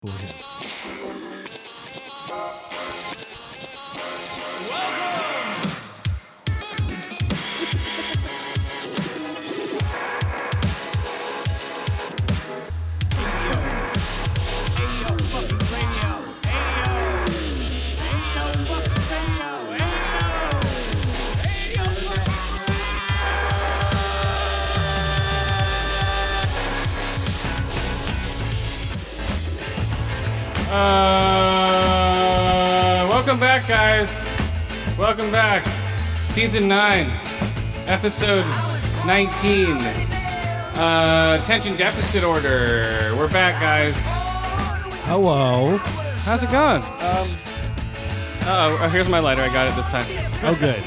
Boy. Uh, welcome back, guys. Welcome back. Season 9, episode 19. Uh, attention deficit order. We're back, guys. Hello. How's it going? Um, uh oh, here's my lighter. I got it this time. Oh, good.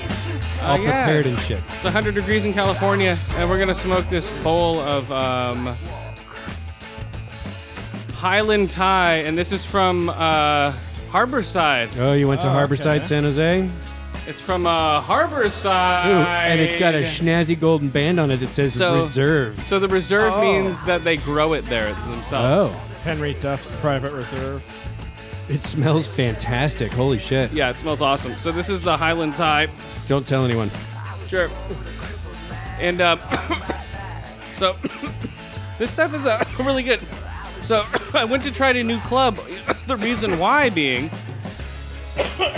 All yeah. prepared and shit. It's 100 degrees in California, and we're gonna smoke this bowl of um, Highland Thai, and this is from uh, Harborside. Oh, you went to Oh, Harborside, okay. San Jose? Ooh, It's from uh, Harborside. and it's got a schnazzy golden band on it that says So- reserved. so the reserve Oh. means that they grow it there themselves. Oh, Henry Duff's Private Reserve. it smells fantastic. Holy shit. Yeah, it smells awesome. So this is the Highland Thai. Don't tell anyone. Sure. And uh, so this stuff is uh, really good. So I went to try a new club. the reason why being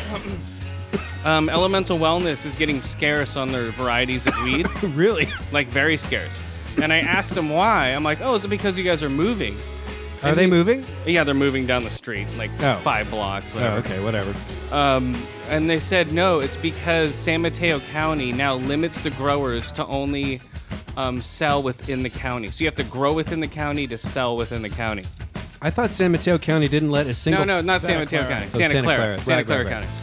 um, Elemental Wellness is getting scarce on their varieties of weed, really? like very scarce. And I asked them why. I'm like, oh, is it because you guys are moving? Are they moving? Yeah, they're moving down the street, like Oh. five blocks. Oh, Whatever. okay, whatever. Um, and they said no, it's because San Mateo County now limits the growers to only um, sell within the county. So you have to grow within the county to sell within the county. I thought San Mateo County didn't let a single. No, no, not San Santa Mateo Clara. County. Oh, Santa, Santa Clara. Clara. Santa Right, Clara right, right. County.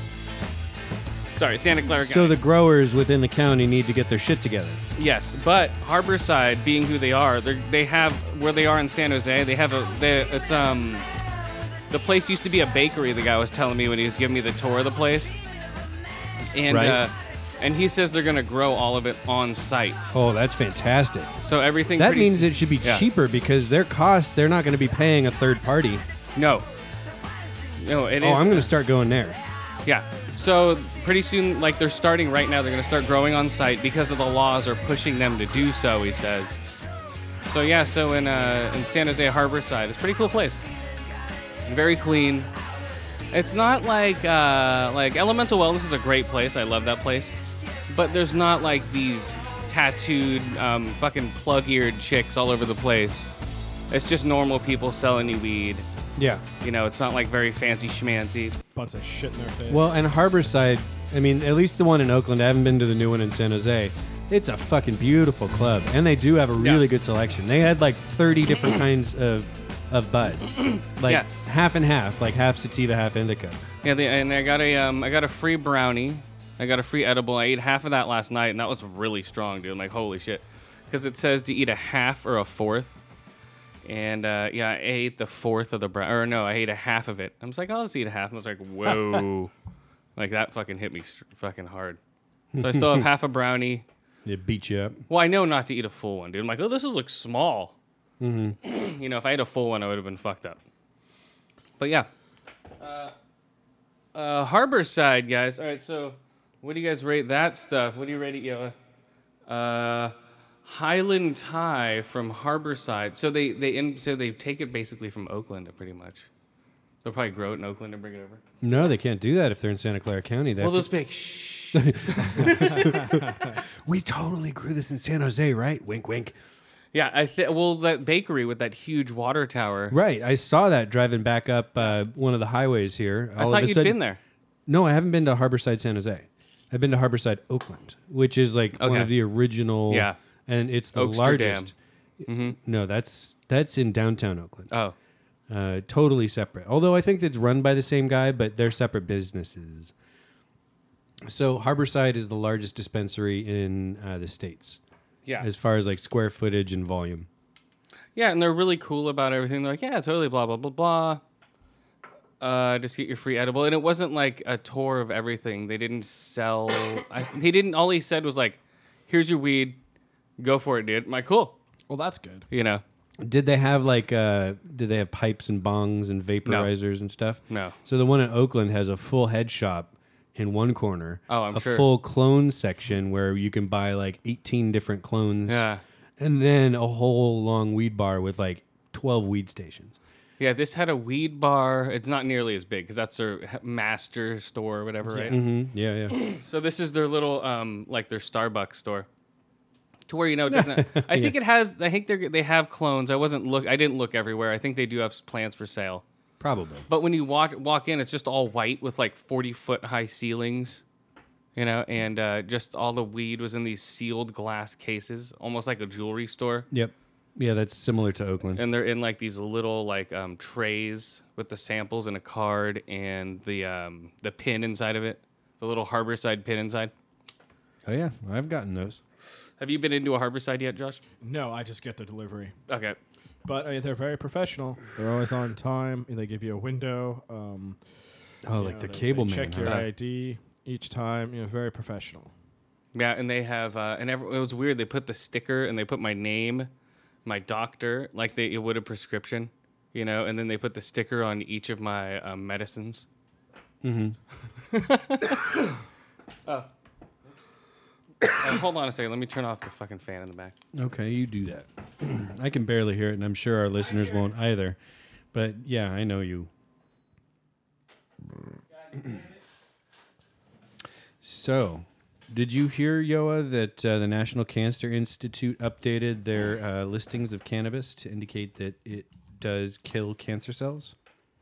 Sorry, Santa Clara So County. the growers within the county need to get their shit together. yes, but Harborside, being who they are, they they have where they are in San Jose. They have a they, it's um the place used to be a bakery. The guy was telling me when he was giving me the tour of the place, and Right. uh, and he says they're gonna grow all of it on site. Oh, that's fantastic. So everything. That pretty- means it should be Yeah. cheaper because their cost, they're not going to be paying a third party. No. No, it is. oh, I'm going to start going there. Yeah. So pretty soon, like they're starting right now, they're going to start growing on site because of the laws are pushing them to do so. He says. So yeah, so in uh, in San Jose Harborside, it's a pretty cool place. Very clean. It's not like uh, like Elemental Wellness is a great place. I love that place, but there's not like these tattooed um, fucking plug-eared chicks all over the place. It's just normal people selling you weed. Yeah. You know, it's not like very fancy schmancy. Bunch of shit in their face. Well, and Harborside, I mean, at least the one in Oakland, I haven't been to the new one in San Jose. It's a fucking beautiful club, and they do have a really Yeah. good selection. They had like 30 different kinds of of bud, like Yeah. half and half, like half sativa, half indica. Yeah, they, and I got a um, I got a free brownie. I got a free edible. I ate half of that last night, and that was really strong, dude. I'm like, holy shit, because it says to eat a half or a fourth. And uh, yeah, I ate the fourth of the brown, or no, I ate a half of it. I was like, I'll just eat a half. And I was like, whoa, like that fucking hit me str- fucking hard. So I still have half a brownie. It beat you up. Well, I know not to eat a full one, dude. I'm like, oh, this is like small. Mm-hmm. you know, if I had a full one, I would have been fucked up. But yeah, uh, uh, Harborside guys. All right, so what do you guys rate that stuff? What do you rate it, Yoa? Uh, Highland Thai from Harborside. So they they in, so they take it basically from Oakland, pretty much. They'll probably grow it in Oakland and bring it over. No, they can't do that if they're in Santa Clara County. They Well, have those to- big shh. we totally grew this in San Jose, right? Wink, wink. Yeah, I th- well that bakery with that huge water tower. Right, I saw that driving back up uh, one of the highways here. I All thought of a you'd sudden- been there. No, I haven't been to Harborside, San Jose. I've been to Harborside, Oakland, which is like one Okay. of the original. Yeah. Mm-hmm. and it's the Oaksterdam. largest. No, that's that's in downtown Oakland. Oh. Uh, totally separate. Although I think it's run by the same guy, but they're separate businesses. So Harborside is the largest dispensary in uh, the states, Yeah. as far as like square footage and volume. yeah, and they're really cool about everything. They're like, yeah, totally, blah, blah, blah, blah. Uh, just get your free edible. And it wasn't like a tour of everything. They didn't sell. I, he didn't, all he said was like, here's your weed. Go for it, dude. I'm like, cool. well, that's good. You know, Did they have like uh did they have pipes and bongs and vaporizers and stuff? No. So the one in Oakland has a full head shop in one corner. Oh, I'm a sure. full clone section where you can buy like 18 different clones. Yeah. And then a whole long weed bar with like 12 weed stations. Yeah, this had a weed bar. It's not nearly as big because that's their master store or whatever, right? Mm-hmm. Yeah, yeah. So this is their little, um, like their Starbucks store, to where you know it doesn't. I think it has. I think they they have clones. I wasn't look. I didn't look everywhere. I think they do have s- plans for sale. Probably. But when you walk walk in, it's just all white with like forty foot high ceilings, you know, and uh, just all the weed was in these sealed glass cases, almost like a jewelry store. Yep. Yeah, that's similar to Oakland. And they're in like these little like um, trays with the samples and a card and the um, the pin inside of it, the little Harborside pin inside. Oh yeah, I've gotten those. Have you been into a Harborside yet, Josh? No, I just get the delivery. Okay. But I mean, they're very professional. They're always on time. and They give you a window. Um, Oh, you like know, the they- cable they man. Check your huh? ID each time. You know, very professional. Yeah, and they have, uh, and every, it was weird. They put the sticker and they put my name, my doctor, like they it would a prescription, you know, and then they put the sticker on each of my um, medicines. Mm-hmm. oh. Uh, hold on a second. Let me turn off the fucking fan in the back. Okay, you do that. I can barely hear it, and I'm sure our listeners won't either. But yeah, I know you. so, did you hear, Yoa, that uh, the National Cancer Institute updated their uh, listings of cannabis to indicate that it does kill cancer cells?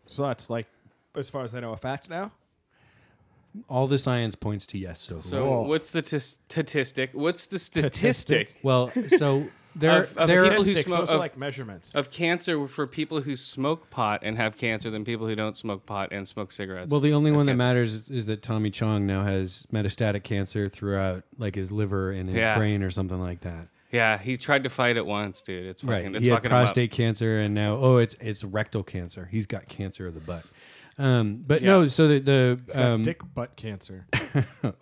So that's like, as far as I know, a fact now. All the science points to yes so far. So Whoa. what's the tis- statistic? What's the statistic well, so there, Of- of there people who Statistics, smoke- those are of- like measurements. of cancer for people who smoke pot and have cancer than people who don't smoke pot and smoke cigarettes? Well, the only one that cancer. matters is, is that Tommy Chong now has metastatic cancer throughout, like his liver and his Yeah. brain or something like that. yeah, he tried to fight it once, dude. It's fucking, Right. it's He had fucking him up. prostate cancer, and now oh, it's it's rectal cancer. He's got cancer of the butt. Um, but no, so the It's the got um, uh, dick butt cancer,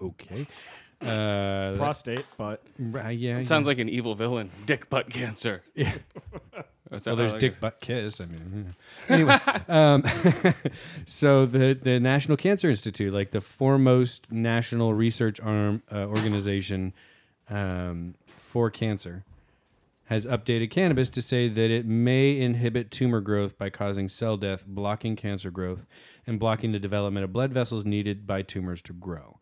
okay, uh, prostate butt. right, yeah, It sounds like an evil villain. Dick butt cancer. Yeah. Well, there's dick butt kiss. I mean, yeah. anyway. um, so the the National Cancer Institute, like the foremost national research arm uh, organization um, for cancer, has updated cannabis to say that it may inhibit tumor growth by causing cell death, blocking cancer growth, and blocking the development of blood vessels needed by tumors to grow.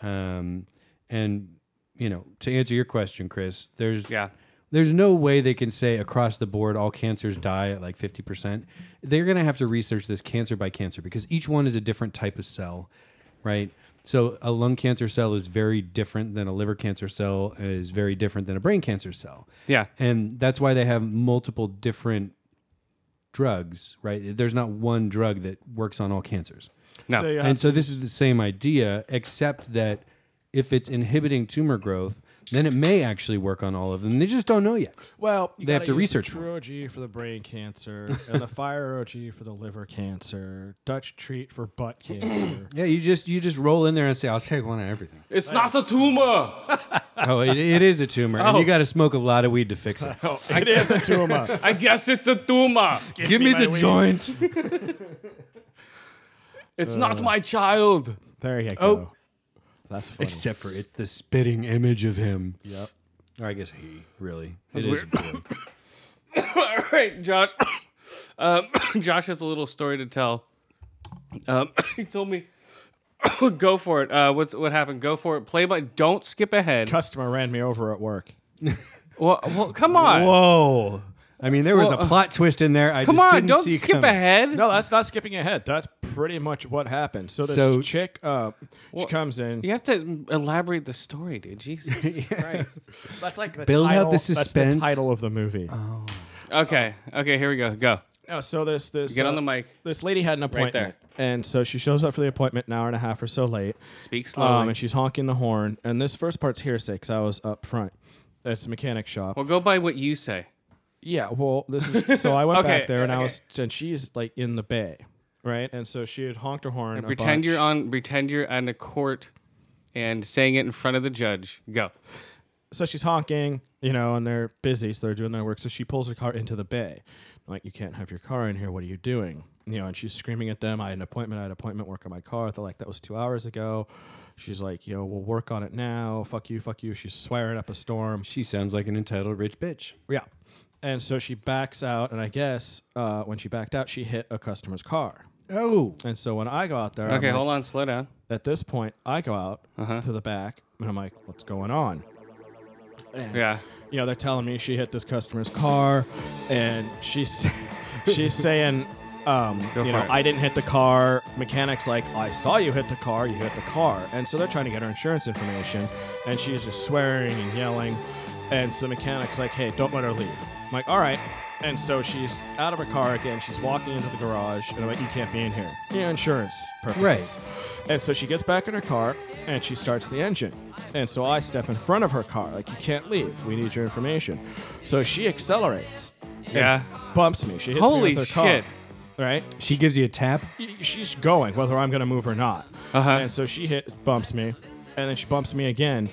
Um, and you know, to answer your question, Chris, there's Yeah. there's no way they can say across the board all cancers die at like 50%. They're going to have to research this cancer by cancer because each one is a different type of cell, right? So a lung cancer cell is very different than a liver cancer cell is very different than a brain cancer cell. Yeah. And that's why they have multiple different drugs, right? There's not one drug that works on all cancers. No. So you have And so this is the same idea, except that if it's inhibiting tumor growth, then it may actually work on all of them. They just don't know yet. Well, you They have gotta to use the research True OG for the brain cancer, and the fire OG for the liver cancer, Dutch treat for butt cancer. Yeah, you just you just roll in there and say, "I'll take one of everything." It's not a tumor. oh, it, it is a tumor, and you Oh. got to smoke a lot of weed to fix it. oh, it is a tumor. I guess it's a tumor. Give, me me, my the weed. joint. It's Uh. not my child. There you go. That's funny. Except for Oh. it's the spitting image of him, yep. or I guess he really. It is a boy. All right, Josh. Um, Josh has a little story to tell. Um, he told me, "Go for it." Uh, what's what happened? Go for it. Play by. Don't skip ahead. Customer ran me over at work. Well, well, come on. Whoa! I mean, there was Well, uh, a plot twist in there. I Come just on, didn't don't see skip coming. ahead. No, that's not skipping ahead. That's pretty much what happened. So this So- chick, uh, she comes in. You have to elaborate the story, dude. Jesus Christ. That's like the Build up title, the that's suspense. Uh-huh. title of the movie. Okay. Okay. Here we go. Go. No, so this this Get on uh, the mic. This lady had an Right appointment, there. and so she shows up for the appointment an hour and a half or so late. Speak slowly. Um, and she's honking the horn. And this first part's hearsay because I was up front. It's a mechanic shop. well, go by what you say. yeah. Well, this is so I went Okay, back there and I okay. was and she's like in the bay, right? And so she had honked her horn. a Pretend bunch. you're on. Pretend you're on the court, and saying it in front of the judge. Go. So she's honking. you know, and they're busy, so they're doing their work. So she pulls her car into the bay. I'm like, you can't have your car in here. What are you doing? You know, and she's screaming at them. I had an appointment. I had an appointment. Work on my car. They're like, that was two hours ago. She's like, you know, we'll work on it now. Fuck you, fuck you. She's swearing up a storm. She sounds like an entitled rich bitch. Yeah. And so she backs out, and I guess uh, when she backed out, she hit a customer's car. Oh, And so when I go out there, I'm Okay, like- hold on, slow down. at this point, I go out Uh-huh. to the back, and I'm like, what's going on? Yeah. you know, they're telling me she hit this customer's car, and she's she's saying, um, Go you for know, it. I didn't hit the car. Mechanic's like, I saw you hit the car. You hit the car, and so they're trying to get her insurance information, and she's just swearing and yelling, and so mechanic's like, hey, don't let her leave. I'm like, all right. And so she's out of her car again. She's walking into the garage, and I'm like, "You can't be in here, you know, insurance purposes." Right. And so she gets back in her car, and she starts the engine. And so I step in front of her car, like, "You can't leave. We need your information." So she accelerates. and Yeah. bumps me. She hits Holy me with her car. shit. Right she gives you a tap. she's going whether I'm gonna move or not. Uh-huh. And so she hit bumps me, and then she bumps me again,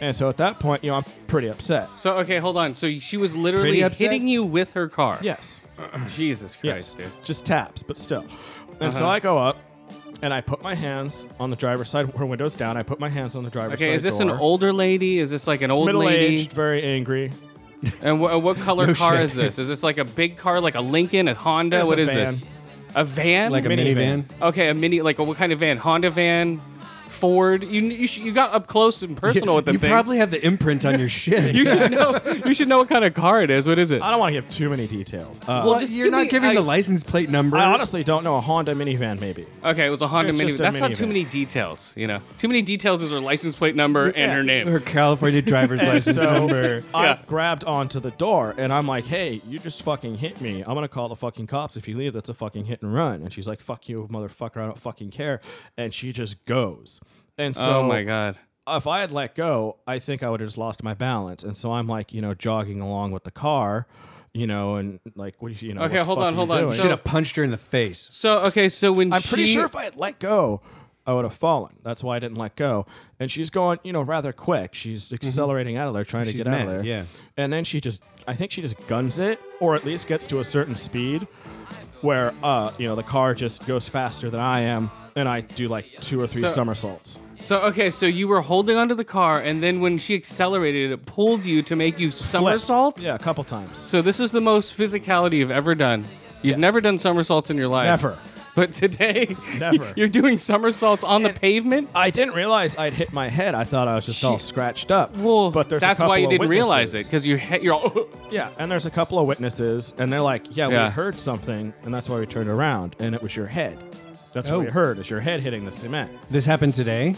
and so at that point, you know, I'm pretty upset. So okay, hold on. So she was literally Pretty upset? hitting you with her car. Yes, Jesus yes, Christ, just taps, but still. And so Uh-huh. I go up, and I put my hands on the driver's side. Her window's down. I put my hands on the driver's dude. side. Okay, is this an door. older lady? Is this like an old lady? middle-aged, very angry? And wh- what color No car shit. is this? Is this like a big car, like a Lincoln, a Honda? It's What a is van. this? A van? Like a minivan. Minivan. okay, a mini. Like a, what kind of van? Honda van, Ford. You you, sh- you got up close and personal with the you thing. probably have the imprint on your shit. you should know. You should know what kind of car it is. What is it? I don't want to give too many details. Uh, well, just you're give not me- giving I- the license plate number. I honestly don't know a Honda minivan. Maybe Okay, it was a Honda It's minivan. just a That's not minivan. too many details. You know, too many details is her license plate number and her name. her California driver's license so number. Yeah. I've grabbed onto the door and I'm like, hey, you just fucking hit me. I'm gonna call the fucking cops if you leave. That's a fucking hit and run. And she's like, fuck you, motherfucker. I don't fucking care. And she just goes. And so, oh my god. if I had let go, I think I would have just lost my balance. And so I'm like, you know, jogging along with the car, you know, and like, what do you, you know? Okay, what the hold fuck on, are hold you on. doing? Should have punched her in the face. So okay, so when I'm pretty she- sure if I had let go, I would have fallen. That's why I didn't let go. And she's going, you know, rather quick. She's Mm-hmm. accelerating out of there, trying She's to get out mad, of there. yeah. And then she just, I think she just guns it, or at least gets to a certain speed where, uh, you know, the car just goes faster than I am, and I do like two or three So- somersaults. so okay, so you were holding onto the car, and then when she accelerated, it pulled you to make you somersault. Yeah, a couple times. So this is the most physicality you've ever done. You've Yes. never done somersaults in your life. Never. But today, Never. you're doing somersaults on the pavement. I didn't realize I'd hit my head. I thought I was just all Shit. scratched up. Well, but there's a that's why you couple of didn't realize it witnesses. because you hit, you're all. Yeah, and there's a couple of witnesses, and they're like, "Yeah, Yeah. we heard something, and that's why we turned around, and it was your head. That's Oh. what we heard is your head hitting the cement." This happened today.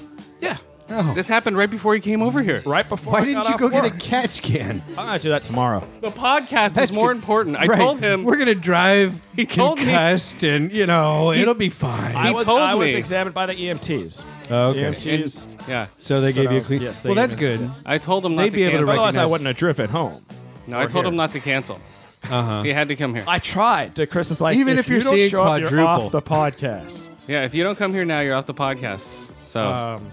Yeah, this happened right before you came over here. right before. Why I didn't got you off go get a work. CAT scan? I'm gonna do that tomorrow. The podcast That's is more good. important. I Right. told him. we're gonna drive He told me- concussed, and you know it'll be fine. I He was, told I was me. examined by the E EMTs. E okay, And- EMTs. yeah, so they So gave that you a was- clean. yes, they well, that's gave good. me- I told him not They'd to be able to cancel. Otherwise, I recognize- wouldn't have driven home. no, I told him here. not to cancel. Uh-huh. He had to come here. I tried. The Chris is like, Even if you're you don't seeing show up, you're quadruple." off the podcast. yeah, if you don't come here now, you're off the podcast. So Um,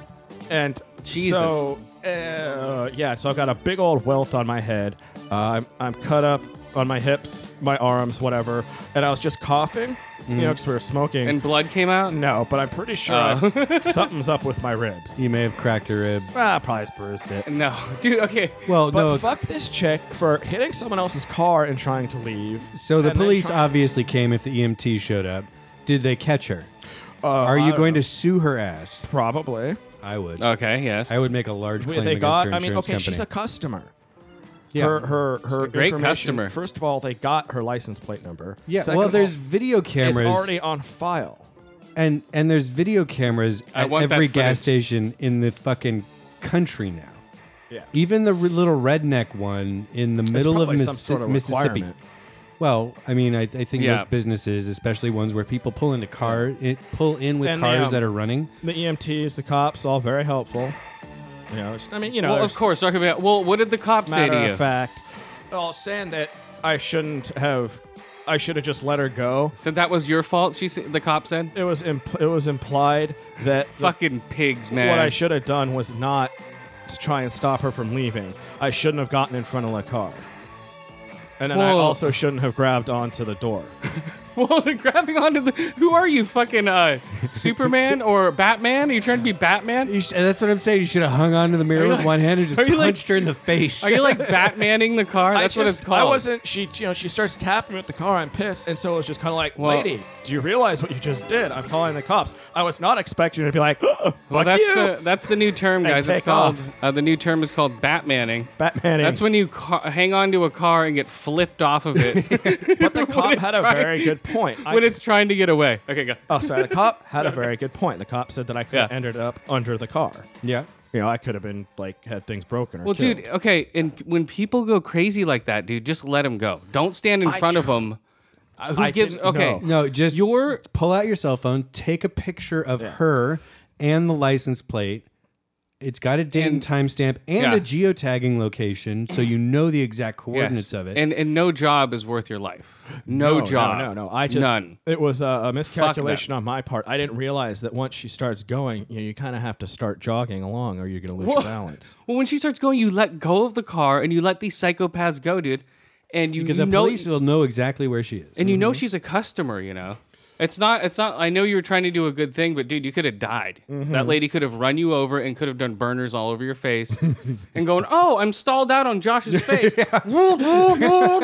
and Jesus. so, uh, yeah, so I've got a big old welt on my head. Uh, I'm, I'm cut up on my hips, my arms, whatever. And I was just coughing, you Mm-hmm. know, because we were smoking. and blood came out. no, but I'm pretty sure Oh. I- something's up with my ribs. You may have cracked a rib. Ah, probably just bruised it. No, dude. Okay. Well, But no. fuck this chick for hitting someone else's car and trying to leave. so the and then police try- obviously came if the EMT showed up. Did they catch her? Are I you don't going to sue her ass? Uh, probably. I would. Okay. Yes. I would make a large claim They against got. her I mean, insurance okay, she's a company. customer. yeah. Her her her great information- customer. First of all, they got her license plate number. yeah. Second well, of all- there's video It's cameras. already on file. and and there's video cameras I at want that every gas footage. station in the fucking country now. Yeah. Even the re- little redneck one in the middle of, probably some Missi- sort of Mississippi. requirement. Well, I mean, I, I think Yeah. most businesses, especially ones where people pull into car, it, pull in with And they, cars um, that are running. The EMTs, the cops, all very helpful. You know, it's- I mean, you know, well, of there's course. Talk about. Well, what did the cop say matter to you? of fact, all saying that I shouldn't have, I should have just let her go. Said that was your fault. She. said- The cop said. It was imp- it was implied that the- Fucking pigs, man. what I should have done was not to try and stop her from leaving. I shouldn't have gotten in front of the car. And then I Well- also shouldn't have grabbed onto the door. Well, grabbing onto the. Who are you, fucking uh, Superman or Batman? Are you trying to be Batman? You sh- that's what I'm saying. You should have hung onto the mirror you with like- one hand and just are you punched like- her in the face. Are you like Batmaning the car? That's I what just- it's called. I wasn't. She, you know, she starts tapping me with the car. I'm pissed, and so it's just kind of like, Well- lady, do you realize what you just did? I'm calling the cops. I was not expecting you to be like, well, Well, that's the that's the new term, guys. It's take called off. uh, the new term is called Batmaning. Batman. That's when you ca- hang on to a car and get flipped off of it but the cop it's had a trying- very good point. I- when it's trying to get away. Okay, go. oh, sorry, the cop had a very good point. The cop said that I could have Yeah. ended up under the car. yeah. You know, I could have been like had things broken. Or Well, killed. dude, okay, and when people go crazy like that, dude, just let them go. Don't stand in I front of tr- them. Uh, who I gives? didn't Okay, know. No, just Your- pull out your cell phone, take a picture of her and the license plate. It's got a date and, And- timestamp and Yeah. a geotagging location, so you know the exact coordinates yes. of it. And and no job is worth your life. No, job. No, no, no. I just none. It was a, a miscalculation on my part. I didn't realize that once she starts going, you, know, you kind of have to start jogging along, or you're going to lose Whoa. your balance. Well, when she starts going, you let go of the car and you let these psychopaths go, dude. And you, Because you the know police will know exactly where she is. and you know she's a customer you know it's not it's not i know you were trying to do a good thing but dude you could have died that lady could have run you over and could have done burners all over your face and going oh i'm stalled out on josh's face you're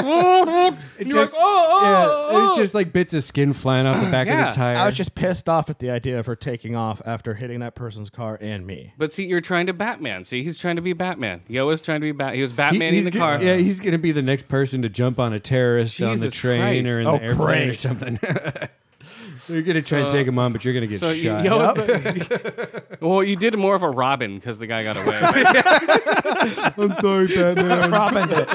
like just- oh oh, yeah, oh." it's just like bits of skin flying off the back of Yeah. the tire. I was just pissed off at the idea of her taking off after hitting that person's car and me. but see you're trying to batman see he's trying to be batman yo was trying to be bat he was He- batman in he's the go- car Yeah, he's gonna be the next person to jump on a terrorist on the Jesus train Christ. or in Oh, the airplane or great. something. You're gonna try and take him on, but you're gonna get So you, shot. yo, was the- well, you did more of a Robin because the guy got away. I'm sorry, Batman. Robin did.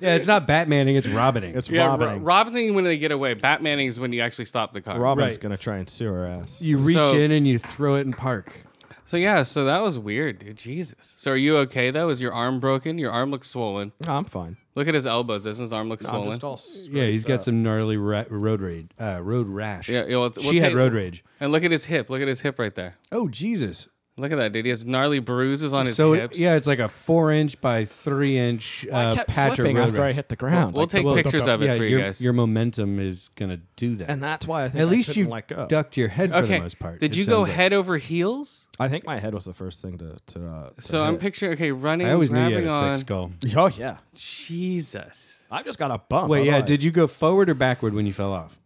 yeah, it's not Batmaning, it's Robining. It's yeah, Robin. Ro- Robin's when they get away. Batmaning is when you actually stop the car. Robin's Right. gonna try and sue her ass. you reach So- in and you throw it in park. So yeah, so that was weird, dude. Jesus. So are you okay though? Is your arm broken? Your arm looks swollen. No, I'm fine. Look at his elbows. Doesn't his arm look swollen? I'm just all. Yeah, he's got some gnarly ra- road rage. Uh, road rash. uh, Yeah, yeah, well, it's- she we'll had take- road rage. and look at his hip. Look at his hip right there. Oh Jesus! Look at that, dude. He has gnarly bruises on his so it- hips. yeah, it's like a four inch by three inch I uh, kept patch of flipping road after I rash. hit the ground. We'll Like, take Well, pictures of it yeah, for you your, guys. your momentum is gonna do that. and that's why I think At I least couldn't you let go. ducked your head for okay. the most part. Did it you go sounds like. head over heels? I think my head was the first thing to. to, uh, to So I'm hit. picturing okay, running, I always knew you grabbing had a on. thick skull. Oh yeah, Jesus. I've just got a bump. Wait, yeah. otherwise. Did you go forward or backward when you fell off?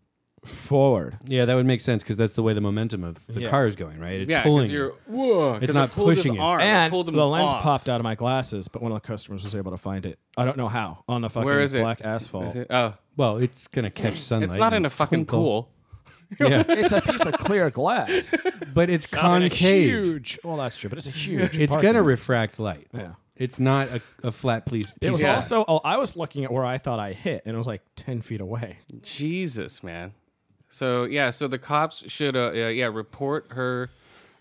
forward? Yeah, that would make sense because that's the way the momentum of the Yeah. car is going, right? It's Yeah, pulling. because you're whoa. 'cause not it pulled his pushing it. Arm. It and pulled him the lens off. popped out of my glasses, but one of the customers was able to find it. I don't know how on the fucking Where is it? black asphalt. Is it- Oh, Well, it's gonna catch sunlight. it's not in and a fucking twinkle. pool. Yeah, It's a piece of clear glass. but it's And a concave. Huge. Well, that's true, but it's a huge. It's parking gonna lot. refract light. Yeah. It's not a, a flat piece. It piece was of glass. also. Oh, I was looking at where I thought I hit, and it was like ten feet away. Jesus, man. So yeah, so the cops should uh, uh yeah report her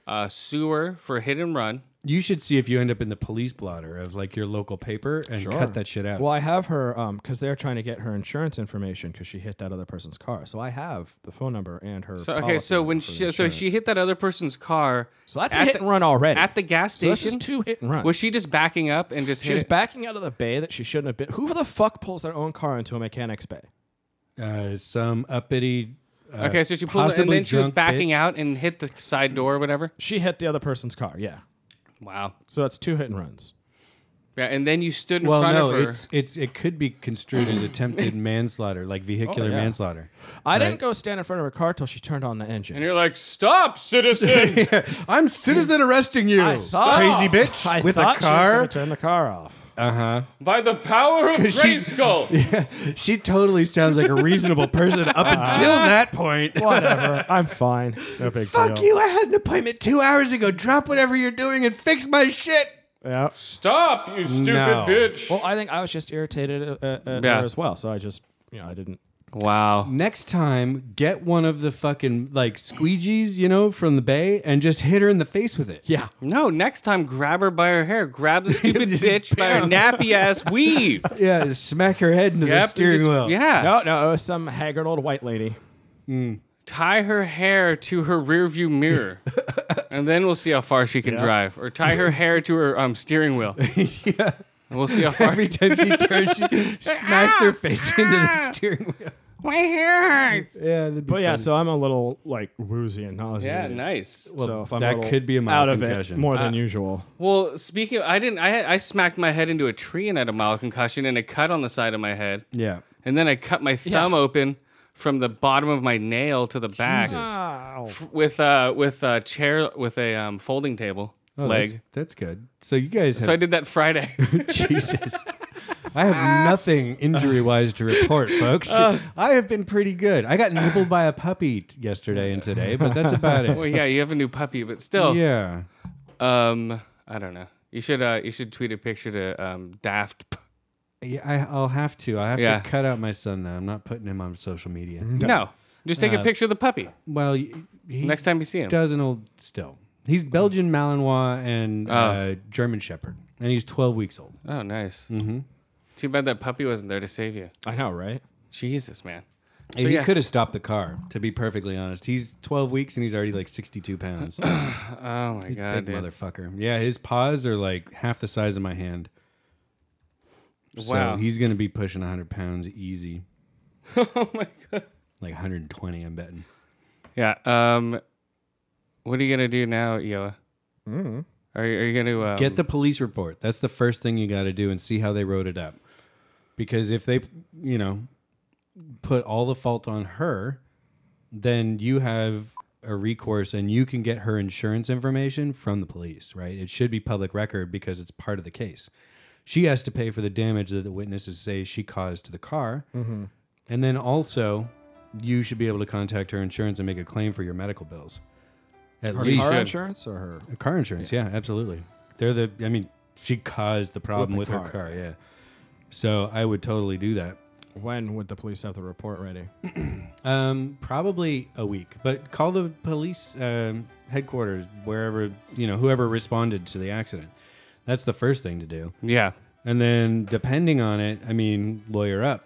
uh, sewer for hit and run. You should see if you end up in the police blotter of like your local paper and cut that shit out. Well, I have her because they're trying to get her insurance information because she hit that other person's car. So I have the phone number and her. So okay, policy so number when for the she so she insurance. hit that other person's car. so that's a at hit the- and run already at the gas So this is station? two hit and runs. Was she just backing up and just She hit? was it? backing out of the bay that she shouldn't have been. Who the fuck pulls their own car into a mechanic's bay? uh, some uppity. Uh, okay, so she pulled it, and possibly then she was drunk backing bitch. out and hit the side door or whatever. She hit the other person's car. Yeah. Wow. So that's two hit and runs. Yeah, and then you stood in Well, front no, of her. it's it's it could be construed as attempted manslaughter, like vehicular Oh, yeah. manslaughter. I didn't go stand in front of her car till she turned on the engine. and you're like, "Stop, citizen!" I'm citizen arresting you, I thought- crazy bitch, I with a thought She was gonna car. turn the car off. By the power of she- Grayskull. She totally sounds like a reasonable person up Uh, until that point. Whatever. I'm fine. It's no big Fuck deal. you! I had an appointment two hours ago. Drop whatever you're doing and fix my shit. Yeah. Stop, you stupid No. bitch! Well, I think I was just irritated at, at, at Yeah. her as well. So I just, you know, I didn't. Wow. Next time, get one of the fucking like squeegees, you know, from the bay, and just hit her in the face with it. Yeah. No, next time grab her by her hair. Grab the stupid Just bitch by her nappy ass weave. Yeah, just smack her head into Yep, the and steering just- wheel. Yeah. No, no, it was some haggard old white lady. Tie her hair to her rearview mirror. And then we'll see how far she can Yeah. drive, or tie her hair to her um, steering wheel. yeah. And we'll see how far. Every time she turns, she smacks her face into Ah. the steering wheel. My hair hurts. Yeah, that'd be But yeah, so I'm a little like woozy and Yeah, nauseated. nice. so if I'm that a little could be a mild out of it concussion. more Ah. than usual. Well, speaking, of, I didn't. I I smacked my head into a tree and had a mild concussion and a cut on the side of my head, yeah. and then I cut my thumb open from the bottom of my nail to the back Jesus. f- with uh with a chair with a um, folding table Oh, leg. That's, that's good. So you guys have So I did that Friday. Jesus. I Ah. have nothing injury wise to report, folks. I have been pretty good. I got nibbled by a puppy t- yesterday and today, but that's about well, it. yeah, you have a new puppy, but still, Yeah. um, I don't know. You should uh you should tweet a picture to um Daft. P- yeah I, I'll have to. I have Yeah. to cut out my son now. I'm not putting him on social media. No. Just take a picture of the puppy Well, y- he next time you see him. does an old still. He's Belgian Malinois and uh, German Shepherd, and he's 12 weeks old. Oh, nice. Mm-hmm. Too bad that puppy wasn't there to save you. I know, right? Jesus, man. Hey, So, he yeah. could have stopped the car, to be perfectly honest. He's 12 weeks and he's already like 62 pounds. Oh my god, Big dude. motherfucker. Yeah, his paws are like half the size of my hand. Wow. So he's going to be pushing 100 pounds easy, oh my god. like 120, I'm betting. Yeah. Um, what are you gonna do now, Yoa? Are you, are you gonna um, Get the police report. That's the first thing you got to do and see how they wrote it up. Because if they, you know, put all the fault on her, then you have a recourse and you can get her insurance information from the police, right? It should be public record because it's part of the case. She has to pay for the damage that the witnesses say she caused to the car. And then also, you should be able to contact her insurance and make a claim for your medical bills. At Her least car should. insurance or her? Car insurance, yeah. absolutely. They're the. I mean, she caused the problem with, With the her car. car, yeah. So I would totally do that. When would the police have the report ready? Um, probably a week, but call the police um, headquarters, wherever you know whoever responded to the accident. That's the first thing to do, Yeah. and then depending on it, I mean, lawyer up,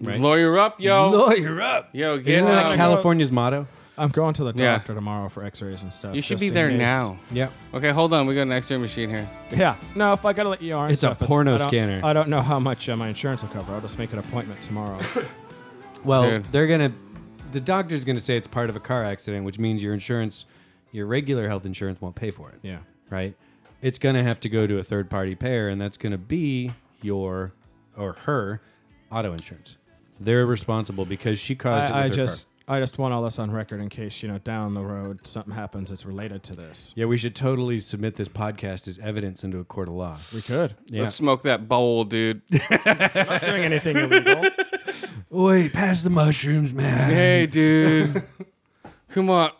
right? Lawyer up, yo. lawyer up. yo, get Isn't out. that California's motto? I'm going to the Yeah. doctor tomorrow for X-rays and stuff. You should just be in there case. now. Yeah. Okay, hold on. We got an X-ray machine here. Yeah. No, if I gotta let you on, It's a stuff, porno I don't- scanner. I don't know how much uh, my insurance will cover. I'll just make an appointment tomorrow. Well, Dude. they're gonna. The doctor's gonna say it's part of a car accident, which means your insurance, your regular health insurance, won't pay for it. yeah. Right. It's gonna have to go to a third party payer, and that's gonna be your or her auto insurance. They're responsible because she caused I, I it with her just car. I just want all this on record in case you know down the road something happens that's related to this. Yeah, we should totally submit this podcast as evidence into a court of law. We could. Yeah. Let's smoke that bowl, dude. Not doing anything illegal. Wait, pass the mushrooms, man. hey, dude. Come on.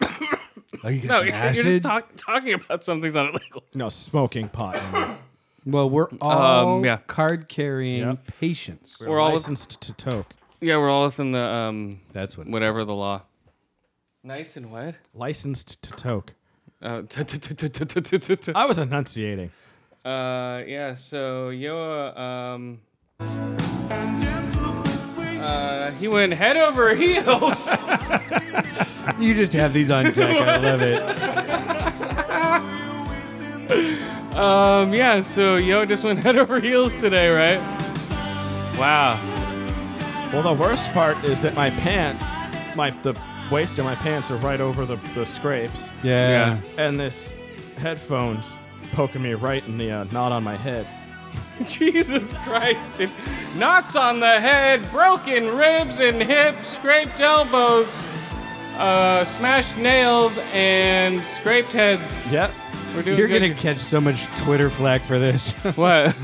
Oh, you got no, some you're acid? just talk, talking about something's not illegal. No smoking pot. you know. well, we're all Um, yeah. card carrying Yep. patients. We're all licensed to toke. yeah, we're all within the um That's what. it's whatever the law. Nice and what? Licensed to toke. Uh, t- t- t- t- t- t- t- t- I was enunciating. Uh, yeah, so Yoa, um. Uh, he went head over heels. You just have these on deck. I love it. um, yeah, so Yoa just went head over heels today, right? Wow. Well, the worst part is that my pants, my the waist of my pants are right over the, the scrapes, Yeah. and this headphones poking me right in the uh, knot on my head. Jesus Christ, dude. Knots on the head, broken ribs and hips, scraped elbows, uh, smashed nails, and scraped heads. Yep. We're doing You're good. going to catch so much Twitter flack for this. What?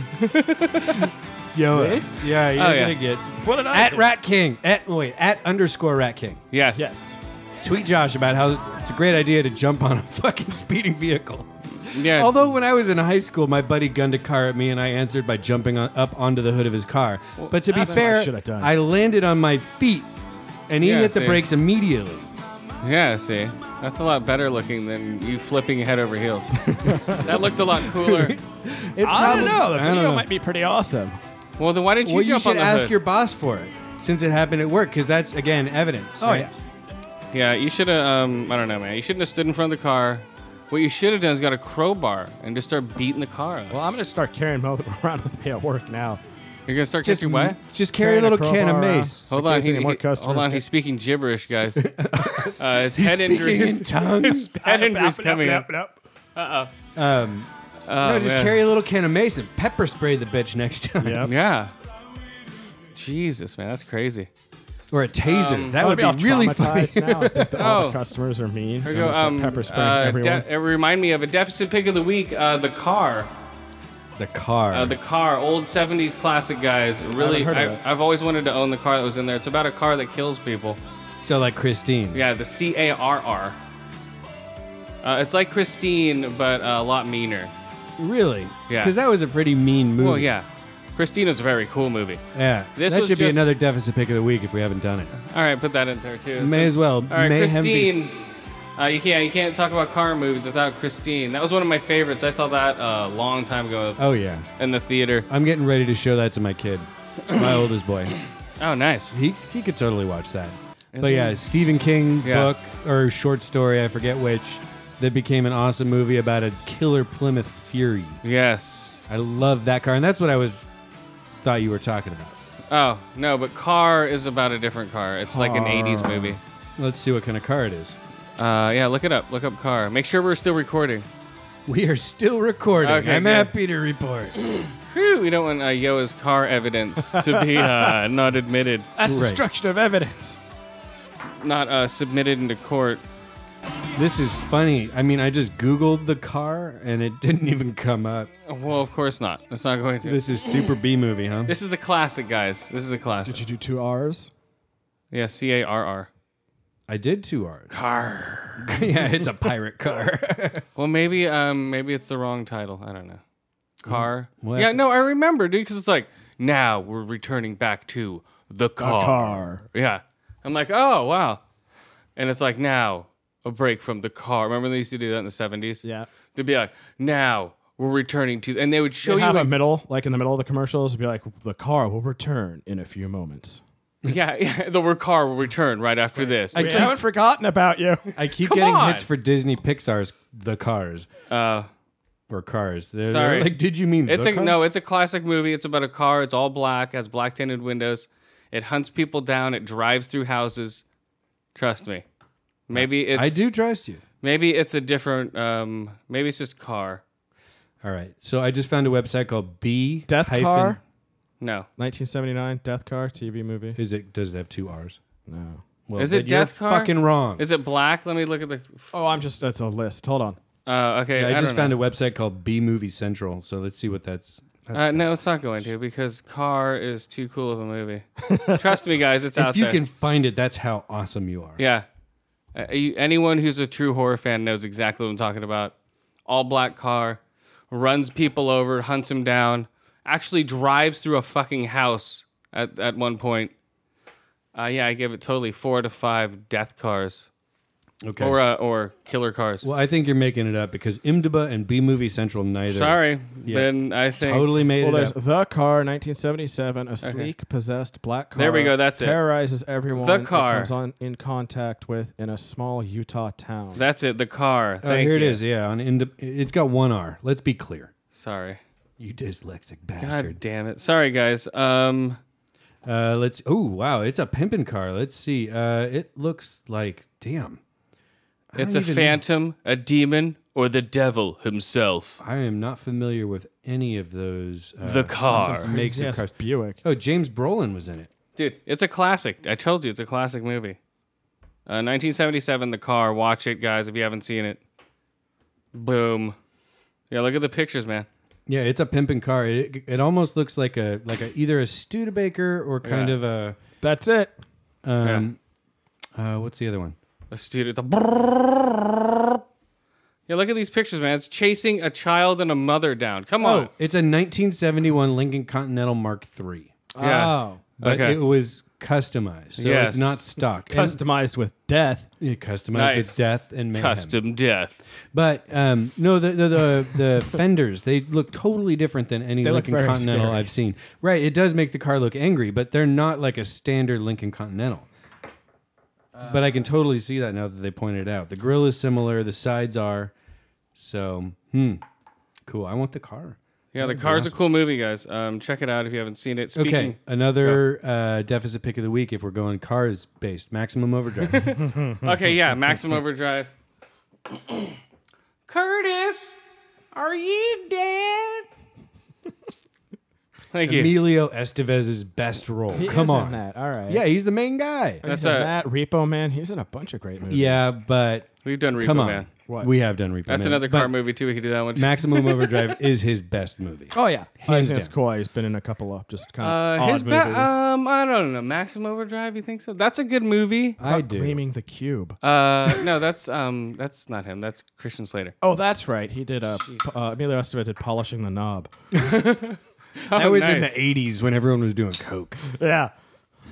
Yo. eh? Really? Yeah, you're Oh, yeah. going to get. What did I? At do? Rat King. At, wait, at underscore Rat King. Yes. Yes. Tweet Josh about how it's a great idea to jump on a fucking speeding vehicle. Yeah. Although when I was in high school, my buddy gunned a car at me and I answered by jumping on, up onto the hood of his car. but to be that's what I fair, should have done. I landed on my feet and he Yeah, hit the see. brakes immediately. Yeah, see, that's a lot better looking than you flipping head over heels. that looked a lot cooler. It I probably- don't know. The I video don't know. might be pretty awesome. Well, then why didn't you well, you jump should on the ask hood? Oh, your boss for it since it happened at work because that's again evidence. right? Oh, yeah. Yeah, you should have. Um, I don't know, man. You shouldn't have stood in front of the car. What you should have done is got a crowbar and just start beating the car. Up. Well, I'm gonna start carrying Mo around with me at work now. You're gonna start Just kissing what? Just carry a Carrying a little can of crowbar around. mace. Hold in on, case he, any more he- hold customers on. get- He's speaking gibberish, guys. uh, his head Speaking in injuries. tongues. Head injuries coming up. Um, Oh, no, just man. carry a little can of mace and pepper spray the bitch next time. Yeah. Yeah. Jesus, man, that's crazy. Or a taser. Um, that would be all really funny. traumatized now. that the- All Oh. the customers are mean. There and we go. just, like, Um, pepper spray uh, everyone. de- it remind me of a deficit pick of the week. Uh, the car, The car. uh, the car, old '70s classic, guys. Really, heard of I, it. I've always wanted to own the car that was in there. It's about a car that kills people. so like Christine. Yeah, the C A R R. Uh, It's like Christine, but uh, a lot meaner. Really? Yeah. Because that was a pretty mean movie. Well, yeah, Christina's a very cool movie. Yeah. This that was should be just- another deficit pick of the week if we haven't done it. All right, put that in there too. May as well. All right, May have be- Christine. Uh, you can't you can't talk about car movies without Christine. That was one of my favorites. I saw that uh, a long time ago Oh yeah. in the theater. I'm getting ready to show that to my kid, my oldest boy. Oh, nice. He he could totally watch that. Is but he? yeah, Stephen King Yeah. book or short story, I forget which, that became an awesome movie about a killer Plymouth Fury. Yes. I love that car, and that's what I was thought you were talking about. Oh no, but Car is about a different car. It's like an Car. '80s movie. Let's see what kind of car it is. Uh, yeah, look it up. Look up Car. Make sure we're still recording. We are still recording. Okay, I'm good. happy to report. Whew, we don't want uh, Yoa's car evidence to be uh, not admitted, That's Right. destruction of evidence. not uh, submitted into court. This is funny. I mean, I just Googled the car and it didn't even come up. Well, of course not. It's not going to. This, This is Super B movie, huh? is a classic, guys. This is a classic. Did you do two R's? yeah, C A R R. I did two R's. Car. yeah, it's a pirate car. Well, maybe um, maybe it's the wrong title. I don't know. Car. Well, yeah, that's- no, I remember, dude, because it's like now we're returning back to the car. Car. Yeah, I'm like, oh wow, and it's like now a break from the car. Remember they used to do that in the '70s. Yeah. They'd be like, now we're returning to, and they would show They'd you have a like- middle, like in the middle of the commercials, it'd be like, the car will return in a few moments. yeah, yeah, the re- car will return right after this. I We keep, haven't forgotten about you. I keep Come getting on. hits for Disney Pixar's The Cars Uh, or Cars. They're, Sorry. they're like, did you mean It's the a car? no. It's a classic movie. It's about a car. It's all black. Has black tinted windows. It hunts people down. It drives through houses. Trust me. Maybe it's I do trust you. Maybe it's a different. Um, maybe it's just car. All right. So I just found a website called B Death hyphen- Car, No. 1979, Death Car TV movie. Is it? Does it have two R's? No. Well, Is it then you're Death Car? Fucking wrong. Is it black? Let me look at the. Oh, I'm just, that's a list. Hold on. Uh, okay. Yeah, I, I, just don't found know. a website called B Movie Central. So let's see what that's. that's Uh, no, it's not going to because car is too cool of a movie. Trust me, guys. It's out if you there. can find it, that's how awesome you are. Yeah. Uh, you- anyone who's a true horror fan knows exactly what I'm talking about. All black car, runs people over, hunts them down, actually drives through a fucking house at, at one point. Uh, yeah, I give it totally four to five death cars Okay. or uh, or killer cars. Well, I think you're making it up because IMDb and B Movie Central neither. Sorry, Yeah. then I think Totally made Well, it there's up. The Car, 1977, a sleek, possessed black car. There we go, that's it. terrorizes it. Terrorizes everyone. The it Car. comes on in contact with in a small Utah town. that's it. The car. Oh, Thank here it you. is. Yeah, on Ind- it's got one R. Let's be clear. Sorry. You dyslexic God bastard. damn it. Sorry, guys. Um, Uh, let's. Oh wow, it's a pimpin' car. Let's see. Uh, it looks like damn. I it's a don't even- phantom, a demon, or the devil himself. I am not familiar with any of those. Uh, The car. makes Yes, of cars. Buick. Oh, James Brolin was in it. Dude, it's a classic. I told you, it's a classic movie. Uh, 1977, The Car. Watch it, guys, if you haven't seen it. Boom. Yeah, look at the pictures, man. Yeah, it's a pimpin' car. It, it almost looks like a like a either a Studebaker or kind Yeah. of a That's it. um, uh, what's the other one? A student. the- Yeah, look at these pictures, man. It's chasing a child and a mother down. Come on. Oh, it's a 1971 Lincoln Continental Mark III, Yeah. Oh. but Okay. it was customized, so Yes. it's not stock. And- Customized with death. yeah, customized Nice. with death and mayhem. Custom death. But um, no, the the, the, the fenders they look totally different than any They look Lincoln very Continental scary. I've seen. Right, it does make the car look angry, but they're not like a standard Lincoln Continental. but I can totally see that now that they pointed it out. The grill is similar. The sides are. So, hmm. Cool. I want the car. Yeah, the car's a cool movie, guys. Um, check it out if you haven't seen it. Speaking, Okay, another uh, deficit pick of the week if we're going cars based. Maximum Overdrive. Okay, yeah, maximum overdrive. Curtis, are you dead? Thank you. Emilio Estevez's best role. Come on. that. All right. Yeah, he's the main guy. That's That's a- a, that Repo Man. He's in a bunch of great movies. Yeah, but We've done Repo come on. Man. What? We have done Repo That's Man, another car but movie too. We could do that one. Too. Maximum Overdrive is his best movie. Oh yeah. Hands Hands That's down. cool. He's been in a couple of just kind of uh, odd his movies. ba- um, I don't know. Maximum Overdrive. You think so? That's a good movie. About I do. Gleaming the Cube. Uh, no, that's um, that's not him. That's Christian Slater. Oh, that's right. He did. Uh, p- uh, Emilio Estevez did polishing the knob. That was in the nice. 80s when everyone was doing Coke. Yeah.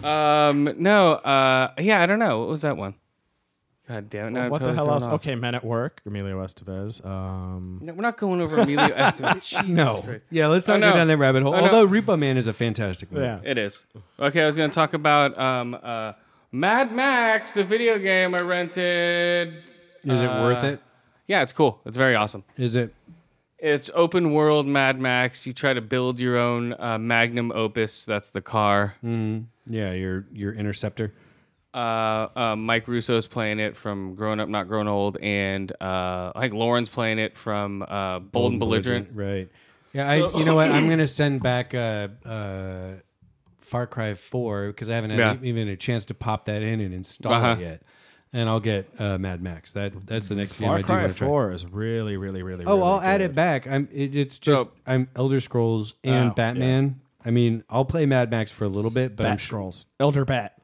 Um, no. Uh, yeah, I don't know. What was that one? God damn it! No, I'm what the totally hell thrown else? off. Okay, Men at Work. Emilio Estevez. Um, No, we're not going over Emilio Estevez. Jesus Christ. Yeah, let's not Oh, go no. down that rabbit hole. Oh, no. Although Repo Man is a fantastic movie. yeah. It is. Okay, I was going to talk about um, uh, Mad Max, the video game I rented. Is Uh, it worth it? Yeah, it's cool. It's very awesome. Is it? It's open world Mad Max. You try to build your own uh, magnum opus. That's the car. Yeah, your your interceptor. Uh, uh, Mike Russo's playing it from Grown Up, Not Grown Old, and uh, I think Lauren's playing it from uh, Bold, and Belligerent. Right. Yeah, I. You know what? I'm gonna send back uh, uh, Far Cry Four because I haven't had Yeah. e- even a chance to pop that in and install Uh-huh. it yet. And I'll get uh, Mad Max. That that's the next game Far I do Cry want to try. Four is really, really, really. Oh, really I'll add good. it back. I'm. It, it's just uh, So- I'm Elder Scrolls and Oh, Batman. I mean, I'll play Mad Max for a little bit, but I'm Bat sure. Scrolls. Elder Bat.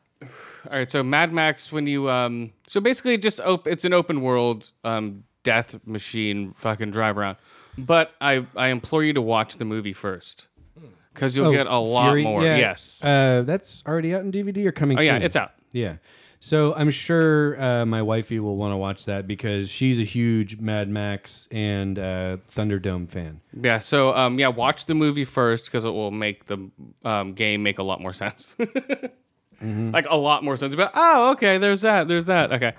All right, so Mad Max, when you um, so basically just op- it's an open world um death machine fucking drive around, but I I implore you to watch the movie first, because you'll Oh, get a lot Fury? more. Yeah. Yes. Uh, that's already out in DVD or coming oh soon? yeah, it's out. Yeah. So I'm sure uh, my wifey will want to watch that because she's a huge Mad Max and uh, Thunderdome fan. Yeah. So um yeah, watch the movie first because it will make the um, game make a lot more sense. Mm-hmm. Like a lot more sense. But oh okay, there's that. There's that. Okay.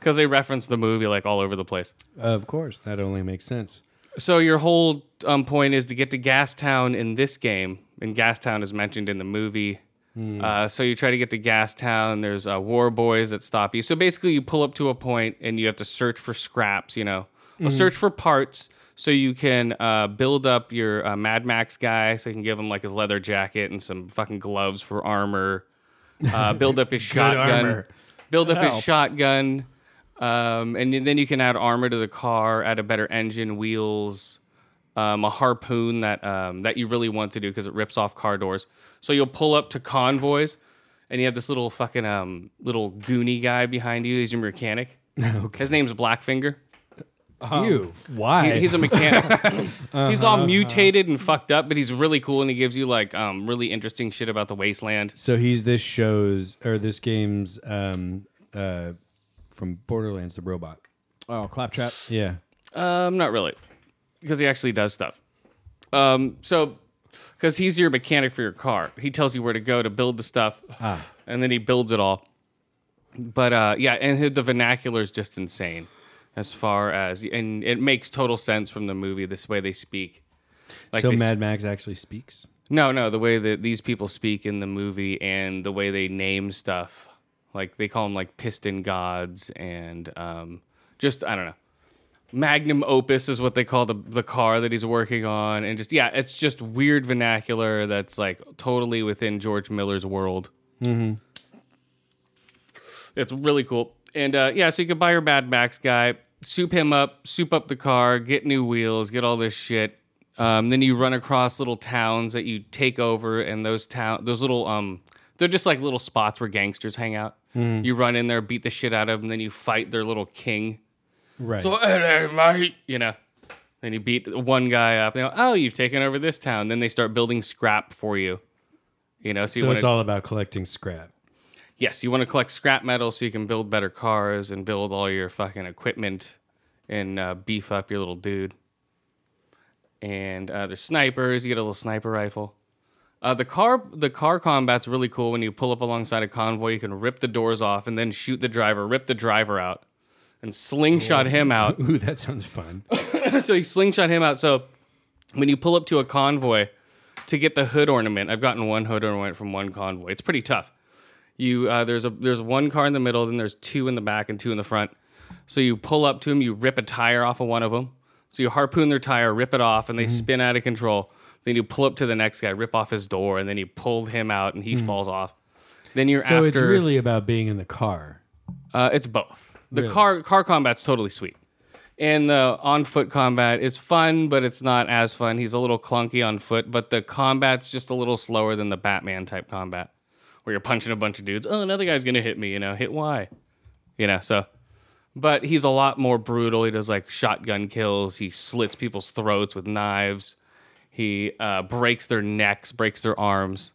Because they reference the movie like all over the place. Of course, that only makes sense. So your whole um, point is to get to Gastown in this game, and Gastown is mentioned in the movie. Uh, so you try to get to Gastown. There's uh, war boys that stop you. So basically, you pull up to a point, and you have to search for scraps. You know, Well, search for parts so you can uh, build up your uh, Mad Max guy, so you can give him like his leather jacket and some fucking gloves for armor. Uh, build up his shotgun. armor. Build up his helps. shotgun. Um, and then you can add armor to the car, add a better engine, wheels, um, a harpoon that um, that you really want to do because it rips off car doors. So you'll pull up to convoys, and you have this little fucking um, little goony guy behind you. He's your mechanic. His name's Blackfinger. you why? Uh-huh. He- he's a mechanic. he's all mutated and fucked up, but he's really cool, and he gives you like um, really interesting shit about the wasteland. so he's this show's or this game's um, uh, from Borderlands, the robot. Oh, Claptrap. Yeah. Um, not really, because he actually does stuff. Um, so, because he's your mechanic for your car, he tells you where to go to build the stuff, and then he builds it all. But uh, yeah, and hi- the vernacular is just insane, as far as and it makes total sense from the movie. This way they speak, like so they s- Mad Max actually speaks. no, no, the way that these people speak in the movie and the way they name stuff, like they call them like piston gods and um, just I don't know. Magnum opus is what they call the the car that he's working on, and just yeah, it's just weird vernacular that's like totally within George Miller's world. Mm-hmm. It's really cool, and uh, yeah, so you can buy your Mad Max guy, soup him up, soup up the car, get new wheels, get all this shit. Um, then you run across little towns that you take over, and those town those little um, they're just like little spots where gangsters hang out. You run in there, beat the shit out of them, then you fight their little king. Right. So, "Hello, mate," you know. Then you beat one guy up. They go, oh, you've taken over this town. Then they start building scrap for you. You know, so, you so want it's to all about collecting scrap. yes, you want to collect scrap metal so you can build better cars and build all your fucking equipment and uh, beef up your little dude. And uh, there's snipers. You get a little sniper rifle. Uh, the car the car combat's really cool when you pull up alongside a convoy. You can rip the doors off and then shoot the driver, rip the driver out, and slingshot him out. Ooh, that sounds fun. so you slingshot him out. So when you pull up to a convoy to get the hood ornament, I've gotten one hood ornament from one convoy. It's pretty tough. You uh, there's a there's one car in the middle, then there's two in the back and two in the front. So you pull up to them, you rip a tire off of one of them. So you harpoon their tire, rip it off, and they Mm-hmm. spin out of control. Then you pull up to the next guy, rip off his door, and then you pull him out, and he falls off. Then you're Mm-hmm. So after. it's really about being in the car. Uh, it's both. The Really? car car combat's totally sweet, and the on foot combat is fun, but it's not as fun. He's a little clunky on foot, but the combat's just a little slower than the Batman type combat, where you're punching a bunch of dudes. Oh, another guy's gonna hit me. You know, hit Y. You know, so. But he's a lot more brutal. He does like shotgun kills. He slits people's throats with knives. He uh, breaks their necks, breaks their arms.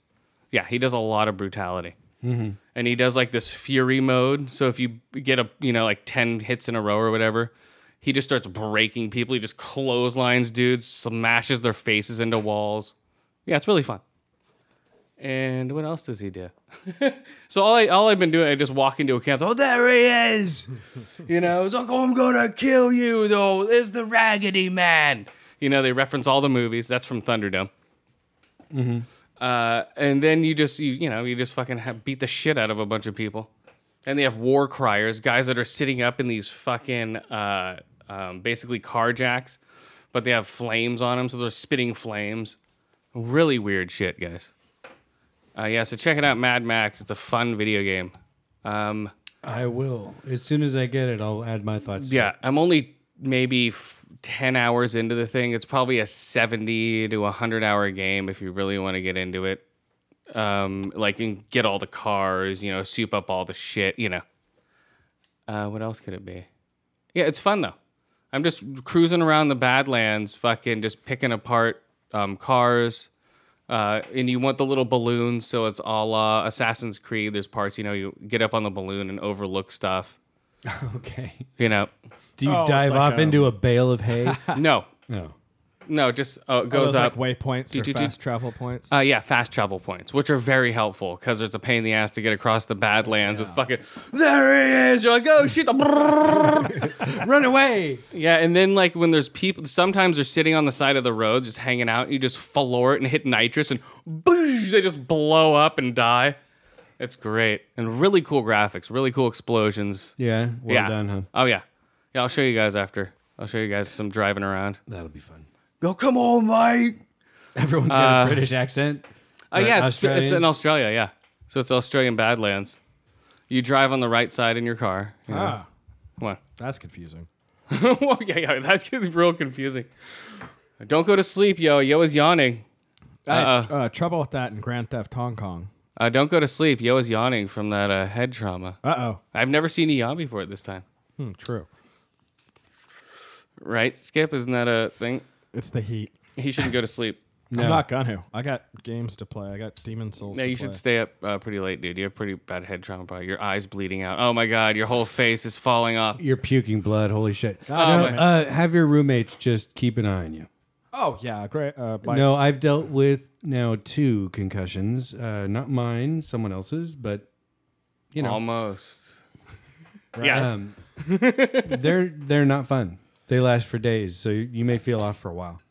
Yeah, he does a lot of brutality and he does like this fury mode. So if you get a you know like ten hits in a row or whatever, he just starts breaking people. He just clotheslines dudes, smashes their faces into walls. Yeah, it's really fun. And what else does he do? so all I all I've been doing, I just walk into a camp. Oh, there he is. you know, it's like "Oh, I'm gonna kill you. Though there's the Raggedy Man. You know, they reference all the movies. That's from Thunderdome. Uh, and then you just you, you know you just fucking ha beat the shit out of a bunch of people, and they have war criers, guys that are sitting up in these fucking uh, um, basically car jacks, but they have flames on them, so they're spitting flames. Really weird shit, guys. Uh, yeah, so check it out, Mad Max. It's a fun video game. Um, I will. As soon as I get it, I'll add my thoughts. to yeah, I'm only maybe f- 10 hours into the thing. It's probably a 70 to 100 hour game if you really want to get into it. Um, like, and get all the cars, you know, soup up all the shit, you know. Uh, what else could it be? Yeah, it's fun though. I'm just cruising around the Badlands, fucking just picking apart um, cars. Uh, and you want the little balloons, so it's a la Assassin's Creed. There's parts, you know, you get up on the balloon and overlook stuff, it. Okay. you know. Do you Oh, it's dive like, off um, into a bale of hay? Oh. No, no. No, just Oh, uh, Are goes those, up. like waypoints Do, or do, do. fast travel points. uh, yeah, fast travel points, which are very helpful because it's a pain in the ass to get across the Badlands with fucking. There he is. You're like, oh shit. Run away. yeah, and then like when there's people, sometimes they're sitting on the side of the road just hanging out. You just floor it and hit nitrous, and boosh, they just blow up and die. It's great and really cool graphics, really cool explosions. Yeah. Well yeah. done, huh? Oh yeah, yeah. I'll show you guys after. I'll show you guys some driving around. That'll be fun. Go, come on, mate. Everyone's got a British accent. Uh, yeah, it's, it's Australian? in Australia. Yeah, so it's Australian Badlands. You drive on the right side in your car. Ah, Come on. that's confusing. Whoa, yeah, yeah, that's getting real confusing. Don't go to sleep, yo. Yo is yawning. I had, uh, trouble with that in Grand Theft Hong Kong. Uh, don't go to sleep. Yo is yawning from that uh, head trauma. Uh oh. I've never seen a yawn before at this time. Hmm, true. Right, Skip? Isn't that a thing? It's the heat. He shouldn't go to sleep. No. I'm not gonna. I got games to play. I got Demon Souls. Yeah, to you play. should stay up uh, pretty late, dude. You have pretty bad head trauma. Probably. Your eyes bleeding out. Oh my god, your whole face is falling off. You're puking blood. Holy shit. Oh, no, man. uh, have your roommates just keep an eye on you. Oh yeah, great. Uh, by, No, I've dealt with now two concussions. Uh, not mine, someone else's, but you know, Almost. Yeah. um, they're they're not fun. They last for days, so you, you may feel off for a while.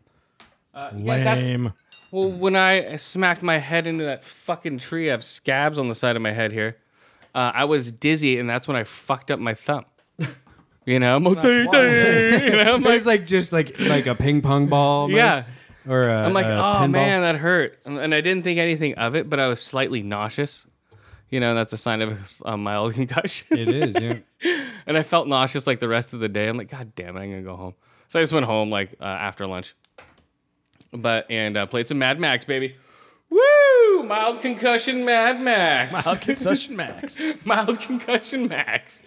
Yeah, that's- lame. Well, when I smacked my head into that fucking tree, I have scabs on the side of my head here. Uh, I was dizzy, and that's when I fucked up my thumb. You know, I'm like, "Ding, ding," you know, I'm like, It's like just like like a ping pong ball, almost, Yeah. or a, I'm like, a oh pinball." man, that hurt, and, and I didn't think anything of it, but I was slightly nauseous. You know, that's a sign of a s- a mild concussion, it is. Yeah. and I felt nauseous like the rest of the day. I'm like, god damn it, I'm gonna go home. So I just went home like uh, after lunch, but and uh, played some Mad Max, baby. Woo! Mild concussion, Mad Max. Concession Max. mild concussion max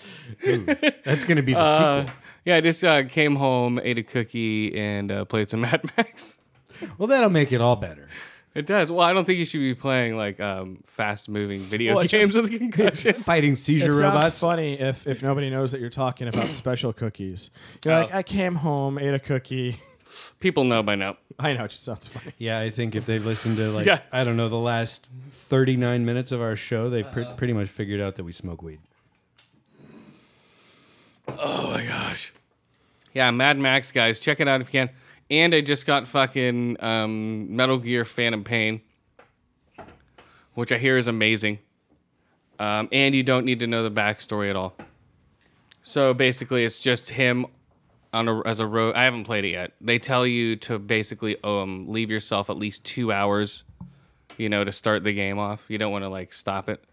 That's gonna be the Uh, yeah i just uh, came home ate a cookie and uh, played some mad max sequel. Well, that'll make it all better. it does well i don't think you should be playing like um, fast moving video Well, it games just- with a concussion Fighting seizure It sounds robots. funny if if nobody knows that you're talking about special cookies. You're like, Oh. I came home, ate a cookie. People know by now. I know, it just sounds funny. Yeah, I think if they've listened to like Yeah. I don't know the last 39 minutes of our show, they've pre- Uh-huh. pretty much figured out that we smoke weed. Oh my gosh. Yeah, Mad Max guys, check it out if you can. And I just got fucking um, Metal Gear Phantom Pain, which I hear is amazing. Um, and you don't need to know the backstory at all. So basically, it's just him on a, as a road. I haven't played it yet. They tell you to basically um, leave yourself at least two hours, you know, to start the game off. You don't want to like stop it.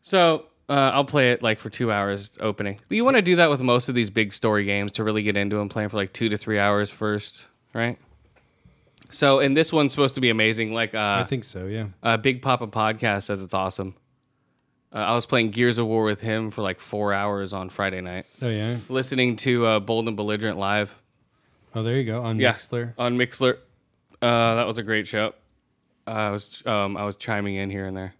So uh, I'll play it like for two hours opening. But you want to do that with most of these big story games to really get into them, playing for like two to three hours first, right? So, and this one's supposed to be amazing. Like, uh, I think so, yeah. uh, Big Papa Podcast says it's awesome. Uh, I was playing Gears of War with him for like four hours on Friday night, Oh yeah. listening to uh, Bold and Belligerent live. Oh, there you go on Yeah, Mixler. on Mixler. Uh, that was a great show. Uh, I was um, I was chiming in here and there.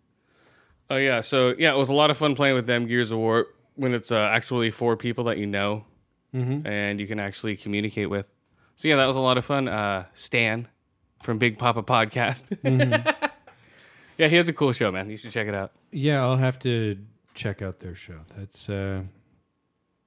Oh yeah, so yeah, it was a lot of fun playing with them Gears of War when it's uh, actually four people that you know and you can actually communicate with. So yeah, that was a lot of fun. Uh, Stan from Big Papa Podcast. yeah, he has a cool show, man. You should check it out. Yeah, I'll have to check out their show. That's uh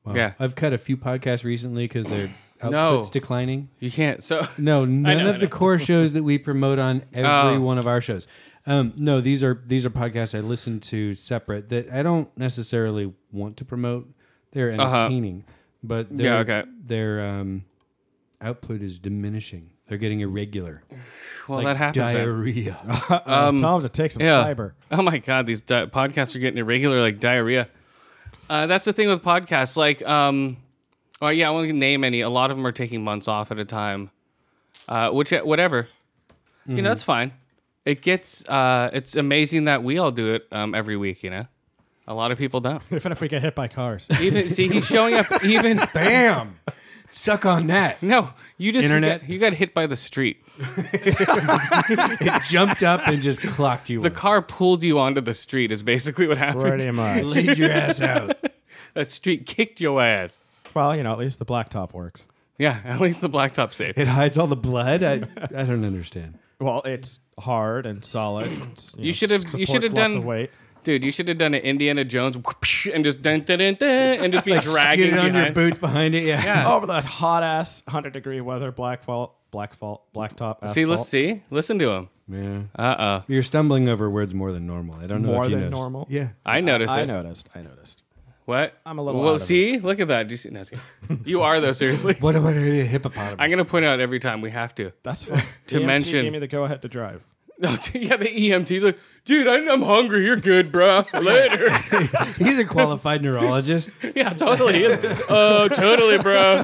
wow. Yeah. I've cut a few podcasts recently cuz their output's No. declining. You can't. So No, none know, I of the know. core shows that we promote on every Oh. one of our shows. Um, no, these are these are podcasts I listen to separate that I don't necessarily want to promote. They're Uh-huh. entertaining, but their Yeah, okay. their um, output is diminishing. They're getting irregular. well, like that happens. man. Diarrhea. Tell him to take some Um, Yeah. fiber. Oh my god, these di- podcasts are getting irregular, like diarrhea. Uh, that's the thing with podcasts. Like, um, oh yeah, I won't name any. A lot of them are taking months off at a time, uh, which whatever, you Mm-hmm. know, that's fine. It gets. Uh, it's amazing that we all do it um, every week. You know, a lot of people don't. Even if we get hit by cars. Even see, he's showing up. Even Bam! Suck on that. no, you just Internet. You got, you got hit by the street. It jumped up and just clocked you. The car pulled you onto the street. Is basically what happened. Pretty much. laid your ass out. That street kicked your ass. Well, you know, at least the blacktop works. Yeah, at least the blacktop's safe. It hides all the blood. I I don't understand. Well, it's hard and solid. It's, you know, should have- you supports should have lots done- of weight. Dude, you should have done an Indiana Jones whoopsh, and just dun, dun, dun, dun, and just be dragging Skid it on behind. your boots behind it. Yeah. over that hot ass 100 degree weather black fault black fault blacktop asphalt. See, let's see, listen to him. yeah. Uh oh, You're stumbling over words more than normal. I don't know More if you than noticed. normal? Yeah. I noticed Uh, I it. noticed. I noticed. What? I'm a little Well, out of see, look at that. Do you see? No, it's good. you are though. Seriously, What about a hippopotamus? I'm gonna point out every time we have to. That's fine. To DMT mention- gave me the go ahead to drive. No, dude, yeah, the E EMT's like, dude, I, I'm hungry. You're good, bro. Later. He's a qualified neurologist. yeah, totally. Oh, totally, bro.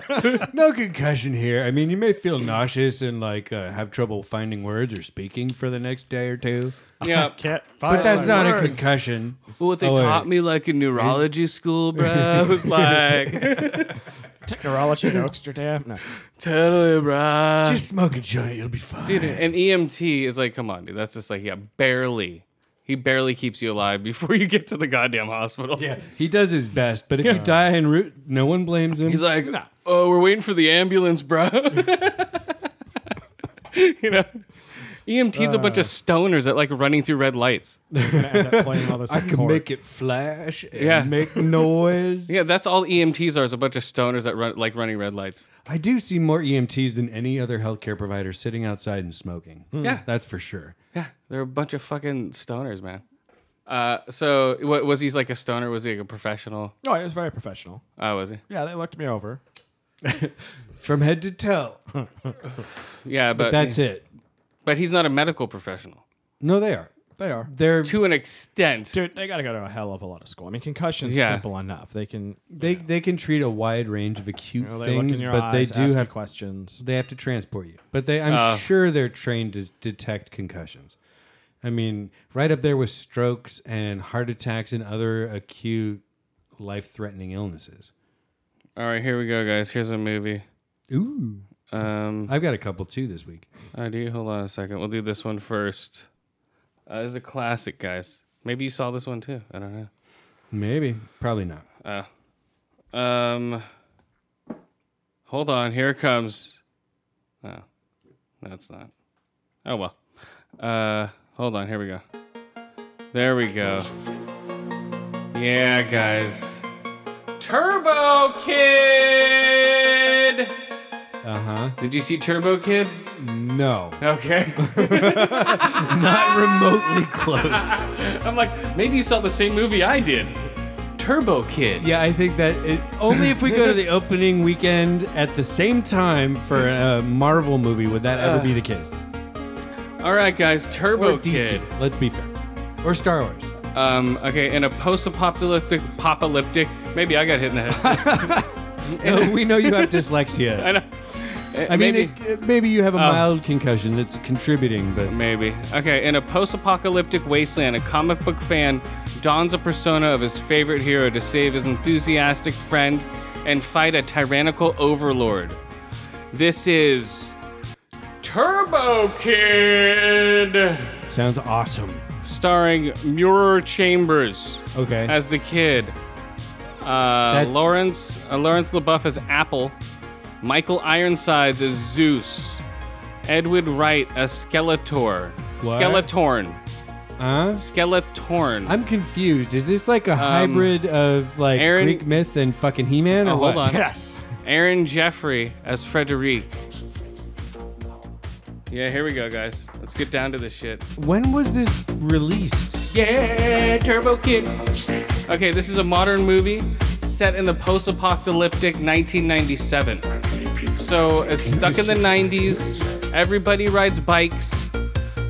No concussion here. I mean, you may feel nauseous and like uh, have trouble finding words or speaking for the next day or two, Yeah, Can't find but that's not my a words. concussion. what they Oh, wait. taught me like in neurology school, bro, I was like, Took neurology in Amsterdam. No. totally, bro. Just smoke a joint, you'll be fine. Dude, an EMT is like, come on, dude. That's just like, yeah, barely. He barely keeps you alive before you get to the goddamn hospital. yeah, he does his best, but if you die en route, no one blames him. He's like, oh, we're waiting for the ambulance, bro. you know, E EMT's a bunch of stoners that like running through red lights. Gonna end up playing all this I in can court. make it flash and Yeah. make noise. Yeah, that's all EMTs are is a bunch of stoners that run like running red lights. I do see more EMTs than any other healthcare provider sitting outside and smoking. Hmm. Yeah. That's for sure. Yeah, they're a bunch of fucking stoners, man. Uh, so what, was he like a stoner? Was he like a professional? No, it was very professional. Oh, was he? Yeah, they looked me over. From head to toe. Yeah, but That's it. But he's not a medical professional No, they are. They are. They're to an extent. Dude, they got to go to a hell of a lot of school. I mean, concussion's Yeah. simple enough. They can They they can treat a wide range of acute you know, they look things, in your but eyes, they do ask you have questions. they have to transport you. But they I'm Uh. sure they're trained to detect concussions. I mean, right up there with strokes and heart attacks and other acute life-threatening illnesses. All right, here we go, guys. Here's a movie. Ooh, Um, I've got a couple too this week. I do. Hold on a second. We'll do this one first. Uh, this is a classic, guys. Maybe you saw this one too. I don't Maybe, probably not. know. Um, hold on. Here it comes No, no, it's not. Oh well. Uh, hold on. Here we go. There we go. Yeah, guys. Turbo Kid. Uh huh. Did you see Turbo Kid? No, Okay. not remotely close. I'm like, maybe you saw the same movie I did. Turbo Kid. Yeah, I think that it, only if we go to the opening weekend at the same time for a Marvel movie would that ever be the case. Uh, All right, guys. Turbo Kid. Let's be fair. Or Star Wars. Um, okay, in a post-apocalyptic, apocalyptic. Maybe I got hit in the head. No, we know you have dyslexia. I know. I mean, maybe, Um, maybe, it, it- maybe you have a mild concussion that's contributing, but maybe. Okay, in a post-apocalyptic wasteland, a comic book fan dons a persona of his favorite hero to save his enthusiastic friend and fight a tyrannical overlord. This is Turbo Kid, sounds awesome. starring Muir Chambers Okay. as the kid. Uh, That's- Lawrence uh, Lawrence LaBeouf as Apple, Michael Ironsides as Zeus, Edward Wright as Skeletor, What? Skeletorn, huh? Skeletorn. I'm confused. Is this like a hybrid of like Um, Aaron- Greek myth and fucking He-Man? Oh, or hold what? on. Yes. Aaron Jeffrey as Frederic. Yeah, here we go, guys. Let's get down to this shit. When was this released? Yeah, Turbo Kid. Okay, this is a modern movie set in the post-apocalyptic 1997. So it's stuck in the 90s. Everybody rides bikes.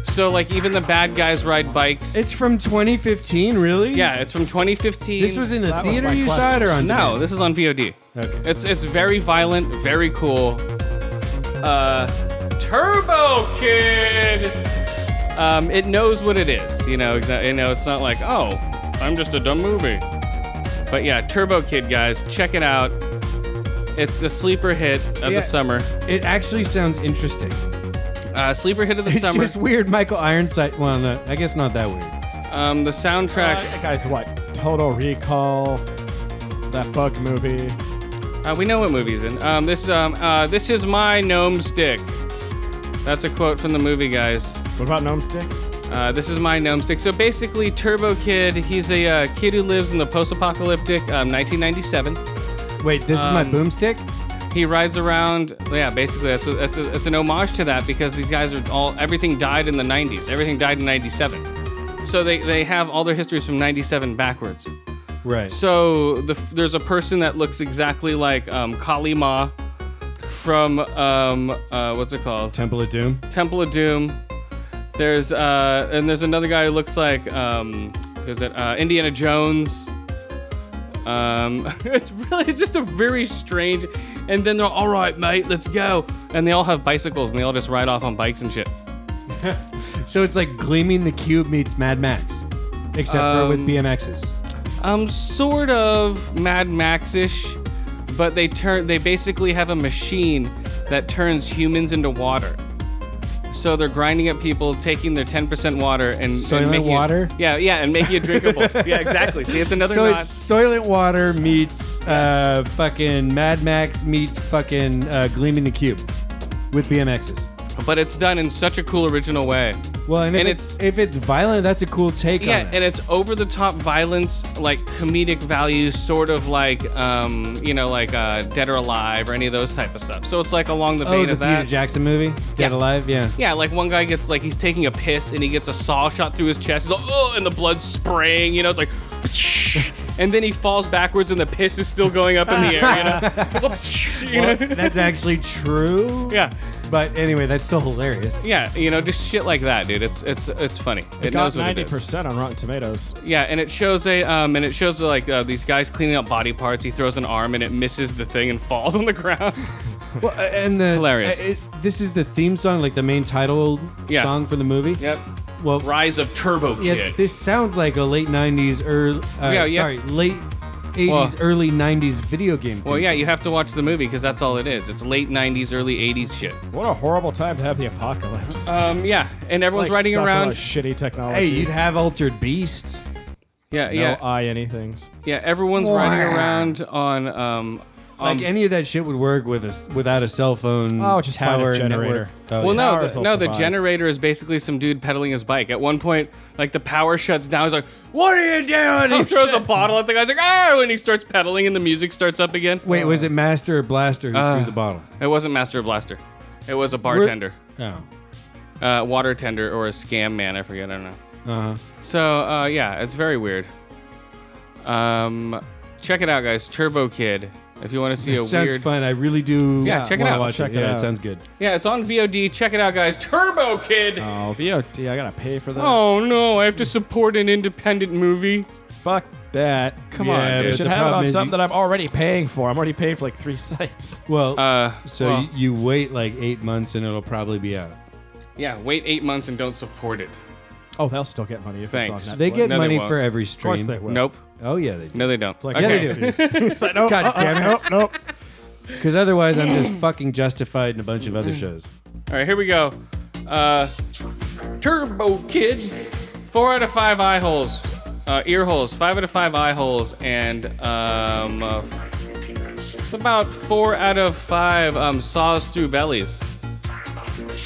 So like even the bad guys ride bikes. It's from 2015, really? yeah, it's from 2015. This was in the That was theater my you saw it or on no, this is on VOD. demand? Okay. It's it's very violent, very cool. Uh, Turbo Kid. Um, it knows what it is, you know. Exactly. You know, it's not like oh, I'm just a dumb movie. But yeah, Turbo Kid, guys, check it out. It's a sleeper hit of Yeah. the summer. It actually sounds interesting. Uh, sleeper hit of the It's summer. just weird Michael Ironside. Well, no, I guess not that weird. Um, the soundtrack. Uh, guys, what? Total Recall, that bug movie. Uh, we know what movie's in. Um, this um, uh, this is my gnome stick. That's a quote from the movie, guys. What about Gnome Sticks? Uh, this is my gnomestick. So basically, Turbo Kid, he's a uh, kid who lives in the post apocalyptic um, 1997. Wait, this is my Um, boomstick? He rides around. Yeah, basically, that's a, that's, a, that's an homage to that because these guys are all, everything died in the 90s. Everything died in 97. So they, they have all their histories from 97 backwards. Right. So the, f- there's a person that looks exactly like um, Kali Ma from, um, uh, what's it called? Temple of Doom? Temple of Doom. There's uh, and there's another guy who looks like um, is it uh, Indiana Jones? Um, it's really it's just a very strange. And then they're all right, mate, let's go. And they all have bicycles and they all just ride off on bikes and shit. So it's like Gleaming the Cube meets Mad Max, except for with Um, BMXs. Um, sort of Mad Max ish, but they turn they basically have a machine that turns humans into water. So they're grinding up people, taking their 10% water and, Soylent and making it- water? yeah, yeah, and making it drinkable. yeah, exactly. See, it's another So nod. it's Soylent Water meets uh, fucking Mad Max meets fucking uh, Gleaming the Cube with BMXs. but it's done in such a cool original way. Well, and if And it's, if it's violent, that's a cool take Yeah, on it. and it's over the top violence, like comedic value, sort of like um, you know, like uh, Dead or Alive or any of those type of stuff. So it's like along the oh, vein the of that. Peter Jackson movie, Dead Yeah. Alive, yeah. Yeah, like one guy gets like he's taking a piss and he gets a saw shot through his chest. He's like, oh, and the blood's spraying. You know, it's like, and then he falls backwards and the piss is still going up in the air. You know, It's like, you know? Well, that's actually true. yeah, But anyway, that's still hilarious. yeah, you know, just shit like that, dude. It's it's it's funny. It, Got knows what it is. 90% on Rotten Tomatoes. Yeah, and it shows a um, and it shows like uh, these guys cleaning up body parts. He throws an arm and it misses the thing and falls on the ground. Well, uh, and the Hilarious. uh, it- this is the theme song, like the main title Yeah. song for the movie. yep. Well, Rise of Turbo Yeah, Kid. this sounds like a late '90s, early uh, Yeah, yeah. sorry, late '80s, Well- early '90s video game. theme well, yeah, song. you have to watch the movie because that's all it is. It's late '90s, early '80s shit. What a horrible time to have the apocalypse. Um, yeah, and everyone's Like, riding stuck with around. all shitty technology. Hey, you'd have Altered Beast. yeah, no yeah, uh, I anythings. yeah. Everyone's riding Wah. around on um, Like any of that shit would work with us without a cell phone. Oh, just find a tower generator. network. Oh, well, yeah. no, towers the, will no. The survive. generator is basically some dude pedaling his bike. At one point, like the power shuts down. He's like, "What are you doing?" Oh, He throws a bottle at the guy's like, "Oh!" And he starts pedaling, and the music starts up again. Wait, Uh, was it Master or Blaster who Uh, threw the bottle? It wasn't Master Blaster. It was a bartender, Oh. uh, water tender, or a scam man. I forget. I don't know. Uh-huh. So uh, yeah, it's very weird. Um, check it out, guys. Turbo Kid. If you want to see a It sounds weird, fun. I really do. Yeah, check it wanna out. watch Check it yeah, out. it sounds good. yeah, it's on VOD. Check it out, guys. Turbo Kid. Oh, VOD. I gotta pay for that. Oh no, I have to support an independent movie. Fuck that. Come Yeah, on, but I dude. should the have it problem on is you- something that I'm already paying for. I'm already paying for like three sites. Well, Uh, so well, y- you wait like eight months and it'll probably be out. yeah, wait eight months and don't support it. Oh, they'll still get money if Thanks. it's on Netflix. They get No, they money won't. for every Of stream. course they will. nope. Oh yeah, they do. No, they don't. It's like, Yeah, okay. they do. it's like, nope, God uh-uh, damn it. nope, nope. Because otherwise, I'm just fucking justified in a bunch of Mm. other shows. All right, here we go. Uh, Turbo Kid. Four out of five eye holes, uh, ear holes. Five out of five eye holes, and um, uh, it's about four out of five um, saws through bellies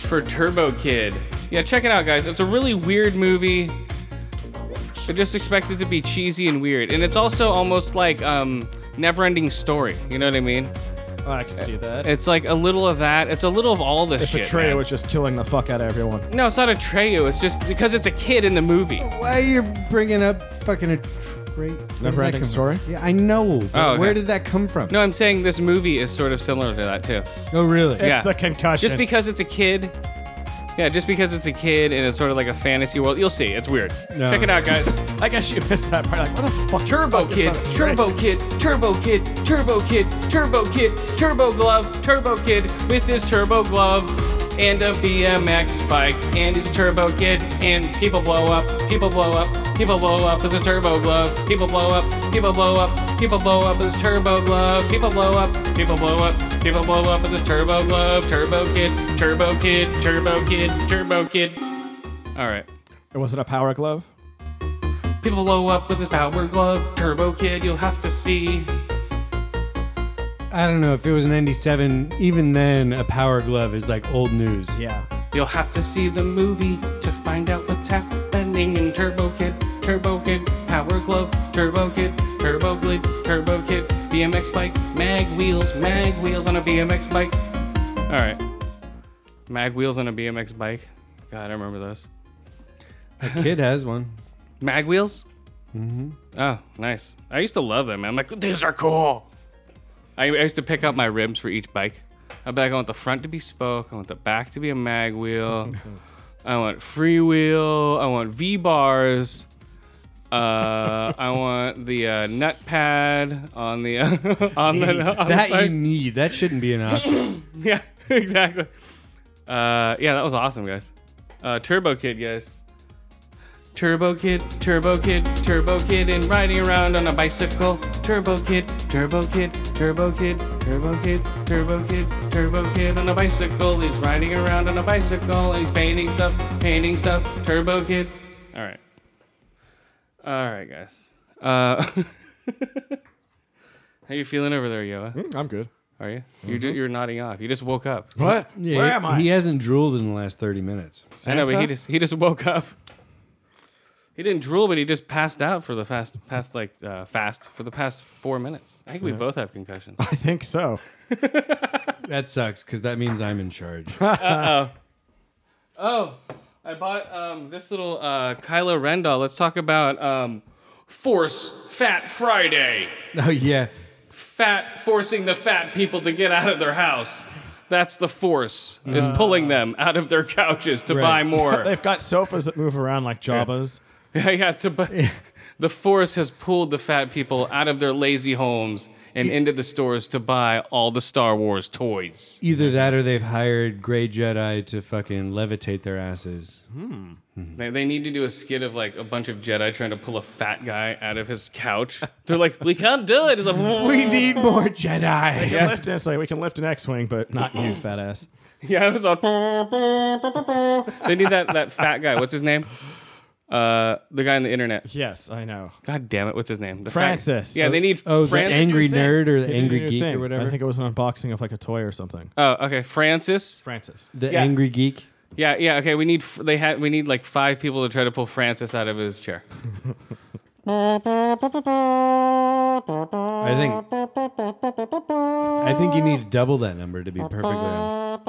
for Turbo Kid. Yeah, check it out, guys. It's a really weird movie. I just expect it to be cheesy and weird, and it's also almost like um, Neverending Story. You know what I mean? Oh, I can see that. It's like a little of that. It's a little of all this If shit. Atreya man. was just killing the fuck out of everyone. No, it's not Atreyu. It's just because it's a kid in the movie. Why you bringing up fucking a great Never-ending story? Yeah, I know. but Oh, okay. Where did that come from? No, I'm saying this movie is sort of similar to that too. Oh, really? Yeah. It's the concussion. Just because it's a kid. Yeah, just because it's a kid and it's sort of like a fantasy world. You'll see. It's weird. No. Check it out, guys. I guess you missed that part. Like, what the fuck? is Turbo fucking Kid, about Atreya? Turbo Kid, Turbo Kid, Turbo Kid, Turbo Kid, Turbo Glove, Turbo Kid with his Turbo Glove and a BMX bike and his Turbo Kid and people blow up, people blow up, people blow up with his Turbo Glove, people blow up, people blow up, people blow up with his Turbo Glove, people blow up, people blow up, people blow up with his Turbo Glove, Turbo Kid, Turbo Kid, Turbo Kid, Turbo Kid. All right. It wasn't a power glove. People blow up with his power glove, Turbo Kid, you'll have to see. I don't know if it was '97. Even then, a power glove is like old news. Yeah. You'll have to see the movie to find out what's happening in Turbo Kid, Turbo Kid, Power Glove, Turbo Kid, Turbo Glid, Turbo Kid, BMX bike, mag wheels, mag wheels on a BMX bike. All right. Mag wheels on a BMX bike. God, I remember those. A kid has one. Mag wheels? Mm-hmm. Oh, nice. I used to love them, man. I'm like, these are cool. I, I used to pick up my rims for each bike. I'd be like, I want the front to be spoke. I want the back to be a mag wheel. I want freewheel. I want V bars. Uh, I want the uh, nut pad on the on the on that the you need. That shouldn't be an option. yeah, exactly. Uh, yeah, that was awesome, guys. Uh, Turbo Kid, guys. Turbo Kid, Turbo Kid, Turbo Kid, and riding around on a bicycle. Turbo Kid, Turbo Kid, Turbo Kid, Turbo Kid, Turbo Kid, Turbo Kid on a bicycle. He's riding around on a bicycle and he's painting stuff, painting stuff. Turbo Kid. All right. All right, guys. Uh, how you feeling over there, Yoa? Hmm, I'm good. Are you? You're, ju- you're nodding off. You just woke up. What? Yeah, Where he- am I? He hasn't drooled in the last 30 minutes. I know, but he just he just woke up. He didn't drool, but he just passed out for the fast past like uh, fast for the past four minutes. I think we both have concussions. I think so. That sucks because that means I'm in charge. oh, I bought um, this little uh, Kylo Ren doll. Let's talk about um, Force Fat Friday. oh yeah. Fat forcing the fat people to get out of their house. That's the force is pulling them out of their couches to buy Right. more. They've got sofas that move around like Jabba's. Yeah, yeah. To, but the force has pulled the fat people out of their lazy homes and into the stores to buy all the Star Wars toys. Either that or they've hired gray Jedi to fucking levitate their asses. They, they need to do a skit of like a bunch of Jedi trying to pull a fat guy out of his couch. They're like, we can't do it. It's like, We need more Jedi. We can lift it's like we can lift an X-wing, but not you, fat ass. yeah, it was all. They need that that fat guy. What's his name? Uh, the guy on the internet. Yes, I know. God damn it! What's his name? The fact- Francis. yeah, they need. Oh, Francis. the angry nerd or the They did a angry new geek thing. or whatever. I think it was an unboxing of like a toy or something. Oh, okay, Francis. Francis. the yeah. angry geek. Yeah, yeah. Okay, we need. They had. We need like five people to try to pull Francis out of his chair. I think. I think you need double that number to be perfectly honest.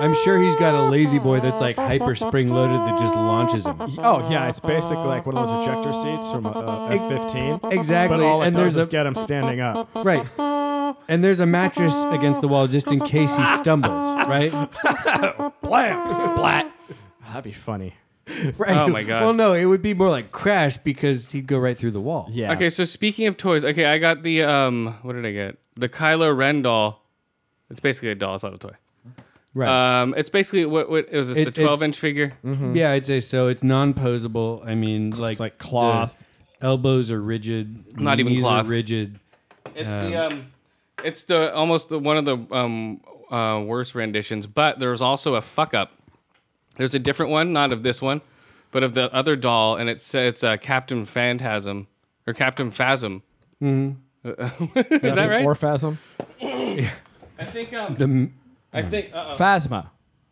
I'm sure he's got a lazy boy that's like hyper spring loaded that just launches him. Oh yeah, it's basically like one of those ejector seats from uh, F-15. Exactly, But all it and does there's is a get him standing up. right, and there's a mattress against the wall just in case he stumbles. Right, Blam! Splat! That'd be funny. right. Oh, my God. Well, no, it would be more like crash because he'd go right through the wall. Yeah. Okay, so speaking of toys, okay, I got the um, what did I get? The Kylo Ren doll. It's basically a doll. It's not a toy. right. Um, it's basically what what is this? It- the it's- Mm-hmm. twelve inch figure. Yeah, I'd say so. It's non-posable. I mean, like It's like cloth. the elbows are rigid. Not even knees cloth. Are rigid. It's the um, it's the almost the, one of the um uh, worst renditions. But there's also a fuck up. There's a different one, not of this one, but of the other doll, and it's it's uh, Captain Phantasm or Captain Phasm. Mm-hmm. is that right? Orphasm. I think um, The I think uh, Phasma.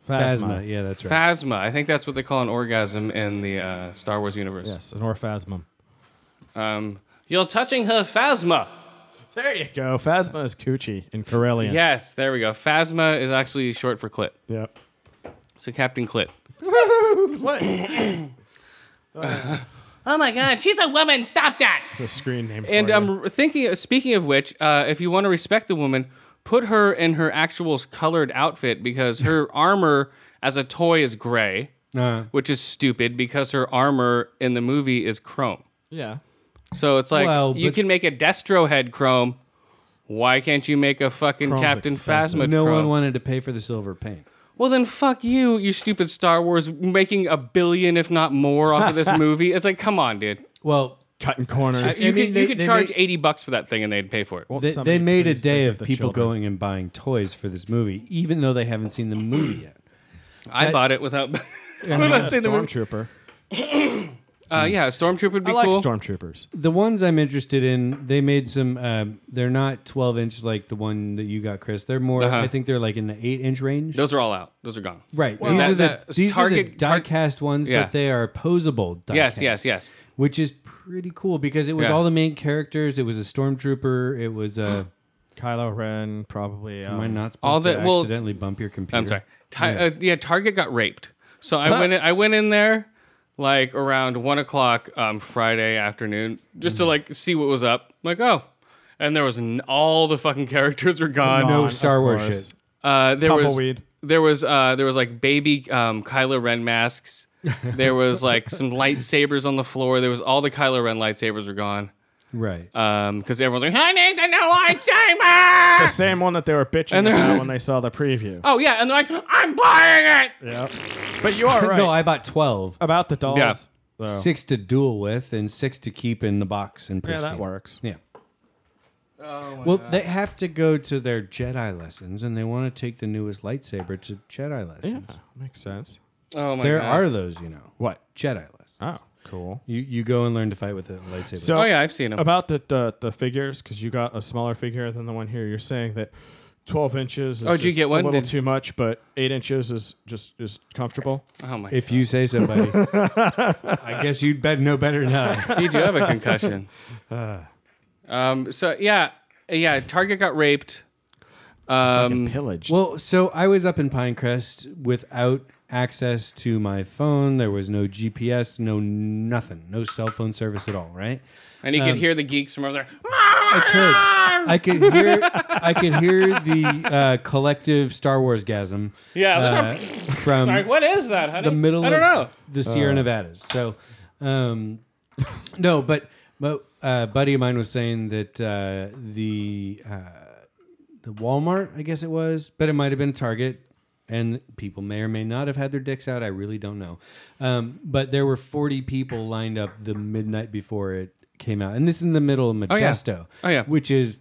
phasma. Yeah, that's right. phasma. I think that's what they call an orgasm in the uh, Star Wars universe. Yes, an orphasmum. Um, you're touching her phasma. There you go. Phasma is coochie in Corellian. Yes, there we go. Phasma is actually short for clit. Yep. So Captain Clit. oh my God, she's a woman. Stop that. It's a screen name. And um, for you. I'm thinking. Speaking of which, uh, if you want to respect the woman, put her in her actual colored outfit because her armor as a toy is gray, Uh, which is stupid because her armor in the movie is chrome. yeah. So it's like Well, you but- can make a Destro head chrome. Why can't you make a fucking Chrome's Captain expensive. Phasma no chrome? one wanted to pay for the silver paint. Well, then fuck you, you stupid Star Wars, making a billion, if not more, off of this movie. It's like, come on, dude. Well, Cutting corners. You I mean, could, they- you could they charge make- 80 bucks for that thing and they'd pay for it. they, they made a day of people going and buying toys for this movie, even though they haven't seen the movie yet. I bought it without. without seeing the movie. Stormtrooper. Uh, yeah, a Stormtrooper would be I like cool. stormtroopers. The ones I'm interested in, they made some. Um, they're not 12 inch like the one that you got, Chris. They're more. Uh-huh. I think they're like in the eight inch range. Those are all out. Those are gone. Right. Well, these that- are the, that- these are Target- the Tar- die-cast ones, Yeah. but they are posable. Die Yes, yes, yes. Which is pretty cool because it was Yeah. all the main characters. It was a stormtrooper. It was a. Kylo Ren probably. am I Um, not supposed All to the- well, accidentally bump your computer? I'm sorry. Ti- uh, yeah, Target got raped. So I went. In, I went in there like around one o'clock um, Friday afternoon just to like see what was up. like, oh, and there was n- all the fucking characters were gone. No Of Star Wars course. shit. Uh, there Tumbleweed. was there was uh, there was like baby um, Kylo Ren masks. there was like some lightsabers on the floor. There was all the Kylo Ren lightsabers were gone Right. Uh, because Um, everyone's like, "I need the new lightsaber!" the same one that they were bitching about when they saw the preview. oh yeah, and they're like, "I'm buying it." Yeah. But you are right No, I bought 12. about the dolls. Yeah. though. Six to duel with and six to keep in the box and yeah, pristine. that works. Yeah. Oh, well, they have to go to their Jedi lessons, and they want to take the newest lightsaber to Jedi Yeah, lessons. makes sense. Oh my There god. are those, you know, What? Jedi lessons. Oh, cool. You you go and learn to fight with a lightsaber. So Oh yeah, I've seen them. about the the, the figures because you got a smaller figure than the one here. You're saying that twelve inches is Oh, did you just get a one? little Did- too much, but eight inches is just is comfortable. oh my. If you say so, buddy. I guess you'd bet know better than I. you do have a concussion. Uh. um. So yeah, yeah. Target got raped. Um. pillaged. Well, so I was up in Pinecrest without access to my phone. There was no GPS, no nothing, no cell phone service at all. Right? And you could hear the geeks from over there. "Ah, I could, I could hear, I could hear the uh, collective Star Wars gasm. Yeah, uh, that's from Like, what is that, honey? the middle I don't of know. the Sierra Nevadas. So, um, no, but but uh, a buddy of mine was saying that uh, the uh, the Walmart, I guess it was, but it might have been Target, and people may or may not have had their dicks out. I really don't know. Um, but there were forty people lined up the midnight before it came out, and this is in the middle of yeah. Modesto. Oh, yeah. which is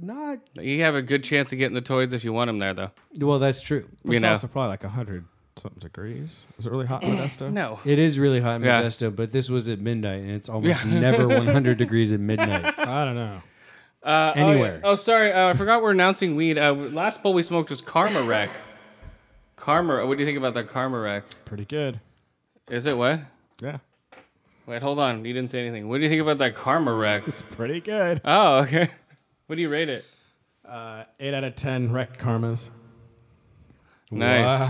not You have a good chance of getting the toys if you want them there, though. well. That's true. you it's know. also probably like a hundred something degrees. Is it really hot in Modesto? No. It is really hot in Yeah. Modesto, but this was at midnight, and it's almost never 100 degrees at midnight I don't know. Uh, oh, anywhere. yeah. Oh, sorry. Uh, I forgot we're announcing weed. Uh, last bowl we smoked was Karma Wreck. Karma. What do you think about the Karma Wreck? Pretty good. Is it what? Yeah. Wait, hold on. You didn't say anything. What do you think about that Karma Wreck? It's pretty good. Oh, okay. What do you rate it? Uh, eight out of ten wreck karmas. Nice.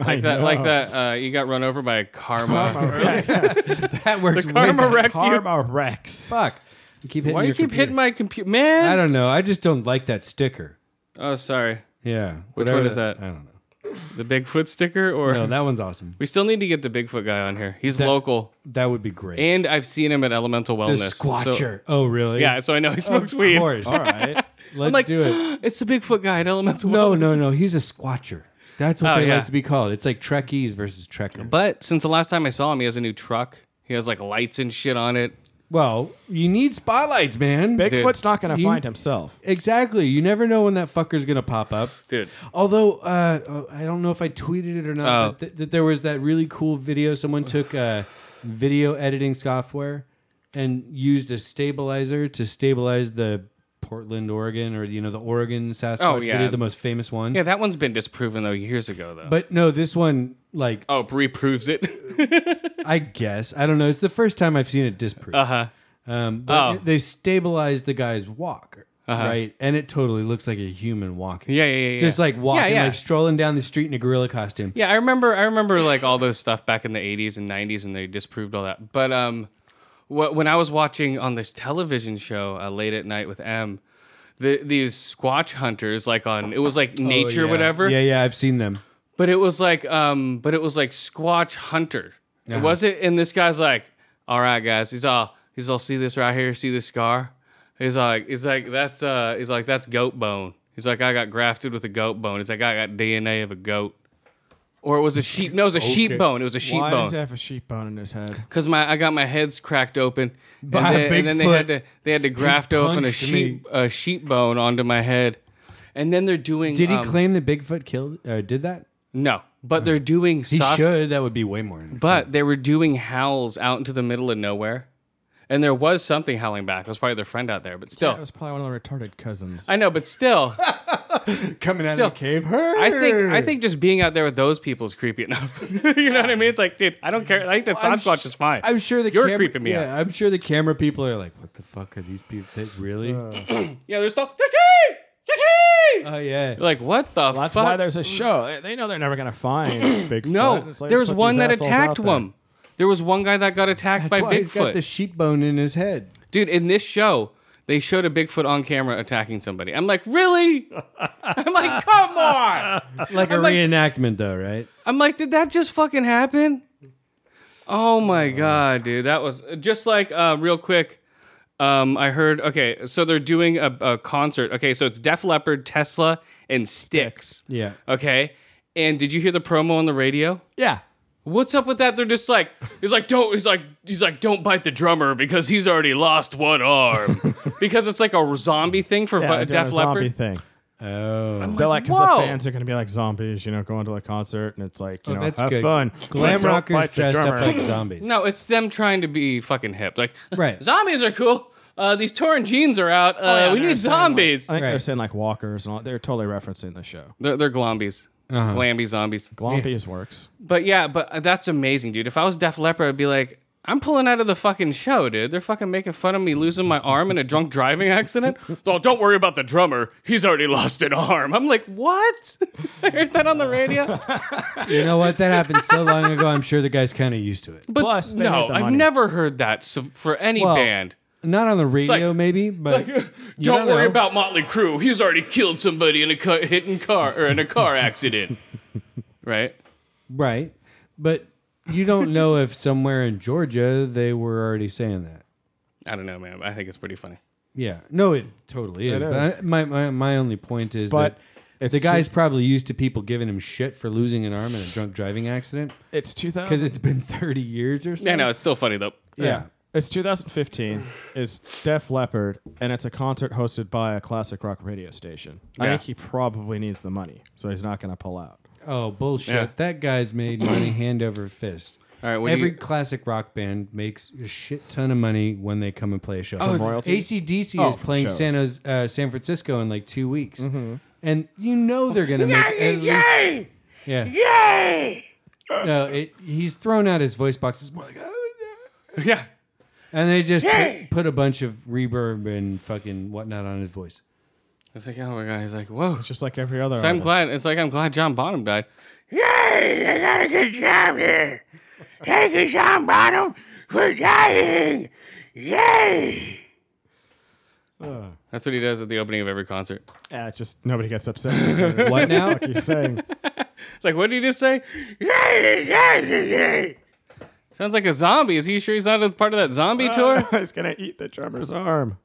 Like that. Like that. Uh, you got run over by a karma. That works. way karma better. wrecked you. Karma wrecks. Fuck. You keep hitting Why do you your keep computer. hitting my computer, I man? don't know. I just don't like that sticker. Oh, sorry. Yeah. Which Whatever one is that? I don't know. The Bigfoot sticker, or No, that one's awesome. we still need to get the Bigfoot guy on here. He's local, That would be great. and I've seen him at Elemental the Wellness. so- squatcher. oh, really? yeah, so I know he smokes Of weed. course. All right. Let's like- do it. It's the Bigfoot guy at Elemental No, Wellness. no, no. He's a squatcher. That's what Oh, they yeah. like to be called. It's like Trekkies versus Trekker. But since the last time I saw him, he has a new truck. He has like lights and shit on it. well, you need spotlights, man. Bigfoot's not gonna You- find himself. exactly. You never know when that fucker's gonna pop up. Dude, Although uh, oh, I don't know if I tweeted it or not, Oh. but th- th- there was that really cool video. Someone took uh, video editing software and used a stabilizer to stabilize the Portland, Oregon, or you know the Oregon Sasquatch Oh, yeah. video, the most famous one. yeah, that one's been disproven though years ago though. But no, this one, like oh, Bree proves it. I guess I don't know. It's the first time I've seen it disproved. uh huh. Um, but Oh. Uh-huh. they stabilized the guy's walk, right? And it totally looks like a human walking. Yeah, yeah, yeah, yeah. Just like walking, Yeah, yeah. like strolling down the street in a gorilla costume. Yeah, I remember. I remember like all those stuff back in the '80s and '90s, and they disproved all that. But um, what when I was watching on this television show uh, late at night with M, the these squatch hunters like on it was like nature Oh, yeah. whatever. Yeah, yeah, I've seen them. But it was like um, but it was like squatch hunter. Uh-huh. It was it, and this guy's like, all right, guys, he's all he's all see this right here, see this scar. He's like, he's like that's uh, he's like that's goat bone. He's like I got grafted with a goat bone. He's like I got DNA of a goat. Or it was a sheep. No, it was a sheep bone. It was a sheep Why does he bone. have a sheep bone in his head? Because my I got my heads cracked open, and, By then, and then they had Bigfoot. to they had to graft open a punched sheep a sheep bone onto my head, and then they're doing. Did he um, claim that Bigfoot killed or did that? No, but they're doing. He saus- should. That would be way more. interesting. But they were doing howls out into the middle of nowhere. And there was something howling back. It was probably their friend out there, but still. That was probably one of the retarded cousins. Oh. I know, but still, coming out still- of the cave, I think I think just being out there with those people is creepy enough. you know what I mean? It's like, dude, I don't care. I think that I'm Sasquatch sh- is fine. I'm sure the You're camera, creeping me yeah, I'm sure the camera people are like, "What the fuck are these people? That really? Oh Yeah, they're still. "Tiki! Tiki!" yeah, You're like, what the Uh, Well, that's fuck? why there's a show. They- They know they're never gonna find Bigfoot. no, It's like, there let's was put one these that assholes attacked out there. one. There was one guy that got attacked that's by why he's got Bigfoot. the sheep bone in his head. dude in this show they showed a bigfoot on camera attacking somebody i'm like really i'm like come on Like a like- reenactment, though, right? i'm like did that just fucking happen oh my god dude that was just like uh, real quick um, i heard okay so they're doing a, a concert okay so it's def leppard tesla and styx Yeah. okay and did you hear the promo on the radio Yeah. What's up with that? They're just like he's like don't he's like he's like don't bite the drummer because he's already lost one arm because it's like a zombie thing for Yeah, yeah, they're doing Def a zombie Leppard. thing. Oh, They're like, because Whoa. the fans are going to be like zombies, you know, going to a concert, and it's like, you know, Oh, that's have good. fun. glam But don't rockers bite the dressed up drummer. like zombies. No, it's them trying to be fucking hip. Like Right. zombies are cool. Uh, these torn jeans are out. Uh, Oh, yeah, we they're need saying, like- zombies. I think they're Right. saying like walkers and all. They're totally referencing the show. They're they're glombies, glamby zombies. Glombies works. But yeah, but uh, that's amazing, dude. If I was Def Leppard, I'd be like. I'm pulling out of the fucking show, dude. They're fucking making fun of me losing my arm in a drunk driving accident. Well, Oh, don't worry about the drummer. He's already lost an arm. I'm like, what? I heard that on the radio. You know what? That happened so long ago. I'm sure the guy's kind of used to it. But Plus, s- they no, had the I've money. never heard that so, for any Well, band. Not on the radio, like- maybe, but you Don't worry know. about Motley Crue. He's already killed somebody in a car, hitting car or in a car accident. right? Right. But you don't know if somewhere in Georgia they were already saying that. I don't know, man. I think it's pretty funny. Yeah. No, it totally is. But is. I, my, my, my only point is But that it's the guy's too- probably used to people giving him shit for losing an arm in a drunk driving accident It's because 2000. it's been 30 years or Yeah, something. no, it's still funny though. Yeah. It's 2015. It's Def Leppard, and it's a concert hosted by a classic rock radio station. I Yeah. think he probably needs the money, so he's not going to pull out. Oh bullshit! Yeah. That guy's made money hand over fist. All right, what do Every you- classic rock band makes a shit ton of money when they come and play a show. Oh, From royalties? ACDC Oh, is from playing shows. San, Jose- uh, San Francisco in like two weeks, and you know they're gonna make at least yeah. No, it, he's thrown out his voice box. It's more like, "Oh, yeah." Yeah. and they just put, put a bunch of reverb and fucking whatnot on his voice. It's like, oh my god. He's like, whoa. Just like every other. So I'm artist. glad. It's like I'm glad John Bonham died. Yay! I got a good job here. Thank you, John Bonham, for dying. Yay! Uh. That's what he does at the opening of every concert. Yeah, it's Ah, just nobody gets upset. What now? What you saying? It's like, what did he just say? Yay, yay, yay. Sounds like a zombie. Is he sure he's not a part of that zombie tour? I was gonna eat the drummer's arm.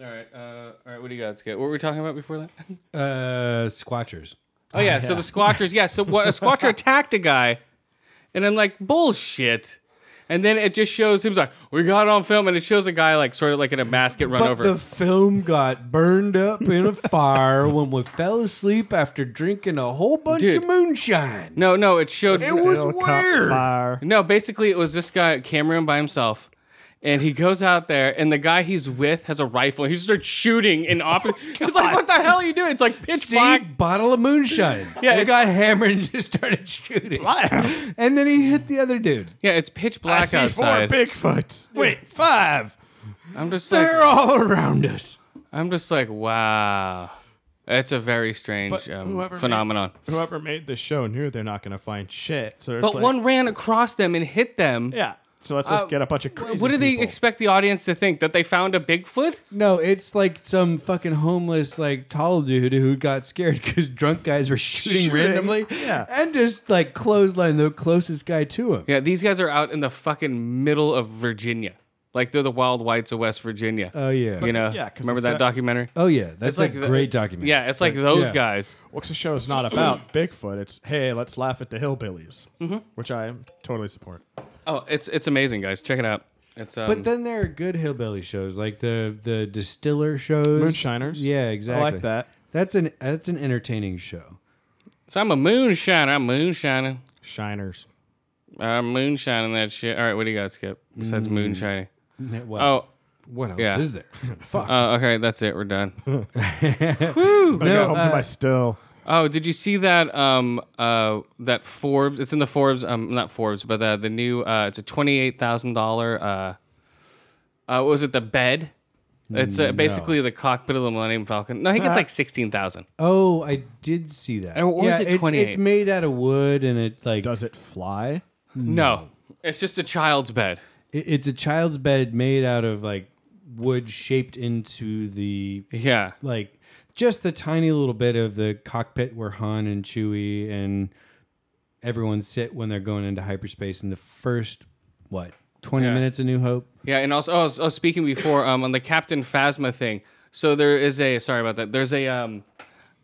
Uh, All right, uh, all right. What do you got, Skip? What were we talking about before that? Uh, squatchers. Oh yeah, so the squatters. Yeah, so what? A squatter attacked a guy, and I'm like, bullshit. And then it just shows him like, we got it on film, and it shows a guy like sort of like in a basket run But over. the film got burned up in a fire when we fell asleep after drinking a whole bunch Dude. of moonshine. no, no, it showed. It was Little cup weird. fire. No, basically it was this guy Cameron by himself. And he goes out there, and the guy he's with has a rifle. He just starts shooting in Oh opposite. He's like, "What the hell are you doing?" It's like pitch See, black. bottle of moonshine. Yeah, they it's- got hammered and just started shooting. and then he hit the other dude. Yeah, it's pitch I black see outside. four Bigfoots. Wait, five. I'm just like, They're all around us. I'm just like, wow. It's a very strange But um, whoever made- phenomenon. Whoever made the show knew they're not gonna find shit. So But one ran across them and hit them. Yeah. So let's just Uh, get a bunch of crazy. What do they people. expect the audience to think? That they found a Bigfoot? No, it's like some fucking homeless, like tall dude who got scared because drunk guys were shooting, Shooting. randomly, Yeah. and just like clothesline the closest guy to him. Yeah, these guys are out in the fucking middle of Virginia. Like they're the wild whites of West Virginia. Oh yeah, you know? Uh, yeah, 'cause Remember the that sec- documentary? oh yeah, that's a the- great document. Yeah, it's like those yeah. guys. What's the show is not about Bigfoot. It's hey, let's laugh at the hillbillies, which I totally support. Oh, it's it's amazing, guys. Check it out. It's um, But then there are good hillbilly shows like the the distiller shows, Moonshiners. Yeah, exactly. I like that. That's an that's an entertaining show. so I'm a moonshiner. I'm moonshining. Shiners. I'm moonshining that shit. All right, what do you got, Skip? Besides moonshining. What, Oh, what else yeah. is there? Fuck. uh, okay, that's it. We're done. I No, got home uh, to my still. Oh, did you see that? Um, uh, that Forbes. It's in the Forbes. Um, not Forbes, but the the new. Uh, it's a twenty eight thousand dollar. Uh, uh, what was it? The bed. It's uh, basically the cockpit of the Millennium Falcon. No, I think it's like sixteen thousand. oh, I did see that. Or- or is yeah, it it's- It's, 28? made out of wood, and it like Does it fly? No, it's just a child's bed. It- It's a child's bed made out of like wood shaped into the Yeah, like just the tiny little bit of the cockpit where Han and Chewie and everyone sit when they're going into hyperspace in the first what twenty Yeah. minutes of New Hope. yeah, and also, oh, I was, I was speaking before um, on the Captain Phasma thing. So there is a. Sorry about that. There's a um,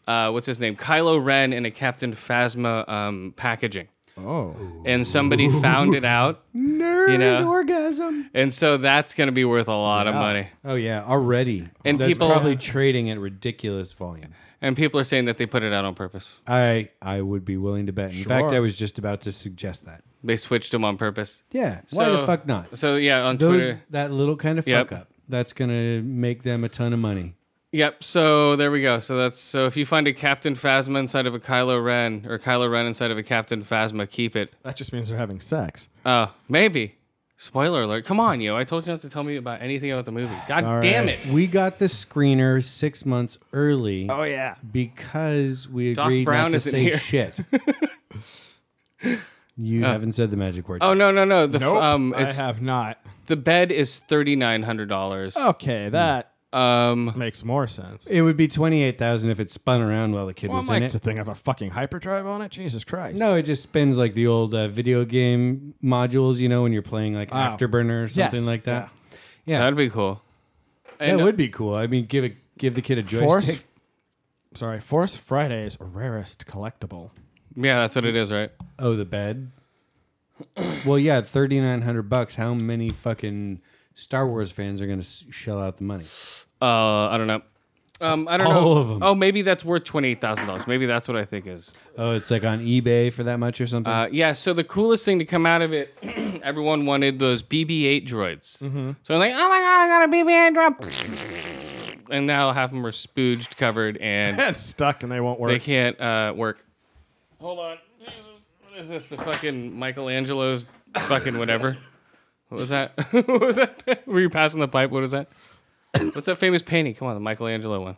uh, what's his name? Kylo Ren in a Captain Phasma um packaging, Oh, and somebody found it out. Nerd know? orgasm. And so that's going to be worth a lot of money. Oh yeah, already. And That's people- probably trading at ridiculous volume. And people are saying that they put it out on purpose. I I would be willing to bet. In fact, Sure. I was just about to suggest that. They switched them on purpose. Yeah. Why So- the fuck not? So yeah, on Those Twitter. that little kind of Yep. fuck up. That's gonna make them a ton of money. Yep. So there we go. So that's so if you find a Captain Phasma inside of a Kylo Ren or Kylo Ren inside of a Captain Phasma, keep it. that just means they're having sex. Oh, maybe. Spoiler alert. Come on, yo. I told you not to tell me about anything about the movie. God Sorry. damn it. We got the screener six months early yeah. because we Doc agreed Brown not to isn't say here. shit. you haven't said the magic word. Oh no, no, no. The f- Nope. um it's I have not. the bed is thirty nine hundred dollars. Okay, that Um makes more sense. It would be twenty eight thousand if it spun around while the kid was Well, in like it. to think of a fucking hyperdrive on it. Jesus Christ. No, it just spins like the old uh, video game modules. You know, when you're playing like Afterburner or something Oh. Yes. like that. that'd be cool. That And- uh, would be cool. I mean, give a give the kid a joystick. Force. Sorry, Force Friday's rarest collectible. Yeah, that's what it is, right? Oh, the bed. well, yeah, thirty nine hundred bucks. How many fucking Star Wars fans are gonna s- shell out the money? Uh, I don't know. Um, I don't All know. of 'em. Oh, maybe that's worth twenty eight thousand dollars. Maybe that's what I think is. Oh, it's like on eBay for that much or something. Uh, yeah. So the coolest thing to come out of it, everyone wanted those BB-8 droids. Mm-hmm. So I'm like, oh my god, I got a BB-8 drop. And now half of them are spooged, covered, and It's stuck and they won't work. they can't uh, work. Hold on. Jesus, What is this? The fucking Michelangelo's fucking whatever. What was that? what was that? Were you passing the pipe? What was that? What's that famous painting? Come on, the Michelangelo one.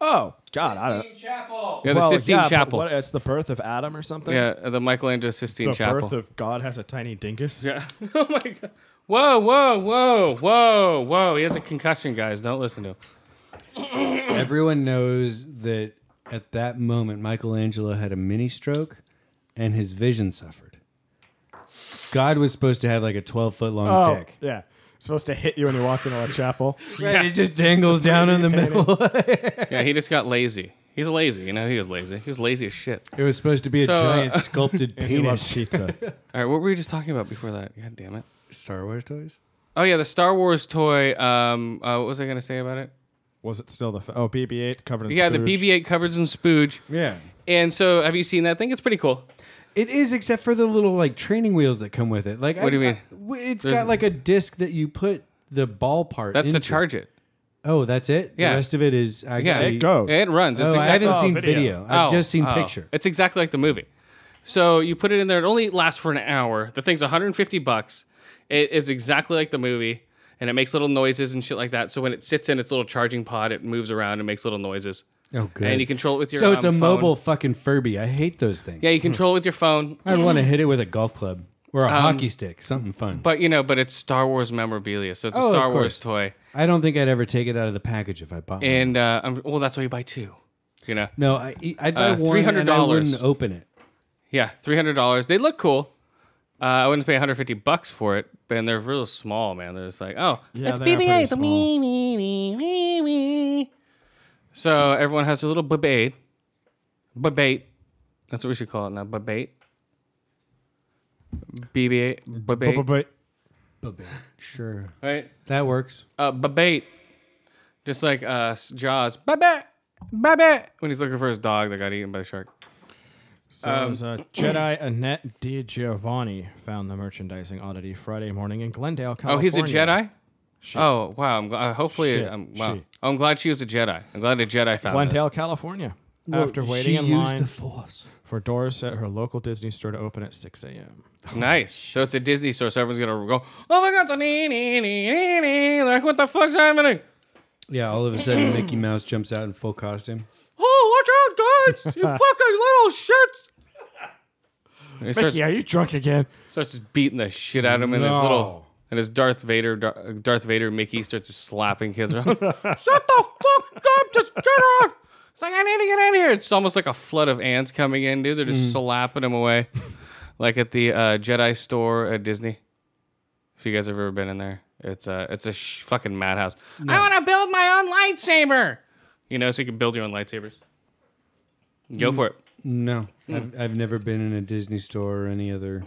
oh God, I don't. Yeah, the Well, Sistine yeah, but Chapel. What, it's the birth of Adam or something. Yeah, uh, the Michelangelo Sistine The Chapel. birth of God has a tiny dingus. yeah. oh my god. Whoa, whoa, whoa, whoa, whoa. He has a concussion, guys. Don't listen to him. Everyone knows that at that moment Michelangelo had a mini stroke, and his vision suffered. God was supposed to have like a twelve foot long Oh, dick. yeah. Supposed to hit you when you walk into a chapel. Right, it just dangles down in the middle. Yeah, he just got lazy. He's lazy, you know, he was lazy. He was lazy as shit. It was supposed to be a So, uh, giant sculpted He loves penis. pizza. All right, what were we just talking about before that? God damn it. Star Wars toys. Oh yeah, the Star Wars toy. Um, uh, what was I gonna say about it? Was it still the f- oh BB-8 covered in Yeah, the spooge. BB-8 covers in spooge. Yeah, And so, have you seen that thing? It's pretty cool. it is, except for the little like training wheels that come with it. Like, What do you I- mean? I- w- It's There's- got like a disc that you put the ball part. That's to into. charge it. Oh, that's it. Yeah. The rest of it is Yeah, actually it goes. It runs. It's Oh, I exactly haven't Oh, seen video. video. I've Oh, just seen oh. picture. It's exactly like the movie. So you put it in there. It only lasts for an hour. The thing's 150 bucks. It, it's exactly like the movie, and it makes little noises and shit like that. So when it sits in its little charging pod, it moves around and makes little noises. Oh, good. And you control it with your so it's a um, phone. mobile fucking Furby. I hate those things. Yeah, you control it with your phone. I'd want to hit it with a golf club or a hockey stick, something fun. Um, But you know, but it's Star Wars memorabilia, so it's Oh, a of Star course. Wars toy. I don't think I'd ever take it out of the package if I bought one. And uh, I'm, well, that's why you buy two. You know, No, I, I'd buy Uh, one and I $300. wouldn't open it. yeah, three hundred dollars. They look cool. Uh, I wouldn't pay 150 bucks for it, and they're real small, man. They're just like, oh, Yeah, it's they are pretty BB-8. small. Me, me, me, me, me. So everyone has a little babate, babate. That's what we should call it now, babate. BB-8, babate, BB-8. But- Sure. right? That works. uh, babate, just like uh, Jaws, babate, babate, when he's looking for his dog that got eaten by a shark. So um, it was, uh, Jedi Annette Di Giovanni found the merchandising oddity Friday morning in Glendale, Oh, California. he's a Jedi. She- Oh wow! I'm gl- uh, hopefully Shit, I'm wow. she. Oh, I'm glad she was a Jedi. I'm glad a Jedi found Glendale, California. After Well, waiting she in used line the force. for doors at her local Disney store to open at 6 a.m. this. Nice. So it's a Disney store, so everyone's gonna go. Oh my God! it's a nee, nee, nee, nee, nee." They're Like what the fuck's happening? Yeah, all of a sudden Mickey Mouse jumps out in full costume. Oh, watch out, guys! You fucking little shits! And he starts, Mickey, are you drunk again? starts just beating the shit out of him in his No. little and his Darth Vader Dar- uh, Darth Vader Mickey starts just slapping kids around. Shut the fuck up! Just shut up! It's like I need to get in here. It's almost like a flood of ants coming in, dude. They're just slapping him away, like at the uh, Jedi store at Disney. If you guys have ever been in there, it's a it's a sh- fucking madhouse. I want to build my own lightsaber. You know, so you can build your own lightsabers. Go for it. No, Hmm. I've, I've never been in a Disney store or any other.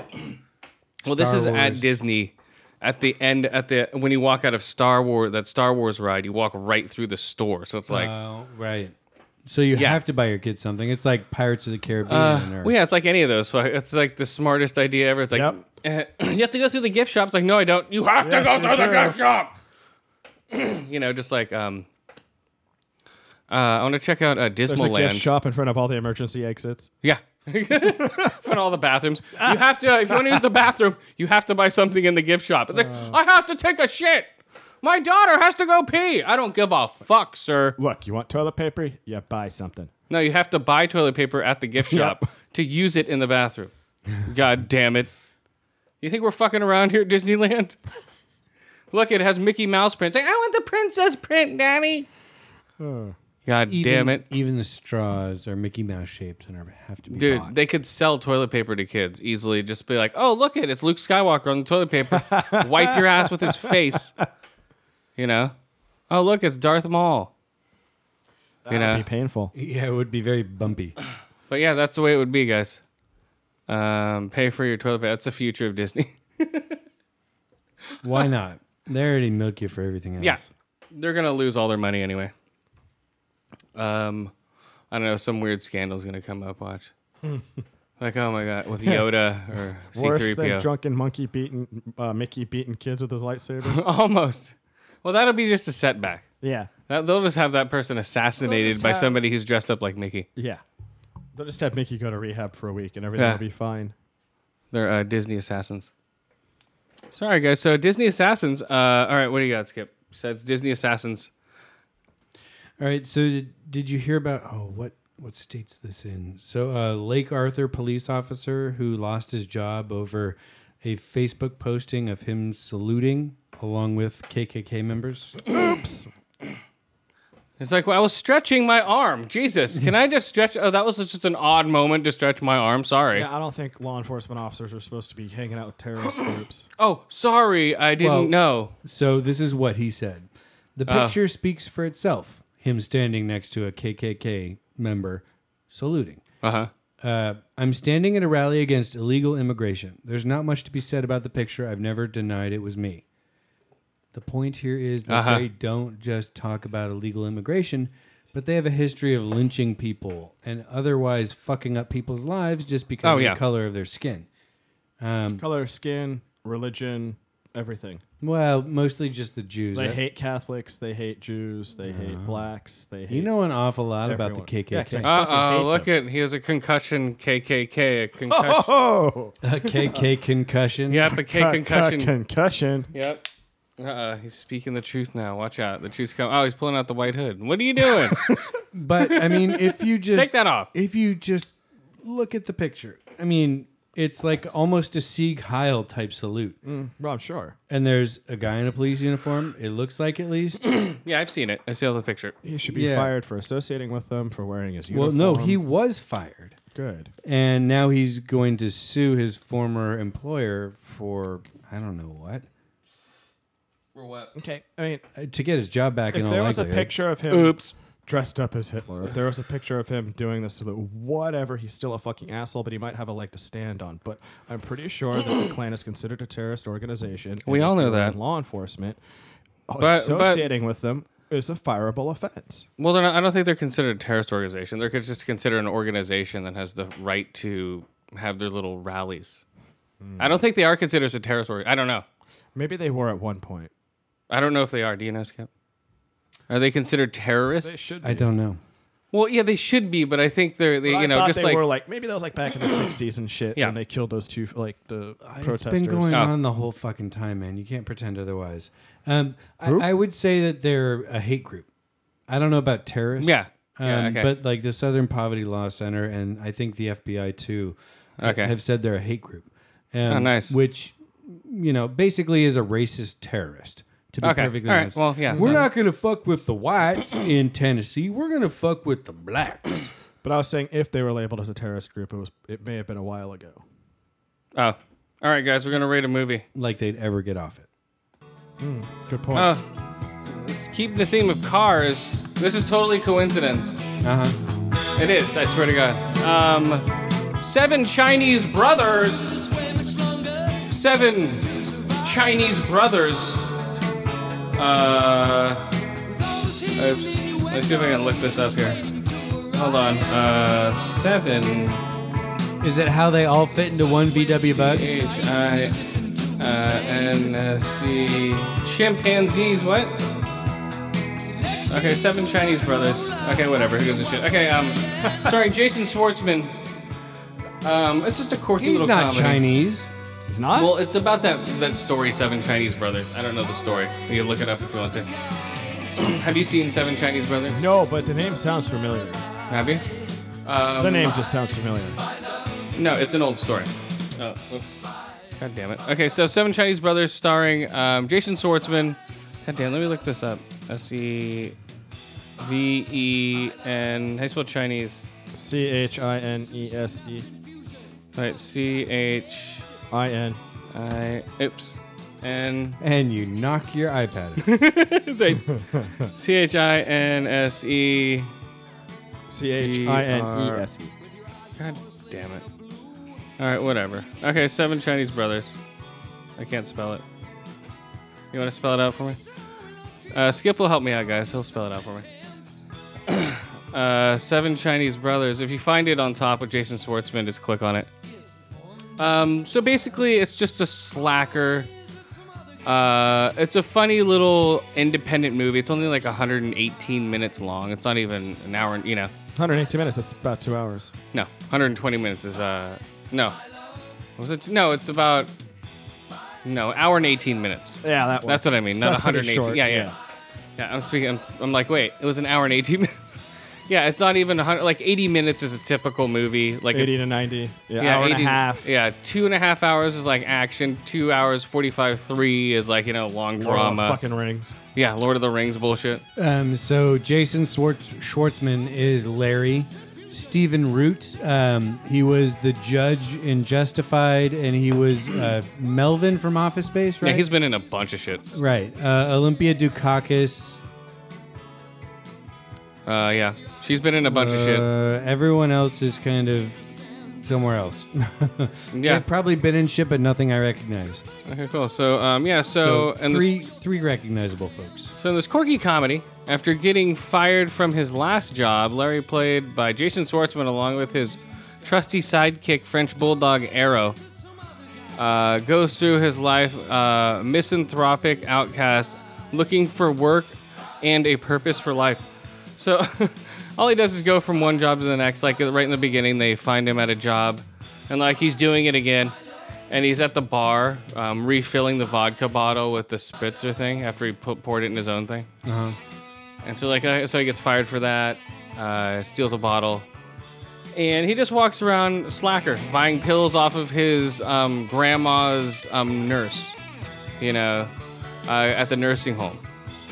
Well, this Star is at Wars. Disney. At the end, at the when you walk out of Star Wars, that Star Wars ride, you walk right through the store. So it's like, Uh, Oh, right. So you Uh, Yeah. Uh, have to buy your kids something. It's like Pirates of the Caribbean. or, well, yeah, it's like any of those. So It's like the smartest idea ever. It's like eh, you have to go through the gift shop. It's like, no, I don't. You have Yes, to you go through the do. gift shop. you know, just like um, uh, I want to check out uh, There's Dismal a gift Land. shop in front of all the emergency exits. Yeah. From all the bathrooms. You have to, if you want to use the bathroom, you have to buy something in the gift shop. It's like, I have to take a shit. My daughter has to go pee. I don't give a fuck, sir. Look, you want toilet paper? Yeah, buy something. No, you have to buy toilet paper at the gift shop to use it in the bathroom. God damn it. You think we're fucking around here at Disneyland? Look, it has Mickey Mouse prints. Like, I want the princess print, Daddy. God even, damn it. Even the straws are Mickey Mouse shaped and are, have to be Dude, bought. they could sell toilet paper to kids easily. Just be like, "Oh, look it, it's Luke Skywalker on the toilet paper. Wipe your ass with his face." You know? Oh, look, it's Darth Maul. you know? Be painful. yeah, it would be very bumpy. But yeah, that's the way it would be, guys. Um, pay for your toilet paper. That's the future of Disney. Why not? They already milk you for everything else. yeah, they're gonna lose all their money anyway. Um, I don't know. Some weird scandal's gonna come up. Watch. like oh my god, with Yoda or Worse than C-3PO. drunken monkey beating uh, Mickey beating kids with his lightsaber. Almost. Well, that'll be just a setback. yeah, That, they'll just have that person assassinated just by have- somebody who's dressed up like Mickey. yeah. They'll just have Mickey go to rehab for a week and everything Yeah. will be fine. They're uh, Disney assassins. Sorry, guys. So Disney assassins. Uh, all right, what do you got, Skip? So it's Disney assassins. All right. So did, did you hear about oh what what state's this in? So uh, Lake Arthur police officer who lost his job over a Facebook posting of him saluting along with KKK members. It's like well, I was stretching my arm. Jesus, can I just stretch? Oh, that was just an odd moment to stretch my arm. Sorry. Yeah, I don't think law enforcement officers are supposed to be hanging out with terrorist groups. Oh, sorry, I didn't Well- know. So this is what he said. The Oh. picture speaks for itself. Him standing next to a KKK member saluting. Uh huh. Uh, I'm standing at a rally against illegal immigration. There's not much to be said about the picture. I've never denied it was me. The point here is that Uh-huh. they don't just talk about illegal immigration, but they have a history of lynching people and otherwise fucking up people's lives just because Oh, of yeah. the color of their skin. Um, Color, skin, religion, everything. well, mostly just the Jews. Uh, They I- hate Catholics. They hate Jews. They hate blacks. They hate Uh-huh. you know an awful lot about everyone. the Yeah, 'cause KKK. I fucking Uh hate oh, look at he has a concussion. KKK, a concussion. Oh, A KK concussion. Yep, a K concussion. concussion. Yep. Uh uh he's speaking the truth now. Watch out, the truth's coming. Oh, he's pulling out the white hood. What are you doing? But I mean, if you just Take that off. if you just look at the picture, I mean, it's like almost a Sieg Heil type salute. Well, I'm sure And there's a guy in a police uniform. It looks like at least. Yeah, I've seen it. I saw the picture. he should be Yeah. fired for associating with them for wearing his well, uniform. no, he was fired, good. and now he's going to sue his former employer for I don't know what For what? Okay, I mean, uh, to get his job back. in if all there was a likelihood. picture of him Oops. dressed up as Hitler, if there was a picture of him doing this salute, whatever, he's still a fucking asshole, but he might have a leg to stand on. But I'm pretty sure that the Klan is considered a terrorist organization. and We all if know you're that. in Law enforcement but- associating with them is a fireable offense. Well, they're not, I don't think they're considered a terrorist organization. They're just considered an organization that has the right to have their little rallies. I don't think they are considered as a terrorist org. I don't know. Maybe they were at one point. I don't know if they are. Do you know, Skip? Are they considered terrorists? I don't know. Well, yeah, they should be, but I think they're, they, But you I know, thought just they like, were like maybe that was like back in the '60s and shit, Yeah. and they killed those two like the protesters. It's been going Oh. on the whole fucking time, man. You can't pretend otherwise. Um, I, I would say that they're a hate group. I don't know about terrorists. Yeah. Um, Yeah, okay. But like the Southern Poverty Law Center and I think the FBI too uh, Okay. have said they're a hate group. Um, Oh, nice. Which, you know, basically is a racist terrorist. To be Okay. perfectly All right. honest. Well, yeah, We're so- not going to fuck with the whites in Tennessee. We're going to fuck with the blacks. But I was saying if they were labeled as a terrorist group, it was it may have been a while ago. oh, all right, guys, we're going to rate a movie. like they'd ever get off it. Good point. Uh, let's keep the theme of cars. This is totally coincidence. Uh huh. It is, I swear to God. Um, seven Chinese brothers. Seven Chinese brothers. Uh, oops. Let's see if I can look this up here. Hold on. Uh, seven. Is it how they all fit into one VW bug? H I uh, N uh, C. Chimpanzees, what? Okay, seven Chinese brothers. Okay, whatever. Who gives a shit? Okay, um, sorry, Jason Schwartzman. Um, it's just a quirky He's little not comedy. Chinese. He's not. Well, it's about that that story, Seven Chinese Brothers. I don't know the story. You can look it up if you want to. Have you seen Seven Chinese Brothers? no, but the name sounds familiar. Have you? Um, The name just sounds familiar. No, it's an old story. Oh, whoops. God damn it. Okay, so Seven Chinese Brothers starring um, Jason Schwartzman. God damn, let me look this up. S E V E N. How do you spell Chinese? C H I N E S E All right, C H I N. I. Oops. N. And you knock your iPad. out. C H I N S E. C H I N E S E. God damn it. All right, whatever. Okay, Seven Chinese Brothers. I can't spell it. You want to spell it out for me? Uh, Skip will help me out, guys. He'll spell it out for me. Uh, Seven Chinese Brothers. If you find it on top with Jason Schwartzman, just click on it. Um, so basically, it's just a slacker. Uh, it's a funny little independent movie. It's only like 118 minutes long. It's not even an hour, you know. 180 minutes. That's about two hours. No, 120 minutes is uh no. Was it no, it's about no, hour and 18 minutes. Yeah, that. That's what I mean. Not That's pretty 118. short, yeah, yeah, yeah. I'm speaking I'm, I'm like, wait, it was an hour and 18 minutes. yeah, it's not even 100 like 80 minutes is a typical movie. Like it- 80 to 90. Yeah, yeah, hour 80 and a half. Yeah, two and a half hours is like action. Two hours forty five three is like you know long Lord of the drama. Fucking rings. yeah, Lord of the Rings bullshit. Um, so Jason Schwartz- Schwartzman is Larry. Stephen Root, um, he was the judge in Justified, and he was uh, Melvin from Office Space, right? Yeah, he's been in a bunch of shit. right. Uh, Olympia Dukakis, Uh, yeah, she's been in a bunch of shit. Uh, everyone else is kind of somewhere else. Yeah. They've probably been in shit, but nothing I recognize. Okay, cool. So um, yeah, so, and this- three three recognizable folks. So in this quirky comedy, after getting fired from his last job, Larry, played by Jason Schwartzman, along with his trusty sidekick French bulldog Arrow, uh, goes through his life uh, misanthropic outcast, looking for work and a purpose for life. So all he does is go from one job to the next. Like right in the beginning, they find him at a job, and like he's doing it again. And he's at the bar um, refilling the vodka bottle with the spritzer thing after he put, poured it in his own thing. And so like uh, so he gets fired for that, uh, steals a bottle, and he just walks around slacker, buying pills off of his um, grandma's um, nurse, you know, uh, at the nursing home.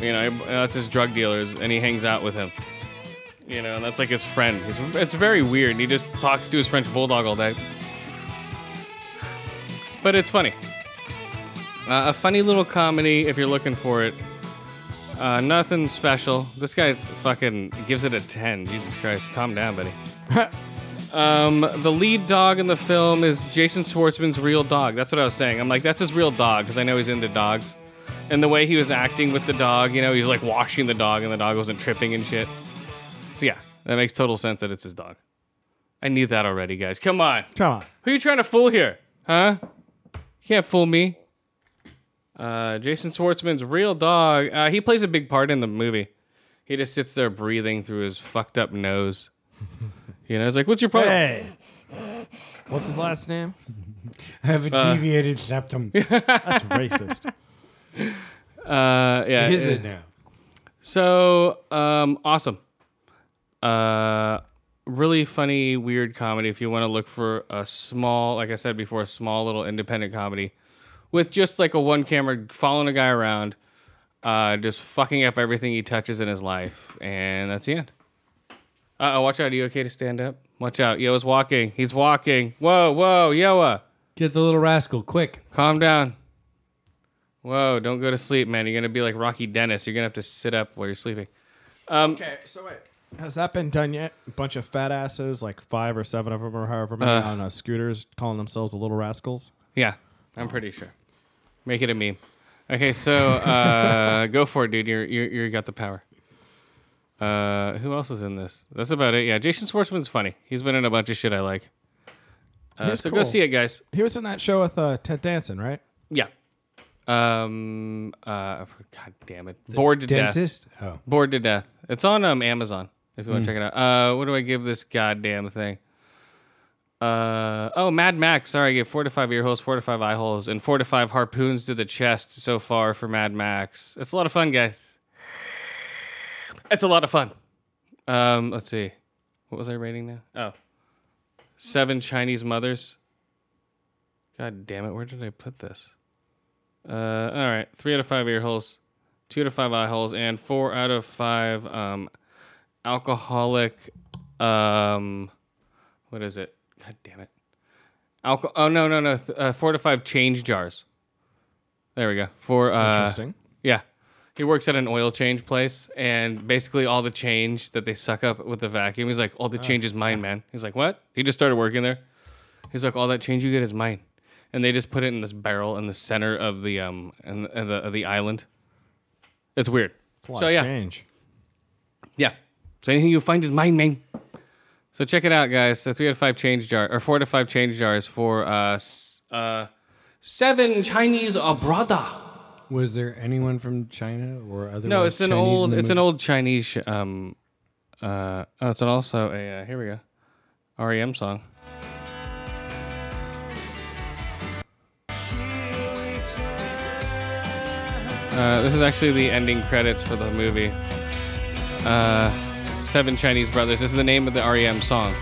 You know, that's his drug dealers, and he hangs out with him. You know, and that's like his friend. It's, it's very weird. He just talks to his French bulldog all day. But it's funny. Uh, a funny little comedy if you're looking for it. Uh, nothing special. This guy's fucking gives it a 10. Jesus Christ, calm down, buddy. um, the lead dog in the film is Jason Schwartzman's real dog. That's what I was saying. I'm like, that's his real dog because I know he's into dogs. And the way he was acting with the dog, you know, he was like washing the dog and the dog wasn't tripping and shit. So yeah, that makes total sense that it's his dog. I knew that already, guys. Come on. Come on. Who you trying to fool here? Huh? You can't fool me. Uh, Jason Schwartzman's real dog. Uh, he plays a big part in the movie. He just sits there breathing through his fucked up nose. You know, it's like, what's your problem? Hey. What's his last name? I have a deviated septum. That's racist. Uh, yeah. Is uh, it now? So um, awesome. Uh, really funny, weird comedy. If you want to look for a small, like I said before, a small little independent comedy with just like a one camera following a guy around, uh, just fucking up everything he touches in his life, and that's the end. Uh oh, watch out. Are you okay to stand up? Watch out. Yoa's walking. He's walking. Whoa, whoa, Yoa. Get the little rascal quick. Calm down. Whoa, don't go to sleep, man. You're going to be like Rocky Dennis. You're going to have to sit up while you're sleeping. okay, so wait. Has that been done yet? A bunch of fat asses, like five or seven of them, or however many, Uh. on uh, scooters, calling themselves the little rascals. Yeah, I'm pretty sure. Make it a meme. Okay, so uh, go for it, dude. You're, you're you got the power. Uh, who else is in this? That's about it. Yeah, Jason Schwartzman's funny. He's been in a bunch of shit I like. Uh, He's so go cool. see it, guys. He was in that show with uh, Ted Danson, right? Yeah. Um. Uh. God damn it. Bored to death. Dentist? Oh. Bored to death. It's on um Amazon if you want to check it out. Uh, what do I give this goddamn thing? Uh oh, Mad Max. Sorry, I gave four to five ear holes, four to five eye holes, and four to five harpoons to the chest so far for Mad Max. It's a lot of fun, guys. It's a lot of fun. Um, let's see. What was I rating now? Oh, seven Chinese mothers. God damn it! Where did I put this? Uh, all right, three out of five ear holes two to five eye holes and four out of five um, alcoholic um, what is it god damn it Alco- oh no no no th- uh, four to five change jars there we go four uh, Interesting. yeah he works at an oil change place and basically all the change that they suck up with the vacuum he's like all the change is mine man he's like what he just started working there he's like all that change you get is mine and they just put it in this barrel in the center of the um in, in the of the island it's weird. It's a lot so of yeah, change. yeah. So anything you find is mine, man. So check it out, guys. So three out of five change jar or four to five change jars for uh, s- uh seven Chinese abrada. Was there anyone from China or other? No, it's an old, it's an old Chinese. sh- Um, uh, oh, it's an also a uh, here we go, REM song. Uh, this is actually the ending credits for the movie. Uh, Seven Chinese Brothers. This is the name of the REM song.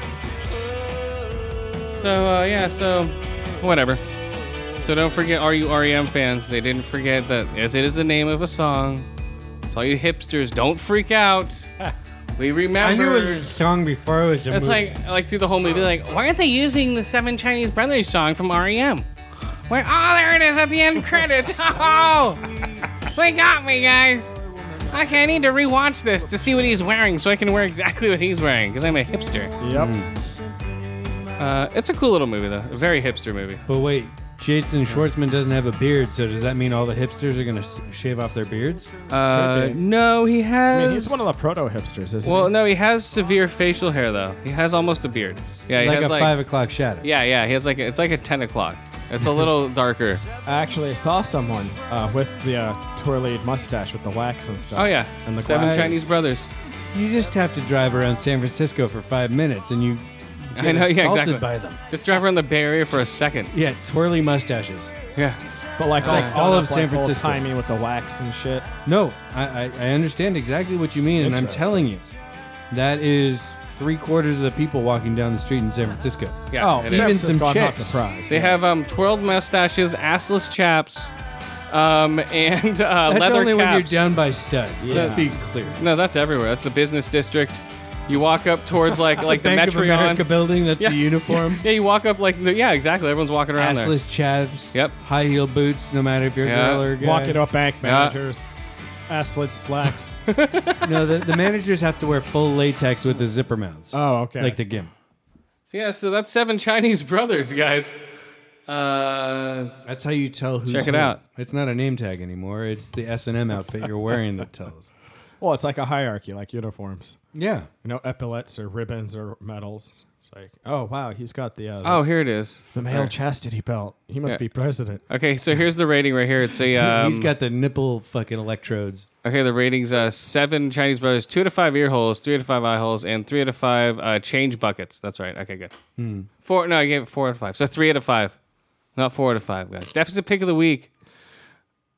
So uh, yeah, so whatever. So don't forget, are you REM fans? They didn't forget that it is the name of a song. So all you hipsters, don't freak out. We remember. I knew it was a song before it was a That's movie. like like through the whole movie. Like, why aren't they using the Seven Chinese Brothers song from REM? Where? Oh, there it is at the end credits. Oh, they got me, guys. Okay, I need to rewatch this to see what he's wearing, so I can wear exactly what he's wearing, because I'm a hipster. Yep. Uh, it's a cool little movie, though. A very hipster movie. But wait, Jason Schwartzman doesn't have a beard, so does that mean all the hipsters are gonna s- shave off their beards? Uh, Could be. no, he has. I mean, he's one of the proto hipsters, isn't Well, he? no, he has severe facial hair though. He has almost a beard. Yeah, he like has a like five o'clock shadow. yeah, yeah. He has like it's like a ten o'clock. It's a little darker. I actually saw someone uh, with the uh, twirly mustache with the wax and stuff. Oh yeah, And the Seven glasses. Chinese Brothers. You just have to drive around San Francisco for five minutes, and you get I know, yeah, assaulted exactly. by them. Just drive around the Bay Area for a second. Yeah, twirly mustaches. Oh, Yeah, But like all, like done all up, of San like, Francisco. timey with the wax and shit. No, I, I, I understand exactly what you mean, and I'm Interesting. telling you, that is three quarters of the people walking down the street in San Francisco. yeah. oh, it San even is. some Francisco, I'm not chicks. surprised. They have um twirled mustaches, assless chaps, um and uh, That's leather only caps. when you're down by stud. Let's Yeah. be clear. No, that's everywhere. That's the business district. You walk up towards like like the, Bank of Metreon. America building. That's Yeah, the uniform. Yeah, you walk up like the, yeah, exactly. Everyone's walking around there. Assless chaps. Yep. High heel boots. No matter if you're Yeah. a girl or a guy. Walking up bank Yeah. managers, asslets, slacks. No, the, the managers have to wear full latex with the zipper mouths. oh, okay. Like the gimp. Yeah, so that's seven Chinese brothers, guys. Uh, That's how you tell who's. Check it who. out. It's not a name tag anymore. It's the S and M outfit you're wearing that tells. well, it's like a hierarchy, like uniforms. Yeah. You know, epaulets or ribbons or medals. It's like, oh wow, he's got the uh, oh, here it is. the male chastity belt. He must Yeah. be president. Okay, so here's the rating right here. It's a um, He's got the nipple fucking electrodes. okay. The ratings uh, seven Chinese brothers, two to five ear holes, three to five eye holes, and three to five uh, change buckets. That's right. Okay, good. Four. No, I gave it four out of five. So three out of five, not four out of five, guys. Deficit pick of the week.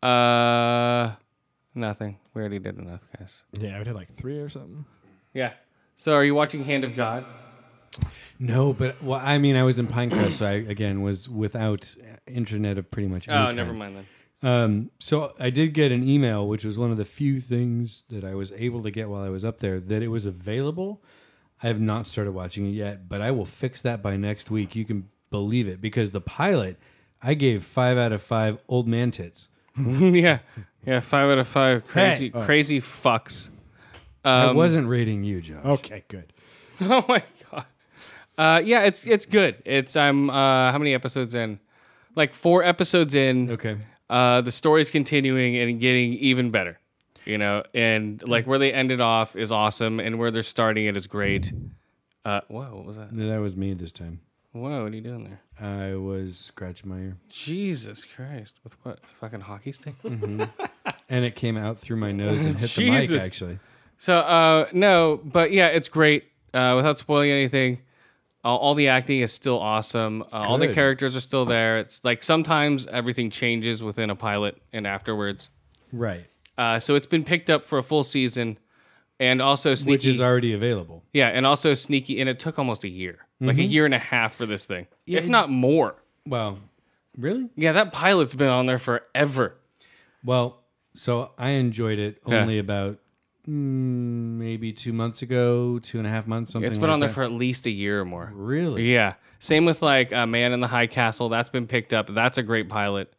Uh, nothing. We already did enough, guys. Yeah, we did like three or something. Yeah. So are you watching Hand of God? No, but well, I mean, I was in Pinecrest, so I again was without internet of pretty much. any Oh, kind. never mind then. Um, so I did get an email, which was one of the few things that I was able to get while I was up there that it was available. I have not started watching it yet, but I will fix that by next week. You can believe it because the pilot I gave five out of five old man tits. yeah, yeah. Five out of five crazy, Hey. crazy fucks. Um, I wasn't rating you, Josh. Okay, good. Oh my god. Uh, yeah, it's it's good. It's I'm uh, how many episodes in? Like four episodes in. Okay. Uh, the story's continuing and getting even better. You know, and like where they ended off is awesome, and where they're starting it is great. Uh, whoa, what was that? That was me this time. Whoa, what are you doing there? I was scratching my ear, Jesus Christ, with what a fucking hockey stick? and it came out through my nose and hit the Jesus. mic. Actually, So uh, no, but yeah, it's great. Uh, without spoiling anything, uh, all the acting is still awesome. Uh, all the Good. characters are still there. It's like sometimes everything changes within a pilot and afterwards. right, Uh, so it's been picked up for a full season, and also sneaky. which is already available. yeah, and also sneaky. And it took almost a year, like Mm-hmm. a year and a half for this thing, if not more. Wow, really? Yeah, that pilot's been on there forever. Well, so I enjoyed it Yeah. only about mm, maybe two months ago, two and a half months, something. It's been like on there that. for at least a year or more. really. Yeah. Same with like uh, Man in the High Castle. That's been picked up. That's a great pilot.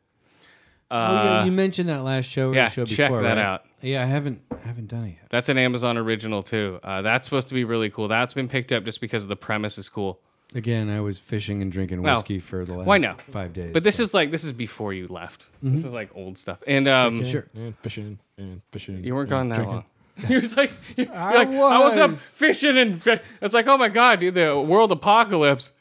oh, yeah, you mentioned that last show. Or Uh, yeah, the show check before, that right? out. Yeah, I haven't, I haven't done it yet. That's an Amazon original too. Uh, that's supposed to be really cool. That's been picked up just because the premise is cool. Again, I was fishing and drinking Well, whiskey for the last why not? five days. But this is like this is before you left. This is like old stuff. And um, Sure. And fishing and fishing. you weren't and gone that drinking. long. You're just like, you're I like, I was up was. fishing and fi-" it's like, oh my god, dude, the world apocalypse.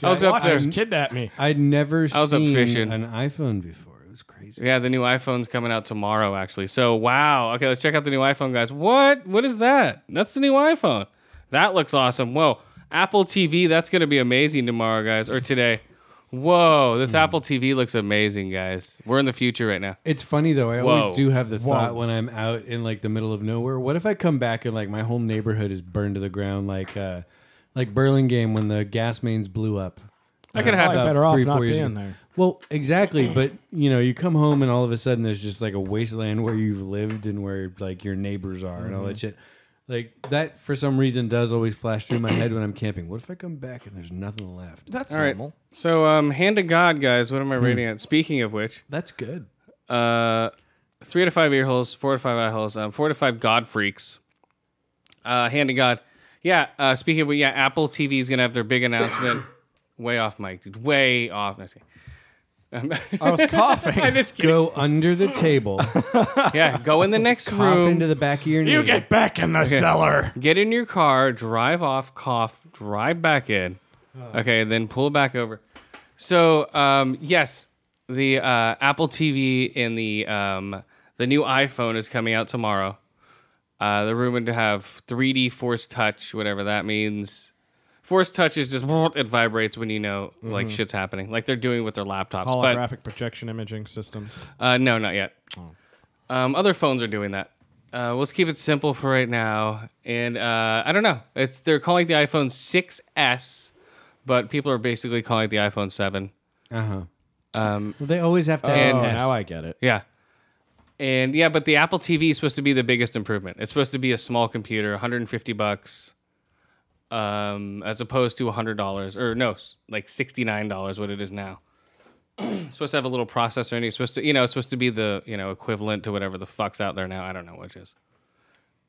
I was up there. Just kidnap me. I'd never I was up seen fishing. an iPhone before. It was crazy. Yeah, the new iPhone's coming out tomorrow, actually. So wow. Okay, let's check out the new iPhone, guys. What? What is that? That's the new iPhone. That looks awesome. Whoa. Apple TV, that's gonna be amazing tomorrow, guys, or today. Whoa, this Apple TV looks amazing, guys. We're in the future right now. It's funny though. I Whoa. always do have the thought when I'm out in like the middle of nowhere. What if I come back and like my whole neighborhood is burned to the ground, like uh, like Burlingame when the gas mains blew up. Uh, That could about happen. better off not years being ago. there. Well, exactly. But you know, you come home and all of a sudden there's just like a wasteland where you've lived and where like your neighbors are and all that Mm-hmm. shit. Like that for some reason does always flash through my head when I'm camping. What if I come back and there's nothing left? That's All right. normal. So, um, hand to God, guys. What am I rating at? Speaking of which, That's good. uh, three to five ear holes, four to five eye holes, um, four to five God freaks. Uh, hand to God. Yeah. Uh, speaking of, which, yeah, Apple TV is gonna have their big announcement. way off, Mike. Dude. Way off. No, I'm just kidding. I was coughing. I'm just kidding. Go under the table, Um, Yeah, go in the next cough room. into the back of your you knee. get back in the cellar. get in your car, drive off, cough, drive back in. Okay, then pull back over. So, um, yes, the uh, Apple TV and the um, the new iPhone is coming out tomorrow. Uh, they're rumored to have 3D Force Touch, whatever that means. Force Touch is just it vibrates when you know like shit's happening, like they're doing with their laptops. But Holographic projection imaging systems. uh, no, not yet. Um, other phones are doing that. Uh, let's keep it simple for right now. And uh, I don't know. It's they're calling the iPhone 6s, but people are basically calling it the iPhone 7. Uh huh. Um, Well, they always have to. And- And Oh, Yes. now I get it. yeah. And yeah, but the Apple TV is supposed to be the biggest improvement. It's supposed to be a small computer, 150 bucks, um, as opposed to $100 or no, s- like $69 what it is now. it's supposed to have a little processor in it. It's supposed to, you know, it's supposed to be the, you know, equivalent to whatever the fuck's out there now. I don't know which is.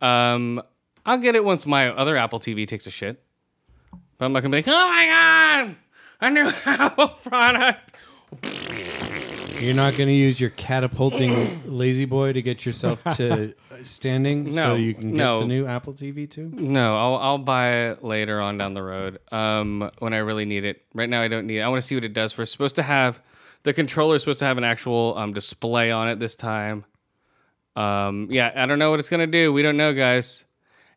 Um, I'll get it once my other Apple TV takes a shit. But I'm not gonna be like, oh my god, a new Apple product. you're not going to use your catapulting lazy boy to get yourself to standing, No, so you can get no. the new Apple TV too. No, I'll I'll buy it later on down the road. Um, when I really need it. Right now, I don't need it. I want to see what it does. For it's supposed to have the controller is supposed to have an actual um display on it this time. Um, yeah, I don't know what it's gonna do. We don't know, guys.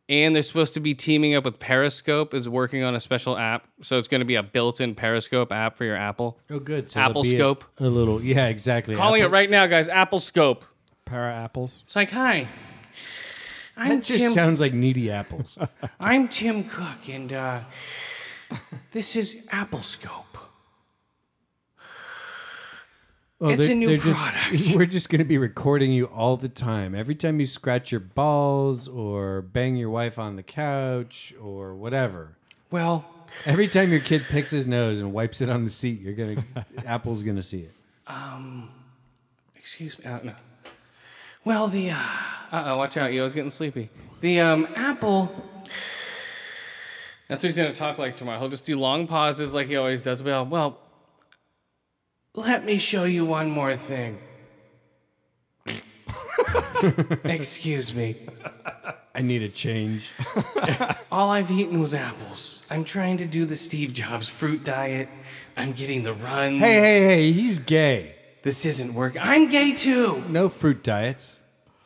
And they're supposed to be teaming up with Periscope. Is working on a special app, so it's gonna be a built-in Periscope app for your Apple. Oh, good. So Apple it'll be a- Scope. A, little, yeah, exactly. Calling Apple- it right now, guys. Apple Scope. Para apples. It's like, hi, I'm That just Tim sounds like needy apples. I'm Tim Cook, and uh, this is AppleScope. Well, It's Oh, they're- a new they're product. Just, we're just going to be recording you all the time. Every time you scratch your balls or bang your wife on the couch or whatever. Well, Every time your kid picks his nose and wipes it on the seat, you're gonna Apple's gonna see it. excuse me. Uh, no. Well, the uh, uh, watch out, yo, it's getting sleepy. The um, Apple. That's what he's gonna talk like tomorrow. He'll just do long pauses like he always does. Well, well. Let me show you one more thing. excuse me. I need a change. All I've eaten was apples. I'm trying to do the Steve Jobs fruit diet. I'm getting the runs. Hey, hey, hey! He's gay. This isn't working. I'm gay too. No fruit diets.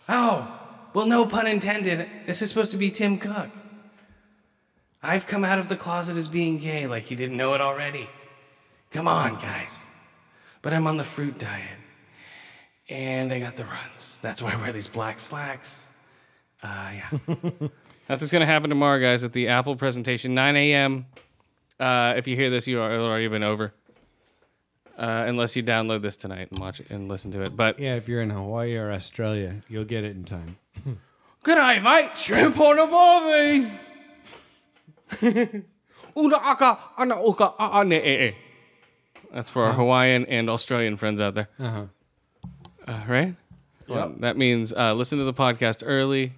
Oh, well, no pun intended. This is supposed to be Tim Cook. I've come out of the closet as being gay, like you didn't know it already. Come on, guys. But I'm on the fruit diet. And I got the runs. That's why I wear these black slacks. Uh, yeah. That's what's going to happen tomorrow, guys, at the Apple presentation, 9 a.m. Uh, if you hear this, you are it'll already been over. Uh, unless you download this tonight and watch it and listen to it. But Yeah, if you're in Hawaii or Australia, you'll get it in time. Good night, mate. Shrimp on a barbie. Una aka, ana uka, a- ane e e. That's for our Hawaiian and Australian friends out there. Uh-huh. right? Well, that means uh, listen to the podcast early.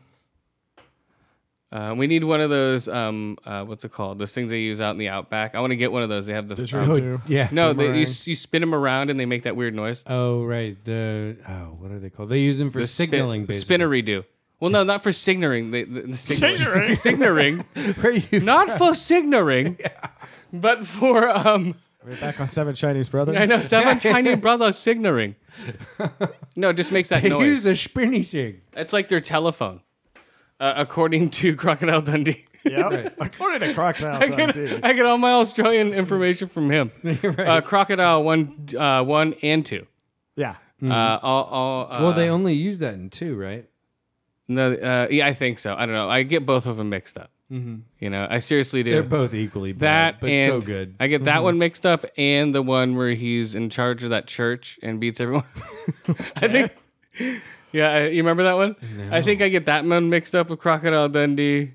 Uh, we need one of those, um, uh, what's it called? Those things they use out in the outback. I want to get one of those. They have the. um, Yeah. no, they, you, boomerang. s- you spin them around and they make that weird noise. Oh right. The oh, what are they called? They use them for The spin- signaling. basically. Spinnery do. Well, no, not for signaling. The, the, the signaling. Signaling? signaling. Where you? Not for signaling, but for, um, We're back on Seven Chinese Brothers. I know, seven tiny brothers signaling. No, it just makes that They noise. use a spinny thing. It's like their telephone, uh, according to Crocodile Dundee. Yep. According to Crocodile I get, Dundee. I get all my Australian information from him. uh, Crocodile one, uh, one and two. Yeah. Uh, all, all, uh, Mm-hmm. Well, they only use that in two, right? no, uh, yeah, I think so. I don't know. I get both of them mixed up. You know, I seriously do. Mm-hmm. They're both equally bad, that but and so good. I get that one mixed up and the one where he's in charge of that church and beats everyone. I think. Yeah, I, you remember that one? I think I get that one mixed up with Crocodile Dundee.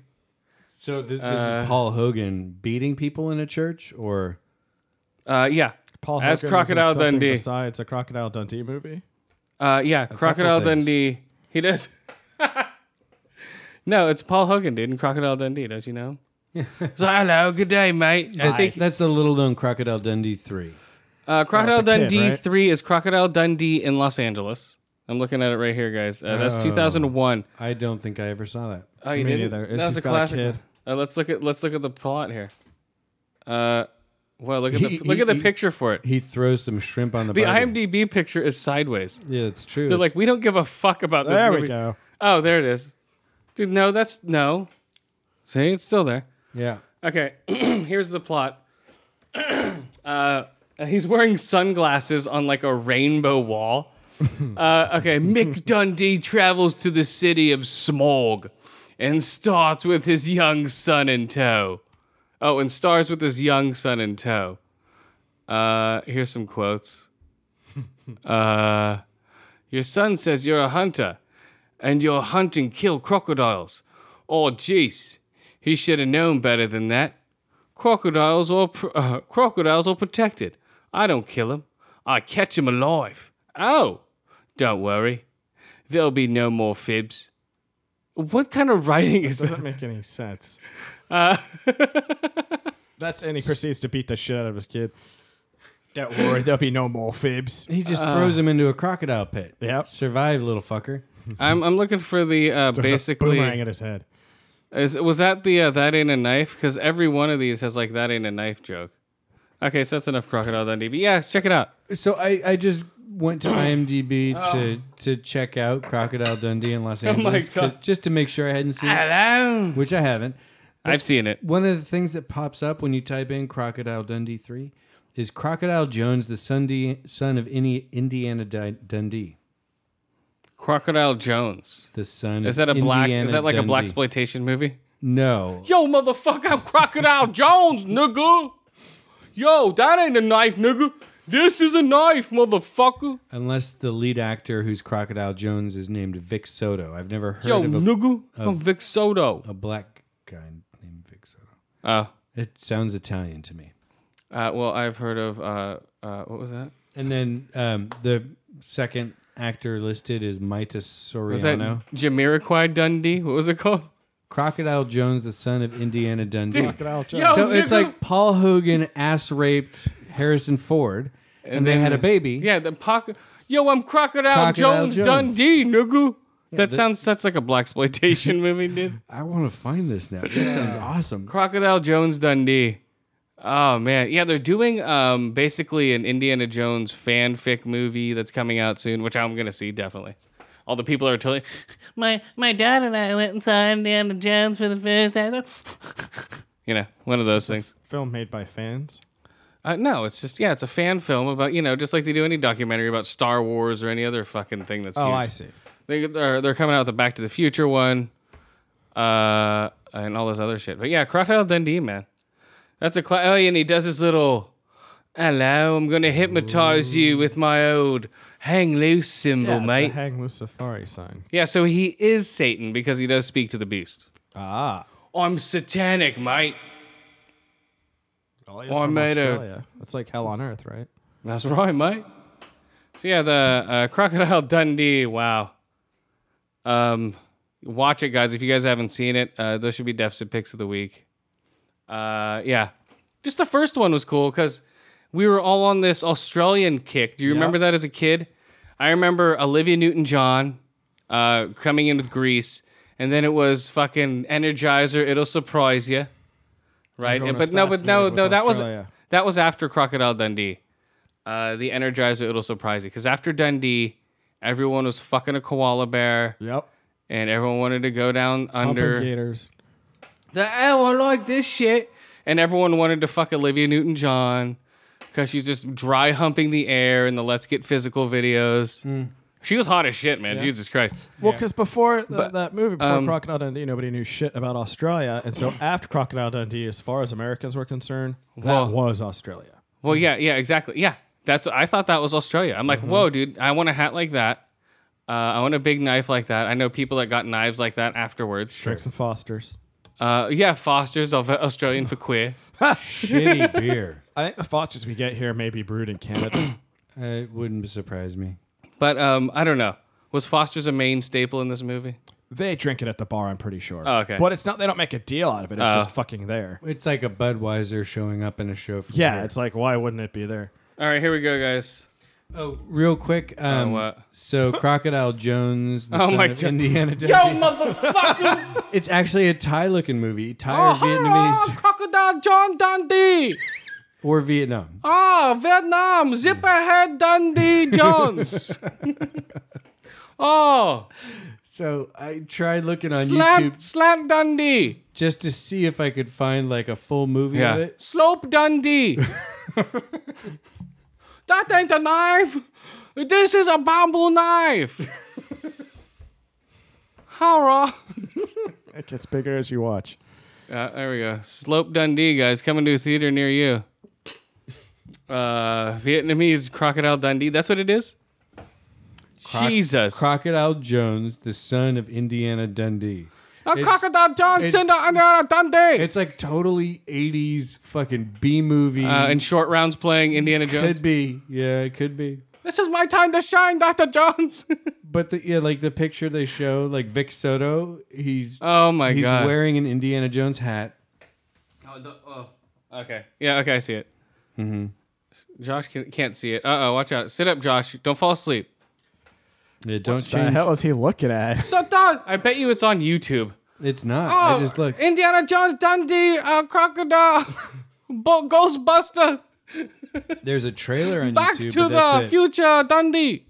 so this, this is Paul Hogan beating people in a church, or Uh, yeah, Paul As Hogan was in Crocodile something Dundee. Besides a Crocodile Dundee movie. Uh, yeah, Crocodile things. Dundee. He does. no, it's Paul Hogan, dude, in Crocodile Dundee. Don't you know? it's like, hello, good day, mate. I think that's the little known Crocodile Dundee three. uh, Crocodile the kid, Dundee right? three is Crocodile Dundee in Los Angeles. I'm looking at it right here, guys. Uh, that's 2001. I don't think I ever saw that. Oh, you Me didn't. neither. It's- That was he's a got a classic. kid. one. Uh, let's look at let's look at the plot here. Uh, well, look at the He- look he- at the he- picture for it. He throws some shrimp on the. The barbie. IMDb picture is sideways. Yeah, it's true. They're It's- like, we don't give a fuck about this There movie. we go. Oh, there it is. Dude, no, that's no. See, it's still there. yeah. Okay, here's the plot. uh, he's wearing sunglasses on like a rainbow wall. Uh, okay, Mick Dundee travels to the city of Smog and starts with his young son in tow. Oh, and starts with his young son in tow. Uh, here's some quotes. uh, your son says you're a hunter and you're hunting kill crocodiles. Oh, jeez. He should have known better than that. Crocodiles are pr- uh, crocodiles are protected. I don't kill 'em. I catch 'em alive. Oh, don't worry. There'll be no more fibs. What kind of writing is that? Doesn't make any sense. Uh, That's and he proceeds to beat the shit out of his kid. Don't worry, there'll be no more fibs. He Uh, just throws him into a crocodile pit. Yep. Survive, little fucker. I'm, I'm looking for the uh, There's a boomerang basically. at his head. Is, was that the uh, that ain't a knife? Because every one of these has like that ain't a knife joke. Okay, so that's enough crocodile Dundee. But yeah, check it out. So I, I just went to IMDb to to check out Crocodile Dundee in Los Oh. my Angeles 'cause- God. Ah. just to make sure I hadn't seen it, Hello. which I haven't. I've seen it. One of the things that pops up when you type in Crocodile Dundee 3 is Crocodile Jones, the Sunday, son of Ini- Indiana Di- Dundee. Crocodile Jones. The son Is of that a black? Indiana Is that like a black Dundee. exploitation movie? No. Yo, motherfucker, I'm Crocodile Jones, nigga. Yo, that ain't a knife, nigga. This is a knife, motherfucker. Unless the lead actor who's Crocodile Jones is named Vic Soto. I've never heard Yo, of a, nigga, I'm Vic Soto. a black guy named Vic Soto. Oh, uh, It sounds Italian to me. well, I've heard of uh, uh, what was that? And then um, the second actor listed is Mita Soriano. Was that Jamiroquai Dundee? What was it called? Crocodile Jones, the son of Indiana Dundee. Crocodile Jones. Yo, So it's nigga. like Paul Hogan ass raped Harrison Ford, and, they then- had a baby. Yeah, the pocket. Yo, I'm Crocodile, Crocodile Jones, Jones. Dundee, nigga. that sounds such like a black exploitation movie, dude. I want to find this now. This sounds awesome. Crocodile Jones Dundee. Oh man, yeah, they're doing um basically an Indiana Jones fanfic movie that's coming out soon, which I'm gonna see definitely. All the people are telling my my dad and I went and saw Indiana Jones for the first time. you know one of those things. Film made by fans. Uh, no, it's just yeah, it's a fan film about you know just like they do any documentary about Star Wars or any other fucking thing that's. Oh, huge. I see. They, they're they're coming out with the Back to the Future one, uh, and all this other shit. But yeah, Crocodile Dundee, man, that's a cla- oh, and he does his little hello. I'm gonna hypnotize you with my old hang loose symbol, Yeah, it's the mate. hang loose safari sign. yeah, so he is Satan because he does speak to the beast. Ah. I'm satanic, mate. Well, Oh, I made a- It's like hell on earth, right? That's right, mate. So yeah, the uh, Crocodile Dundee. Wow. Um, watch it, guys. If you guys haven't seen it, uh, those should be deficit picks of the week. Uh, yeah, just the first one was cool because we were all on this Australian kick. Do you remember that as a kid? I remember Olivia Newton John uh, coming in with Grease, and then it was fucking Energizer. It'll surprise you, right? Everyone And- was but no, but no, fascinated no. with That Australia. was that was after Crocodile Dundee. Uh, the Energizer. It'll surprise you because after Dundee, everyone was fucking a koala bear, Yep. and everyone wanted to go down under. Pumping gators. The, oh, I like this shit. And everyone wanted to fuck Olivia Newton John because she's just dry humping the air in the Let's Get Physical videos. Mm. She was hot as shit, man. Jesus Christ. Well, because before th- But, that movie, before um, Crocodile Dundee, nobody knew shit about Australia, and so after Crocodile Dundee, as far as Americans were concerned, that Well- was Australia. Well, yeah, yeah, exactly. Yeah. That's I thought that was Australia. I'm like, whoa, dude, I want a hat like that. Uh, I want a big knife like that. I know people that got knives like that afterwards. Drinks and Fosters. Uh, yeah, Foster's of uh, Australian for queer. Shitty beer. I think the Fosters we get here may be brewed in Canada. Uh, It wouldn't surprise me. But um, I don't know. Was Foster's a main staple in this movie? they drink it at the bar, I'm pretty sure. Oh, okay. But it's not. They don't make a deal out of it. It's Oh. just fucking there. It's like a Budweiser showing up in a show. From Yeah, here. it's like why wouldn't it be there? All right, here we go, guys. Oh, real quick. Um, what? So Crocodile Jones, the Oh son my of God. Indiana Dundee. motherfucker! It's actually a Thai looking movie. Oh. Thai or hello, Vietnamese Ah, Crocodile John Dundee. or Vietnam. Ah, Vietnam. Zip ahead, Dundee Jones. oh, So I tried looking on slant, YouTube slant Dundee. just to see if I could find like a full movie of it. Slope Dundee. that ain't a knife. This is a bamboo knife. How raw. It gets bigger as you watch. Uh, there we go. Slope Dundee, guys, coming to a theater near you. Uh, Vietnamese Crocodile Dundee. That's what it is. Jesus, Crocodile Jones, the son of Indiana Dundee. a it's- crocodile Johnson it's- under Dundee. It's like totally 80s fucking B movie. Uh, in short rounds, playing Indiana Jones. could be. Yeah, it could be. This is my time to shine, Doctor Jones. But the, yeah, like the picture they show, like Vic Soto, he's oh my he's god. wearing an Indiana Jones hat. Oh, the- oh. Okay. Yeah. Okay. I see it. Mm-hmm. Josh can, can't see it. Uh oh. Watch out. Sit up, Josh. Don't fall asleep. Yeah, don't The change. hell is he looking at? So done. I bet you it's on YouTube. It's not. Oh, I just looked. Indiana Jones, Dundee, uh, Crocodile, Bo- Ghostbuster, There's a trailer on Back YouTube. to but that's the it. Future, Dundee.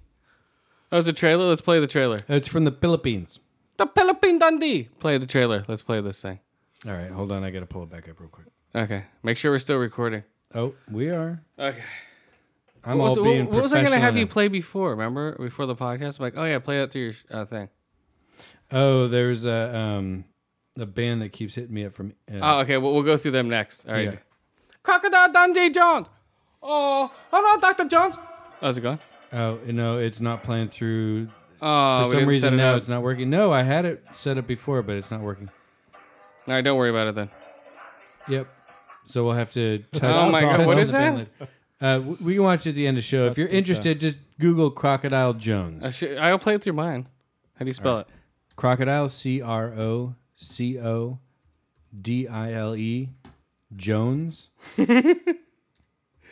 That was a trailer. Let's play the trailer. It's from the Philippines. The Philippine Dundee. Play the trailer. Let's play this thing. All right, hold on. I got to pull it back up real quick. Okay. Make sure we're still recording. Oh, we are. Okay. I'm what was, all being what was I gonna professional have now. you play before? Remember before the podcast? I'm like, oh yeah, play that through your uh, thing. Oh, there's a um a band that keeps hitting me up from. Uh, Oh, okay. Well, we'll go through them next. All right. Yeah. Crocodile Dundee Jones. Oh, hello, Doctor Jones. How's it going? oh no, it's not playing through. Oh, we For some didn't set reason it now up. it's not working. No, I had it set up before, but it's not working. All right, don't worry about it then. Yep. So we'll have to. Touch, Oh my touch God, what on is the band later. Uh, w- we can watch it at the end of the show. If you're interested, just Google Crocodile I Jones. should, I'll play it through mine. How do you spell it? Crocodile C R O C O D I L E Jones. you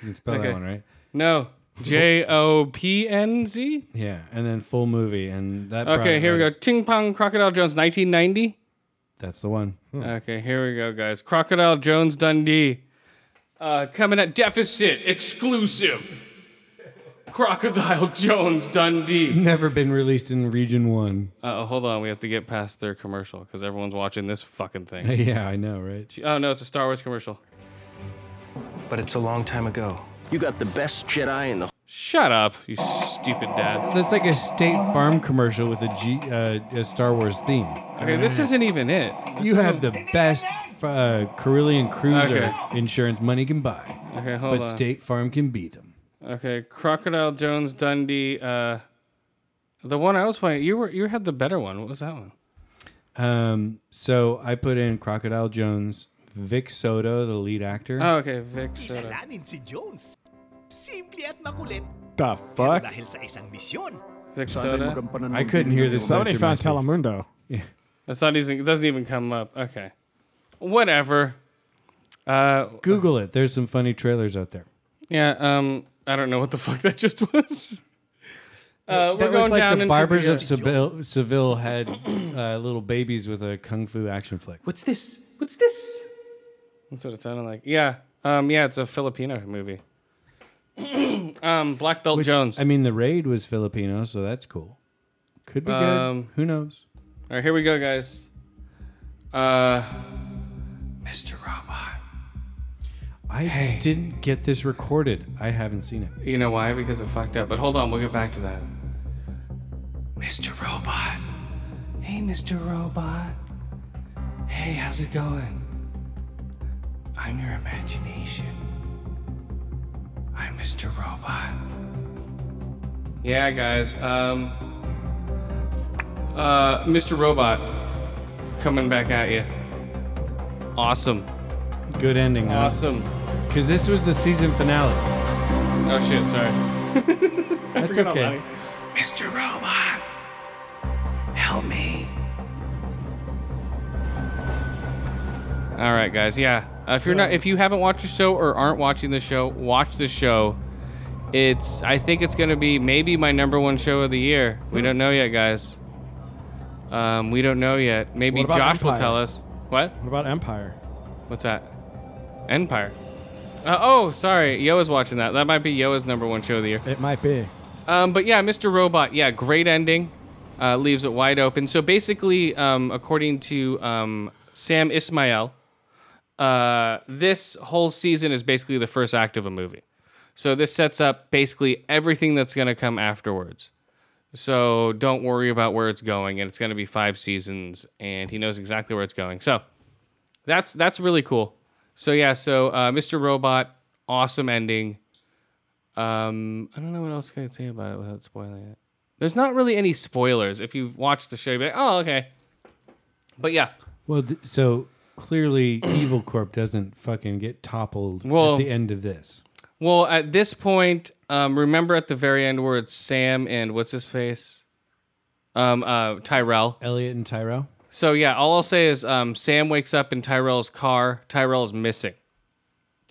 can spell Okay. that one right. No. J O P N Z? Yeah, and then full movie, and that. Okay, brought here we it go. right- Ting Pong Crocodile Jones 1990. That's the one. Okay, here we go, guys. Crocodile Jones Dundee. Uh, coming at deficit exclusive. Crocodile Jones Dundee. Never been released in Region One. Uh, hold on, we have to get past their commercial because everyone's watching this fucking thing. yeah, I know, right? Oh no, it's a Star Wars commercial. but it's a long time ago. You got the best Jedi in the Shut up, you stupid dad. That's like a State Farm commercial with a G, uh, a Star Wars theme. Okay, this isn't even it. This you have isn't- the best uh, Carillion cruiser Okay. insurance money can buy, Okay, hold but on. State Farm can beat them. Okay, Crocodile Jones Dundee. Uh, the one I was playing, you were you had the better one. What was that one? Um, so I put in Crocodile Jones, Vic Soto, the lead actor. Oh, okay, Vic. Shut up. Kilalanin si Jones. Simple at makulit. The Pero fuck? dahil sa isang misyon, Vic Soda. I couldn't hear this. Somebody going through found my speaker. Telemundo. That's not even. It doesn't even come up. Okay, whatever. Uh, Google it. There's some funny trailers out there. yeah. Um, I don't know what the fuck that just was. Uh, we're that going was like down the into barbers the, uh, of Seville, Seville had uh, little babies with a kung fu action flick. What's this? What's this? That's what it sounded like. Yeah. Um, yeah, it's a Filipino movie. um, Black Belt Which, Jones. I mean, the raid was Filipino, so that's cool. Could be Um, good. Who knows? All right, here we go, guys. Uh, Mr. Robot. I didn't get this recorded. I haven't seen it. You know why? Because it fucked up. But hold on, we'll get back to that. Mr. Robot. Hey, Mr. Robot. Hey, how's it going? I'm your imagination. I'm Mr. Robot. Yeah, guys. Um. Uh, Mr. Robot, coming back at you. Awesome. Good ending, though. Awesome. Because this was the season finale. Oh shit, sorry. That's okay. Mr. Robot, help me. All right, guys. Yeah, uh, if you're not, if you haven't watched the show or aren't watching the show, watch the show. It's, I think it's gonna be maybe my number one show of the year. We don't know yet, guys. Um, we don't know yet. Maybe What about Josh will Empire? tell us. What? What about Empire? What's that? Empire. Uh, oh, sorry. Yoa's watching that. That might be Yoa's number one show of the year. It might be. Um, but yeah, Mr. Robot, yeah, great ending. Uh, leaves it wide open. So basically, um, according to um, Sam Ismail, uh, this whole season is basically the first act of a movie. So this sets up basically everything that's going to come afterwards. So don't worry about where it's going, and it's going to be five seasons, and he knows exactly where it's going. So that's that's really cool. So yeah, so uh, Mr. Robot, awesome ending. Um, I don't know what else can I say about it without spoiling it. There's not really any spoilers. If you've watched the show, you'd be like, oh, okay. But yeah, Well, th- so clearly, Evil Corp doesn't fucking get toppled Well- at the end of this. well, at this point, um, remember at the very end where it's Sam and what's his face? Um, uh, Tyrell. Elliot and Tyro. So yeah, all I'll say is um, Sam wakes up in Tyrell's car. Tyrell's missing.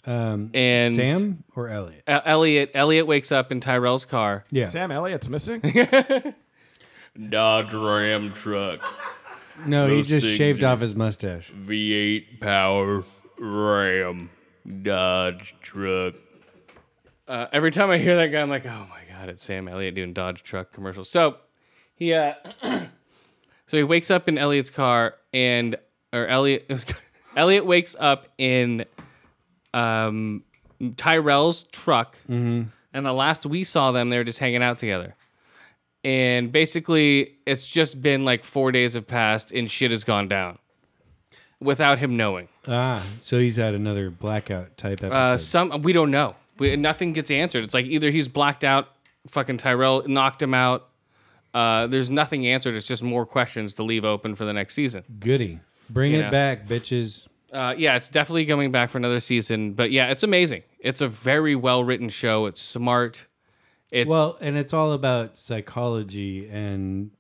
Um, And- Sam or Elliot? Uh, Elliot Elliot wakes up in Tyrell's car. Yeah. Sam Elliott's missing? Dodge Ram truck, no, he those just things shaved are- off his mustache. V8 power Ram Dodge truck. Uh, every time I hear that guy, I'm like, oh my god, it's Sam Elliott doing Dodge truck commercials. So he, uh, so he wakes up in Elliot's car, and or Elliot, Elliot wakes up in um, Tyrell's truck, and the last we saw them, they were just hanging out together. And basically, it's just been like four days have passed, and shit has gone down without him knowing. Ah, so he's had another blackout type episode. Uh, some we don't know. We, nothing gets answered. It's like either he's blacked out, fucking Tyrell knocked him out. Uh, there's nothing answered. It's just more questions to leave open for the next season. Goody. Bring you it know. back, bitches. Uh, yeah, it's definitely coming back for another season. But yeah, it's amazing. It's a very well written show. It's smart. It's Well, and it's all about psychology and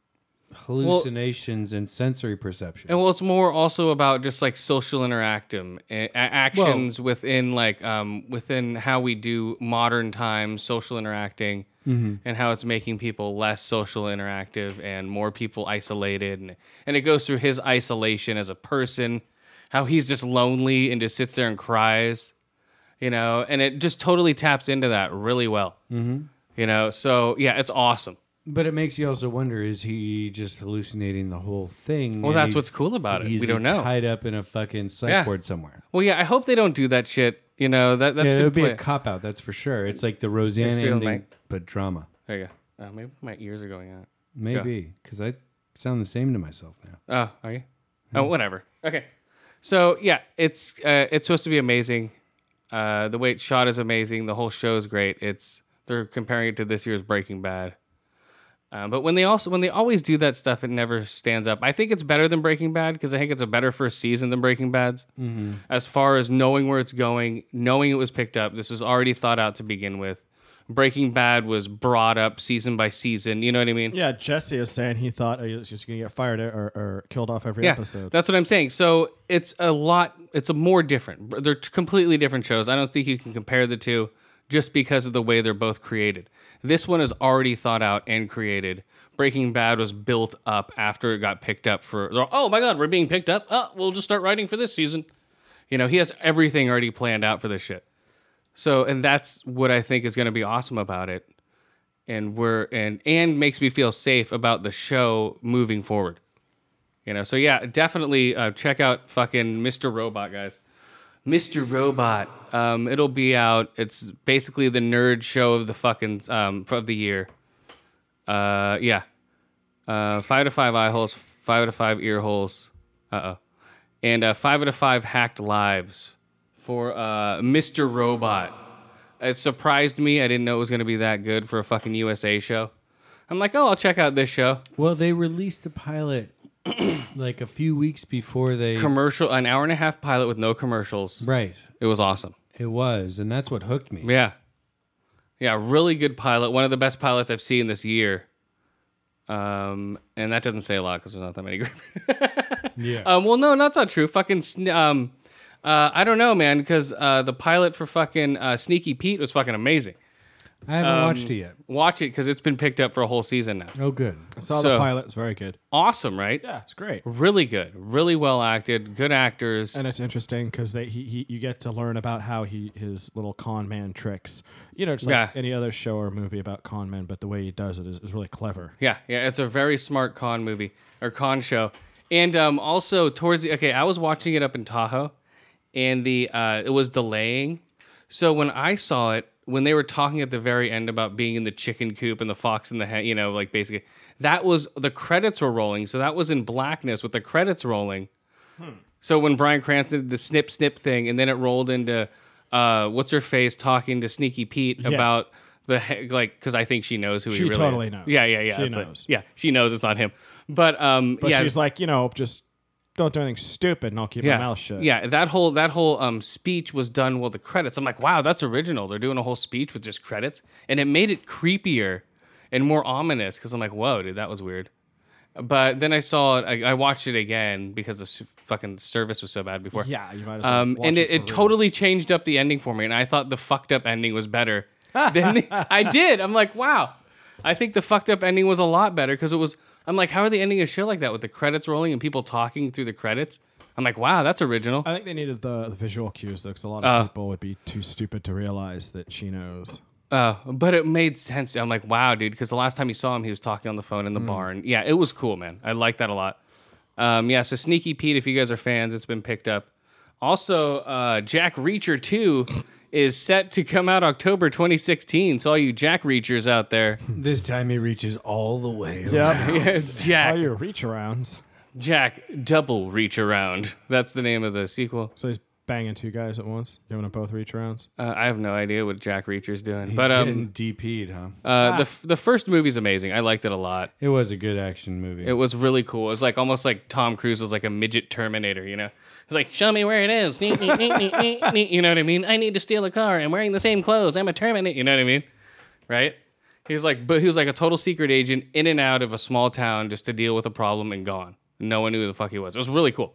hallucinations and sensory perception. and well, it's more also about just like social interactum a- a- actions within like um, within how we do modern times social interacting Mm-hmm. and how it's making people less social interactive and more people isolated and and it goes through his isolation as a person, how he's just lonely and just sits there and cries, you know, and it just totally taps into that really well, mm-hmm. you know. So yeah, it's awesome. but it makes you also wonder: is he just hallucinating the whole thing? Well, and that's he's- what's cool about it. he's We don't know. Tied up in a fucking psych Yeah. ward somewhere. Well, yeah, I hope they don't do that shit. You know that that's yeah, it good would be play. a cop out, that's for sure. It's like the Roseanne Here's Field ending, Night. but drama. There you go. Oh, maybe my ears are going out. Maybe because I sound the same to myself now. Oh, are you? Oh, whatever. Okay. So yeah, it's uh, it's supposed to be amazing. Uh, the way it's shot is amazing. The whole show is great. It's they're comparing it to this year's Breaking Bad. Um, but when they also when they always do that stuff, it never stands up. I think it's better than Breaking Bad because I think it's a better first season than Breaking Bad's. As far as knowing where it's going, knowing it was picked up, this was already thought out to begin with. Breaking Bad was brought up season by season. You know what I mean? yeah, Jesse is saying he thought he was just going to get fired or, or killed off every episode. That's what I'm saying. So it's a lot. It's a more different. They're t- completely different shows. I don't think you can compare the two. just because of the way they're both created. This one is already thought out and created. Breaking Bad was built up after it got picked up for. they're, Oh my God, we're being picked up. Oh, we'll just start writing for this season. You know, he has everything already planned out for this shit. So, and that's what I think is going to be awesome about it, and we're and and makes me feel safe about the show moving forward. You know, so yeah, definitely uh, check out fucking Mr. Robot, guys. Mr. Robot. Um, it'll be out. It's basically the nerd show of the fucking um, of the year. Uh, yeah. Uh, five to five eye holes, five to five ear holes. Uh oh. And uh, five out of five hacked lives for uh, Mr. Robot. It surprised me. I didn't know it was going to be that good for a fucking USA show. I'm like, oh, I'll check out this show. Well, they released the pilot like a few weeks before they. Commercial, an hour and a half pilot with no commercials. right. It was awesome. It was, and that's what hooked me. Yeah. Yeah, really good pilot. One of the best pilots I've seen this year. Um, and that doesn't say a lot because there's not that many. great- Yeah. um, well, no, that's not true. Fucking, sn- um, uh, I don't know, man, because uh, the pilot for fucking uh, Sneaky Pete was fucking amazing. I haven't watched it yet. Watch it because it's been picked up for a whole season now. Oh, good. I saw So- the pilot. It's very good. Awesome, right? Yeah, it's great. Really good. Really well acted. Good actors. And it's interesting because they he, he you get to learn about how he his little con man tricks. You know, it's like Yeah. any other show or movie about con men, but the way he does it is, is really clever. Yeah, yeah, it's a very smart con movie or con show. And um, also towards the okay, I was watching it up in Tahoe, and the uh, it was delaying. So when I saw it, when they were talking at the very end about being in the chicken coop and the fox in the hen, you know, like basically that was the credits were rolling. So that was in blackness with the credits rolling. So when Brian Cranston did the snip snip thing, and then it rolled into uh, what's her face talking to Sneaky Pete about the he- like because I think she knows who he She really totally is. knows. Yeah, yeah, yeah. She it's like- knows. yeah, she knows it's not him. But um, But yeah, she's like, you know, just don't do anything stupid, and I'll keep yeah, my mouth shut. yeah. That whole that whole um speech was done with the credits. I'm like, wow, that's original. They're doing a whole speech with just credits, and it made it creepier and more ominous because I'm like, whoa, dude, that was weird. But then I saw it. I, I watched it again because the su- fucking service was so bad before. yeah. You might as well Um, watch and it, for it real. totally changed up the ending for me, and I thought the fucked up ending was better than the, I did. I'm like, wow, I think the fucked up ending was a lot better because it was. I'm like, how are they ending a show like that with the credits rolling and people talking through the credits? I'm like, wow, that's original. I think they needed the, the visual cues though, because a lot of people would be too stupid to realize that she knows. Uh, but it made sense. I'm like, wow, dude, because the last time you saw him, he was talking on the phone in the barn. Yeah, it was cool, man. I like that a lot. Um, yeah, so Sneaky Pete, if you guys are fans, it's been picked up. Also, uh, Jack Reacher 2 is set to come out October 2016. So, all you Jack Reachers out there, This time he reaches all the way. Yeah. All Jack, your reach arounds. Jack Double Reach Around. That's the name of the sequel. So he's banging two guys at once, giving them both reach arounds. Uh, I have no idea what Jack Reacher's doing. He's but um, getting DP'd, huh? uh, the, f- the first movie's amazing. I liked it a lot. It was a good action movie. It was really cool. It was like almost like Tom Cruise was like a midget Terminator, you know? He's like, Show me where it is. Neat, neat, neat, neat, neat, neat. you know what I mean? I need to steal a car. I'm wearing the same clothes. I'm a terminate. You know what I mean? Right? He was like, but he was like a total secret agent in and out of a small town just to deal with a problem and gone. No one knew who the fuck he was. It was really cool.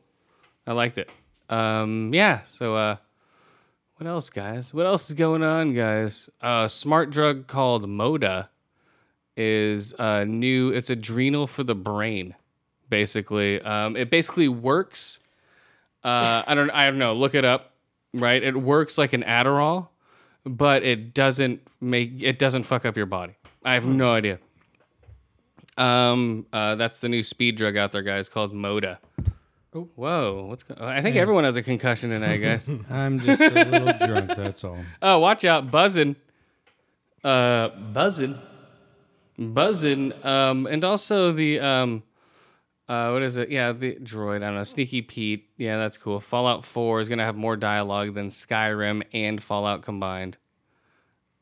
I liked it. Um, yeah. So, uh, what else, guys? What else is going on, guys? A smart drug called Moda is uh, new. It's adrenal for the brain, basically. Um, it basically works. Uh, I don't. I don't know. Look it up. Right. It works like an Adderall, but it doesn't make it doesn't fuck up your body. I have no idea. Um, uh, that's the new speed drug out there, guys, called Moda. Whoa, what's go- I think everyone has a concussion tonight, guys. I'm just a little drunk. That's all. Oh, watch out, buzzing. Uh, buzzing. Buzzing. Um, and also the um, uh, what is it? Yeah, the droid. I don't know. Sneaky Pete. Yeah, that's cool. Fallout Four is gonna have more dialogue than Skyrim and Fallout combined.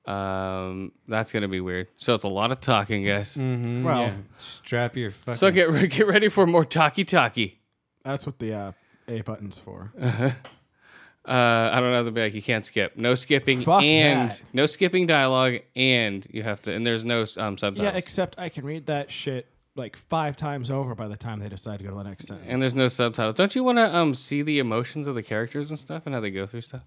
Um, that's gonna be weird. So it's a lot of talking, guys. Well, Strap your fucking. So get re- get ready for more talky talky. that's what the uh, A button's for. Uh, I don't know. They'll be like, you can't skip. No skipping Fuck and that. no skipping dialogue, and you have to. And there's no um subtitles. yeah, except I can read that shit like five times over by the time they decide to go to the next sentence. And there's no subtitles. Don't you want to um see the emotions of the characters and stuff and how they go through stuff?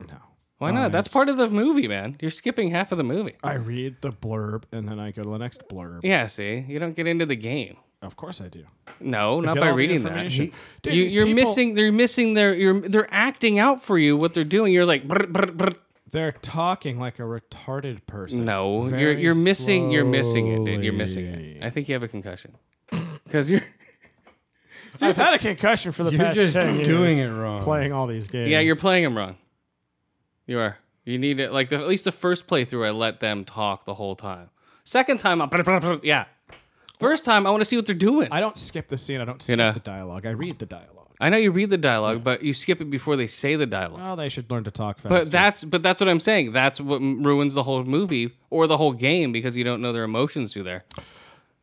no. Why not? That's part of the movie, man. You're skipping half of the movie. I read the blurb and then I go to the next blurb. Yeah, see, you don't get into the game. Of course I do. No, not Get by all the reading that. information. Dude, you, these you're people- missing. They're missing their. You're. They're acting out for you what they're doing. You're like. Brr, brr, brr. They're talking like a retarded person. No, you're Very you're missing. You're missing it, dude. You're missing it. I think you have a concussion. Because you're. I've had a concussion for the You're past just 10 years doing it wrong. Playing all these games. Yeah, you're playing them wrong. You are. You need it. Like the, at least the first playthrough, I let them talk the whole time. Second time, I'm. brr, brr, brr, Yeah. First time, I want to see what they're doing. I don't skip the scene. I don't skip know. the dialogue. I read the dialogue. I know you read the dialogue, but you skip it before they say the dialogue. Oh, they should learn to talk faster. But that's but that's what I'm saying. That's what m- ruins the whole movie or the whole game because you don't know their emotions through there.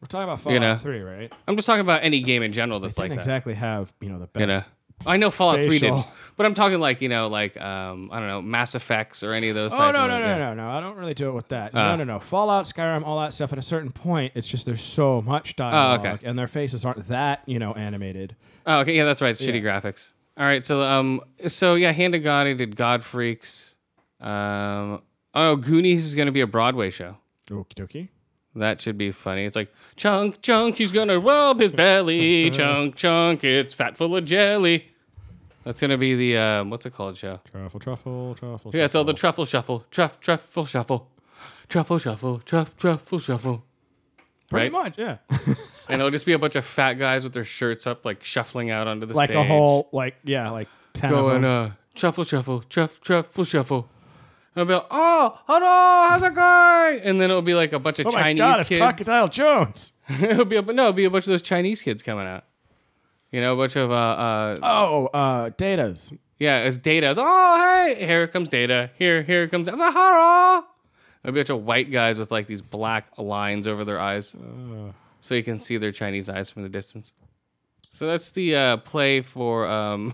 We're talking about Fallout you know. 3 right? I'm just talking about any game in general that's like Didn't that. exactly have, you know, the best. You know, I know Fallout Three Facial. didn't, but I'm talking like you know like um I don't know Mass Effects or any of those. Oh type no of, no no yeah. Uh. no no! I don't really do it with that. no no no! Fallout, Skyrim, all that stuff. At a certain point, it's just there's so much dialogue, Oh, okay. and their faces aren't that you know animated. Oh okay, yeah, that's right. It's shitty graphics. All right, so um so yeah, Hand of God I did God Freaks. Um oh Goonies is gonna be a Broadway show. Okie dokie. That should be funny. It's like chunk chunk, he's gonna rub his belly. chunk chunk, it's fat full of jelly. That's gonna be the um, what's it called show? Truffle truffle truffle. Yeah, it's all the truffle shuffle, truff truffle shuffle, truffle shuffle, truff truffle shuffle. pretty right? much yeah. And it'll just be a bunch of fat guys with their shirts up, like shuffling out onto the like stage. a whole like yeah like ten of going them. uh truffle shuffle, truff truffle shuffle. And I'll be like, oh, hello, how's it going? And then it'll be like a bunch of oh my Chinese god! It's kids. Crocodile Jones. it'll be a, bu- no, it'll be a bunch of those Chinese kids coming out. You know, a bunch of uh, uh Oh, uh, Data's. yeah, it's Data. It's, oh, hey, here comes Data. Here, here comes Zahara. It'll be a bunch of white guys with like these black lines over their eyes, so you can see their Chinese eyes from the distance. So that's the uh, play for um,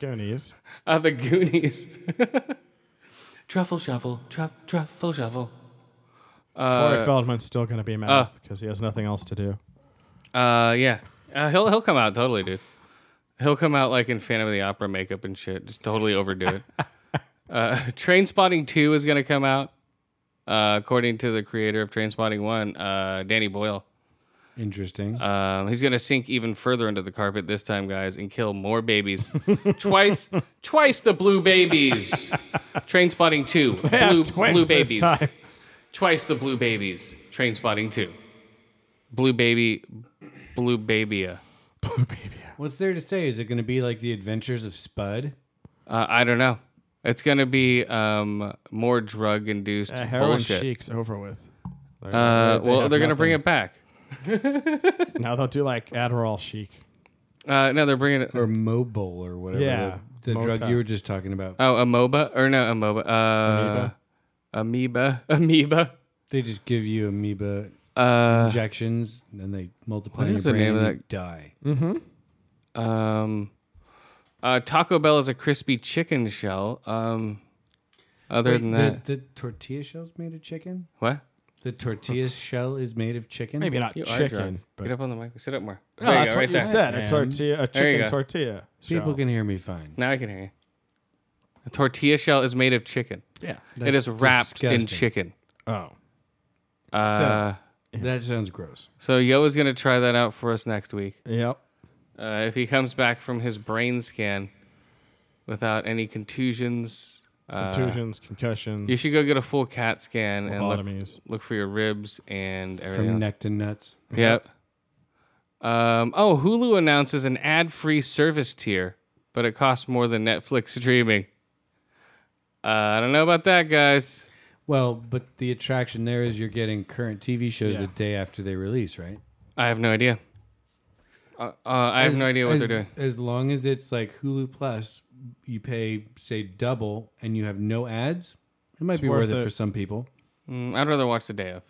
Goonies. uh, the Goonies. truffle shuffle, truff, truffle shuffle. Corey Feldman's still gonna be mad because he has nothing else to do. Uh, yeah, uh, he'll he'll come out totally, dude. He'll come out like in Phantom of the Opera makeup and shit, just totally overdo it. uh, Train Spotting Two is gonna come out, uh, according to the creator of Train Spotting One, uh, Danny Boyle. Interesting. Um, he's gonna sink even further into the carpet this time, guys, and kill more babies. twice, twice the blue babies. Train Spotting Two, Yeah, blue twins blue this babies. time. Twice the blue babies. Train Spotting Two, blue baby, blue babia. Blue baby. What's there to say? Is it going to be like the Adventures of Spud? Uh, I don't know. It's gonna be um, more drug induced Uh, heroin bullshit. chic's over with. They're- Uh, they well, have they're gonna bring nothing. it back. Now they'll do like Adderall chic. Uh, no, they're bringing it. or mobile or whatever Yeah, the, the drug Mota. you were just talking about. Oh, amoeba or no amoeba? Uh, amoeba. Amoeba. They just give you amoeba Uh, injections, then they multiply what in your is the brain name of and you that- die. um, uh, Taco Bell is a crispy chicken shell. Um, other than that, the, the tortilla shell's made of chicken. what? The tortilla shell is made of chicken. Maybe not You are drunk. chicken, but Get up on the mic. Sit up more. No, there you that's go, what right you there. said. Yeah. A tortilla, a There you chicken go. tortilla. people shell. can hear me fine. Now I can hear you. A tortilla shell is made of chicken. Yeah. it is wrapped in disgusting. chicken. Oh. Uh, That sounds gross. So Yo is gonna try that out for us next week. Yep. Uh, if he comes back from his brain scan without any contusions, uh, Contusions, concussions. you should go get a full CAT scan and look, Lobotomies. look for your ribs and everything. From else. neck to nuts. Yep. Um, oh, Hulu announces an ad-free service tier, but it costs more than Netflix streaming. Uh, I don't know about that, guys. Well, but the attraction there is you're getting current TV shows the day after they release, right? I have no idea. Uh, uh, I have As- no idea what as- they're doing. As long as it's like Hulu Plus, you pay say double and you have no ads, it might be worth worth it. it. for some people. Mm, I'd rather watch the day of.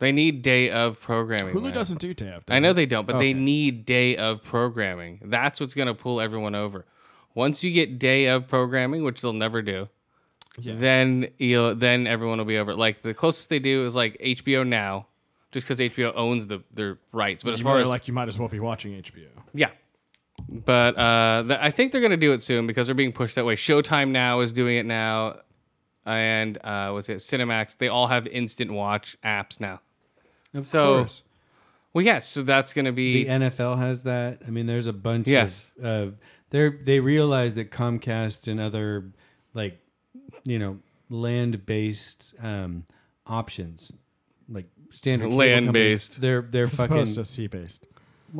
They need day of programming. Hulu man. doesn't do tab. I know they don't, but they need day of programming. That's what's going to pull everyone over. Once you get day of programming, which they'll never do, then you'll then everyone will be over. it. Like the closest they do is like HBO Now, just because HBO owns the their rights. But as You far really as like you might as well be watching HBO. yeah, But uh, th- I think they're going to do it soon because they're being pushed that way. Showtime now is doing it now, and uh, what's it? Cinemax. They all have instant watch apps now. Of So- course. Well, yes. so that's going to be The NFL has that. I mean, there's a bunch. Yes. Of, of they they realize that Comcast and other like you know land based um, options like standard cable companies, Land-based. They're they're Supposed to fucking. sea based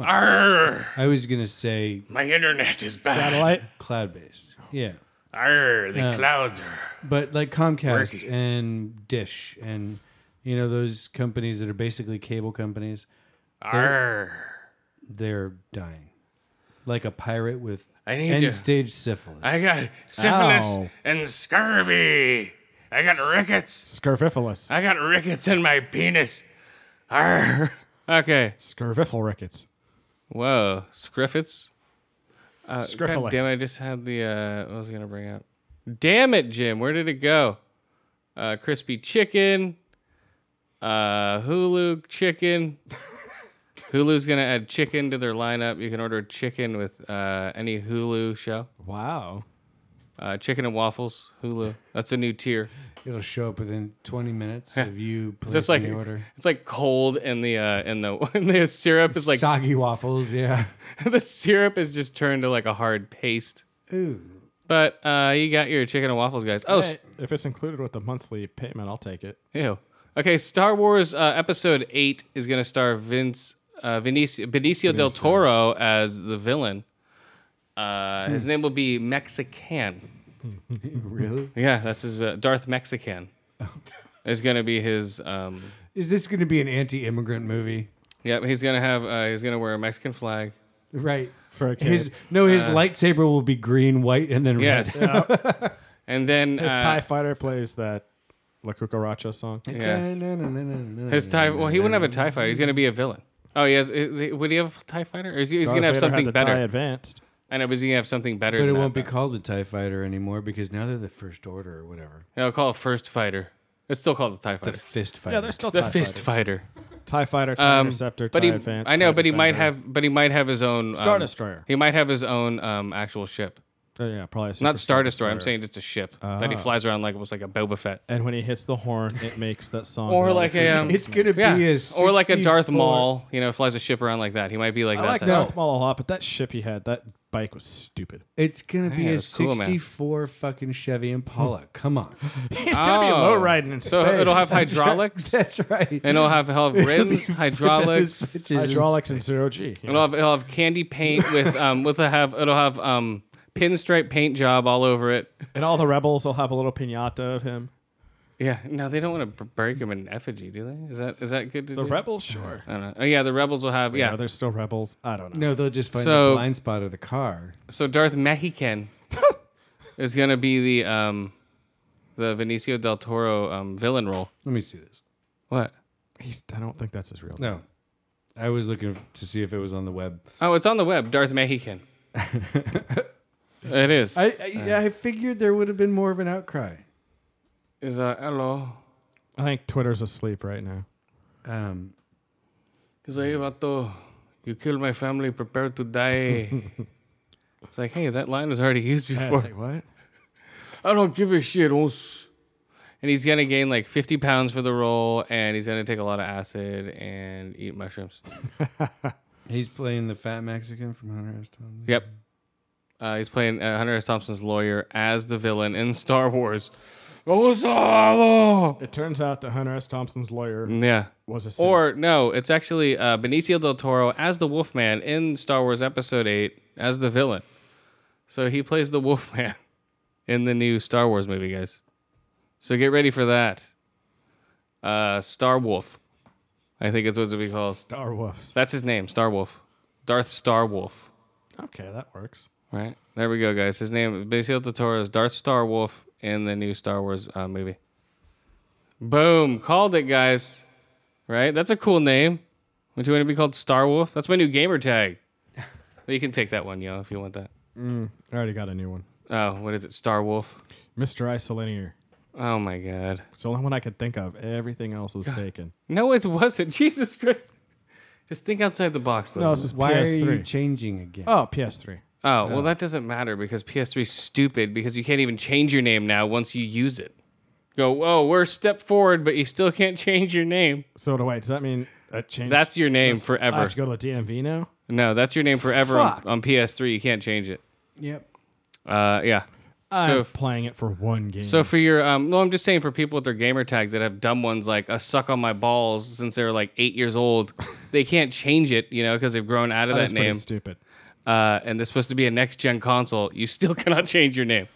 Arr, I was gonna say my internet is bad. satellite. cloud based. Yeah. Uh, Arr, the clouds are. But like Comcast Working. and Dish and you know those companies that are basically cable companies, Arr. they're dying. Like a pirate with I need end to- stage syphilis. I got syphilis Ow. and scurvy. I got rickets. Scurviferous. I got rickets in my penis. Arr. okay. Scurviful rickets. Whoa, Scriffits. Uh, God Scriffles. damn it! I just had the. Uh, what was I gonna bring up? Damn it, Jim! Where did it go? Uh, crispy chicken. Uh, Hulu chicken. Hulu's gonna add chicken to their lineup. You can order chicken with uh, any Hulu show. Wow. Uh, chicken and waffles. Hulu. That's a new tier. It'll show up within 20 minutes of you placing It's like the order. it's like cold and the uh, and the and the syrup is like soggy waffles, yeah. the syrup is just turned to like a hard paste. Ooh, But uh, you got your chicken and waffles, guys. Oh, s- Hey, if it's included with the monthly payment, I'll take it. ew. Okay, Star Wars uh, Episode Eight is gonna star Vince uh, Vinicio, Benicio del Toro as the villain. Uh, Hmm. His name will be Mexican. really? Yeah, that's his uh, Darth Mexican. Is gonna be his. Um, Is this going to be an anti-immigrant movie? yeah, he's gonna have. Uh, he's gonna wear a Mexican flag. Right. For a kid. His no, Uh, his lightsaber will be green, white, and then Yes. and then His uh, TIE fighter plays that La Cucaracha song. red. Yes. Na-na-na-na-na-na. His tie. Well, he wouldn't have a tie fighter. He's gonna be a villain. Oh, he has. Would he have a tie fighter? Or is he, he's Darth gonna have Vader had something the better? TIE advanced. I know, but he's gonna have something better. But it than won't that, be called the Tie Fighter anymore because now they're the First Order or whatever. though. Yeah, I'll call it first fighter. It's still called the tie The fighter. Fist Fighter. Yeah, they're still The, TIE fist fighters. fighter. TIE fighter, TIE Um, interceptor, but TIE he, advanced. I know, TIE but he might defender. have, but he might have his own um, Star Destroyer. He might have his own um, actual ship, Uh, yeah, probably a not Super Ah. Star Destroyer. I'm saying it's a ship that he flies around like almost like a Boba Fett, And when he hits the horn, it makes that song. or that all like the a um, it's going to be yeah, a or like a Darth 64 Maul. You know, flies a ship around like that. He might be like I that. like type. Darth Maul a lot, but that ship he had, that bike was stupid. It's going to be Yeah, a it's cool, man. 64 fucking Chevy Impala. Come on. He's gonna be Oh. low riding in So space. it'll have hydraulics. That's right. And it'll have, it'll have rims, hydraulics. Switches and- hydraulics and zero G. It'll have, it'll have candy paint with um with a have it'll have um pinstripe paint job all over it. And all the rebels will have a little pinata of him. Yeah, no, they don't want to break him in effigy, do they? Is that is that good to The do? rebels, sure. I don't know. Oh yeah, the rebels will have Yeah, yeah. they're still rebels. I don't know. No, they'll just find So- the blind spot of the car. so Darth Mexican is gonna be the um the Benicio del Toro um villain role. Let me see this. What? He's, I don't think that's his real. name. No. I was looking to see if it was on the web. Oh, it's on the web. Darth Mexican. it is. I I, I figured there would have been more of an outcry. is uh hello. I think Twitter's asleep right now. Um, He's like, hey, vato, you killed my family, prepare to die. it's like, hey, that line was already used before. what? I don't give a shit. os." And he's going to gain like 50 pounds for the role, and he's going to take a lot of acid and eat mushrooms. he's playing the fat Mexican from Hunter S. Thompson. Yep. Uh, he's playing uh, Hunter S. Thompson's lawyer as the villain in Star Wars. Osalo! It turns out that Hunter S. Thompson's lawyer Yeah. was a simp. Mm. Or no, it's actually uh, Benicio del Toro as the Wolfman in Star Wars Episode Eight as the villain. So he plays the Wolfman in the new Star Wars movie, guys. So get ready for that. Uh, Star Wolf, I think it's what it'll be called. Star Wolves. That's his name, Star Wolf, Darth Star Wolf. Okay, that works. Right there we go, guys. His name Benicio del Toro is Darth Star Wolf in the new Star Wars uh, movie. Boom, called it, guys. Right, that's a cool name. Would you want to be called Star Wolf? That's my new gamer tag. you can take that one, yo, if you want that. I already got a new one. Oh, what is it, Star Wolf? Mr. Isolinear. Oh my God. It's the only one I could think of. Everything else was taken. No, it wasn't. Jesus Christ. Just think outside the box. No, No, this is Why PS3. are you changing again? oh, PS3. oh, well, that doesn't matter because PS3 is stupid because you can't even change your name now once you use it. Go, whoa, we're a step forward, but you still can't change your name. So do wait, does that mean that changed? That's your name I forever. have to go to the DMV now. No, that's your name forever on, Fuck. on PS3. You can't change it. Yep. Uh, yeah. I'm so playing it for one game. So for your, um, no, I'm just saying for people with their gamer tags that have dumb ones like a suck on my balls since they're like eight years old, they can't change it, you know, because they've grown out of that's that, pretty name. stupid. Uh, and they're supposed to be a next gen console. You still cannot change your name.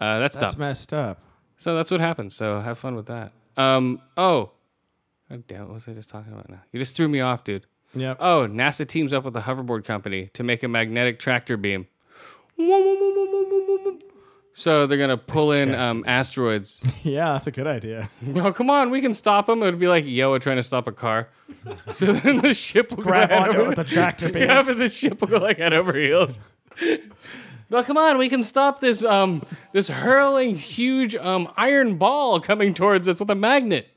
Uh, that's, That's dumb. messed up. so that's what happens. So have fun with that. Um, oh, God damn, what was I just talking about now? You just threw me off, dude. Yep. Oh, NASA teams up with a hoverboard company to make a magnetic tractor beam. So they're gonna pull in um, asteroids Yeah, that's a good idea. No, come on, we can stop him. It would be like Yoa trying to stop a car. So then the ship will Grab go head onto it over. with the tractor beam. Yeah, but the ship will go like head over heels. No, come on, we can stop this um this hurling huge um iron ball coming towards us with a magnet.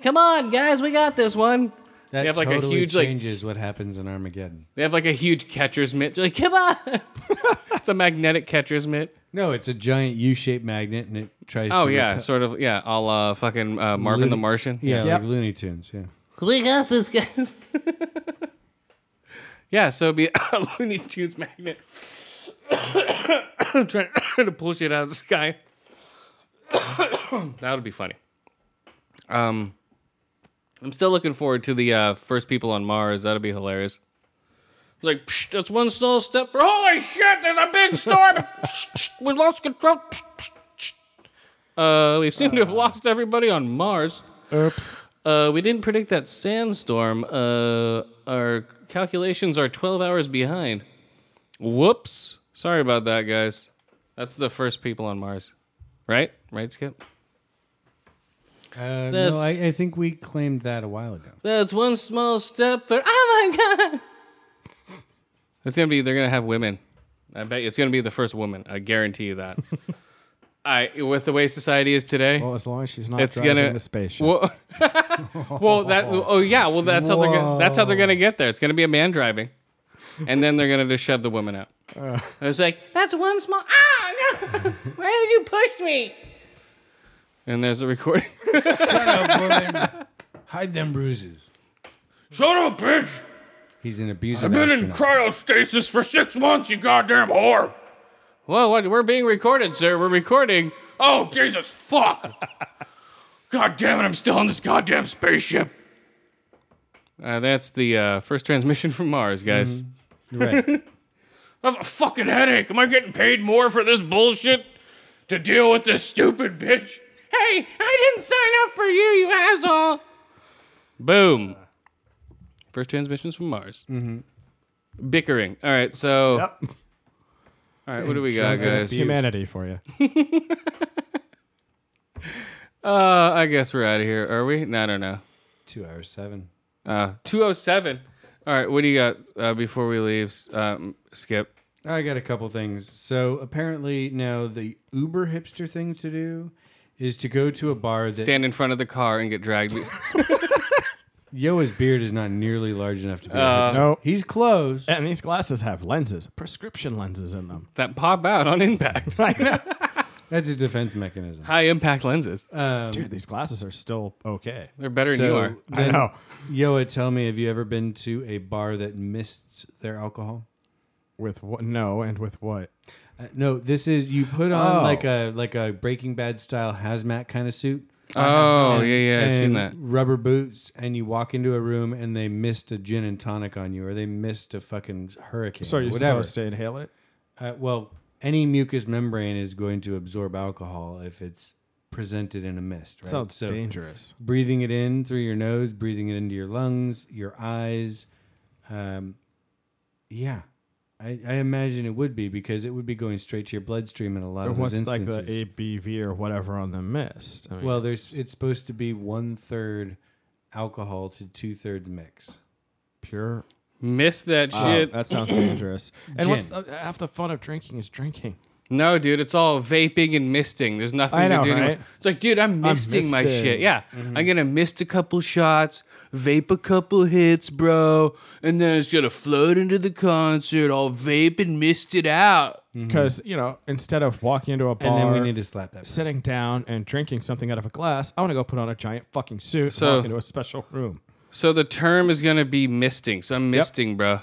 Come on, guys, we got this one. That have, like, a totally huge, like- changes what happens in Armageddon. They have like a huge catcher's mitt. They're like, come on, it's a magnetic catcher's mitt. No, it's a giant U-shaped magnet, and it tries. Oh to yeah, repe- sort of yeah, a la fucking uh, Marvin the Looney- Martian. yeah, Yep. like Looney Tunes. Yeah, We got this, guys. Yeah, so it'd be a Looney Tunes magnet trying to pull shit out of the sky. that would be funny. Um, I'm still looking forward to the uh, first people on Mars. That'd be hilarious. It's like psh, that's one small step. For- Holy shit! There's a big storm. Psh, psh, we lost control. Psh, psh, psh. Uh, we seem to have lost everybody on Mars. Oops. Uh, we didn't predict that sandstorm. Uh, our calculations are 12 hours behind. Whoops. Sorry about that, guys. That's the first people on Mars. Right? Right, Skip? uh, no, That's- I, I think we claimed that a while ago. That's one small step for. Oh my God. It's going to be, they're going to have women. I bet you it's going to be the first woman. I guarantee you that. I, with the way society is today. Well, as long as she's not It's driving gonna- the spaceship. Well, well, that oh yeah, well that's how they're gonna, that's how they're gonna get there. It's gonna be a man driving, and then they're gonna just shove the woman out. Uh. I was like, That's one small. Ah! No! Why did you push me? and there's a recording. Hide them bruises. Shut up, bitch! He's an abuser. I've been in cryostasis for six months, you goddamn whore! Whoa, what, we're being recorded, sir. We're recording. Oh, Jesus, fuck! God damn it, I'm still in this goddamn spaceship! Uh, that's the uh, first transmission from Mars, guys. right. I have a fucking headache. Am I getting paid more for this bullshit? To deal with this stupid bitch? Hey, I didn't sign up for you, you asshole. Boom. First transmissions from Mars. Mm-hmm. Bickering. All right, so. All right, what do we got, guys? Humanity for you. Uh, I guess we're out of here, are we? No, I don't know. Two hours seven. Uh, 207. All right, what do you got uh, before we leave, um, Skip? I got a couple things. So apparently now the uber hipster thing to do is to go to a bar that Stand in front of the car and get dragged. Yoa's beard is not nearly large enough to be. a Uh, hipster. no. He's close. And these glasses have lenses, prescription lenses in them. that pop out on impact. That's a defense mechanism. High impact lenses. Dude, these glasses are still okay. They're better than you are. So uh, I then, know. Yoa, uh, tell me, have you ever been to a bar that mists their alcohol? With what? No, and with what? Uh, no, this is you put on Oh. like a like a Breaking Bad style hazmat kind of suit. Oh, yeah, yeah, I've seen and that. Rubber boots, and you walk into a room and they missed a gin and tonic on you, or they missed a fucking hurricane. So or you're whatever. supposed to inhale it? Uh, well, any mucous membrane is going to absorb alcohol if it's presented in a mist, right? Sounds dangerous. breathing it in through your nose, breathing it into your lungs, your eyes. Um, yeah, I, I imagine it would be because it would be going straight to your bloodstream in a lot Or of what's those like instances. the ABV or whatever on the mist? I mean, well, there's it's supposed to be one third alcohol to two thirds mix. pure. Miss that Wow, shit. that sounds dangerous. And what's uh, Gin. the, half the fun of drinking is drinking. No, dude, it's all vaping and misting. There's nothing I know, to do. anymore. right? It's like, dude, I'm misting my misting. Mm-hmm. shit. Yeah, I'm gonna mist a couple shots, vape a couple hits, bro, and then it's gonna float into the concert. I'll vape and mist it out. Because, you know, instead of walking into a bar, Mm-hmm. And then we need to slap that. person. sitting down and drinking something out of a glass, I want to go put on a giant fucking suit So- and walk into a special room. So the term is gonna be misting. So I'm misting, bro.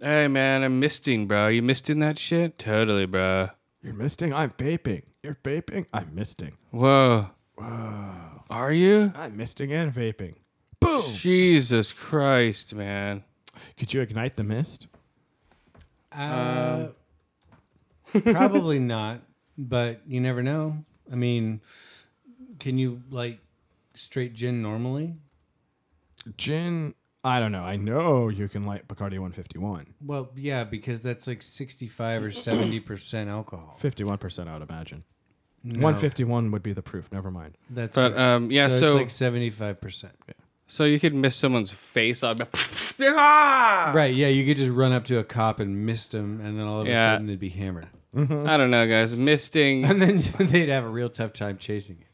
Hey man, I'm misting, bro. you misting that shit? Totally, bro. You're misting? I'm vaping. You're vaping? I'm misting. Whoa. Whoa. Are you? I'm misting and vaping. Jesus Christ, man. Could you ignite the mist? Uh, probably not, but you never know. I mean, can you like straight gin normally? Gin? I don't know. I know you can light Bacardi 151. Well, yeah, because that's like sixty-five or seventy percent alcohol. 51%, I would imagine. 151 would be the proof. Never mind. That's But, right. um, yeah, so, so- it's like seventy-five percent. So you could miss someone's face on. Ah! Right? Yeah, you could just run up to a cop and mist him, and then all of Yeah. a sudden they'd be hammered, I don't know, guys. Misting. and then they'd have a real tough time chasing it.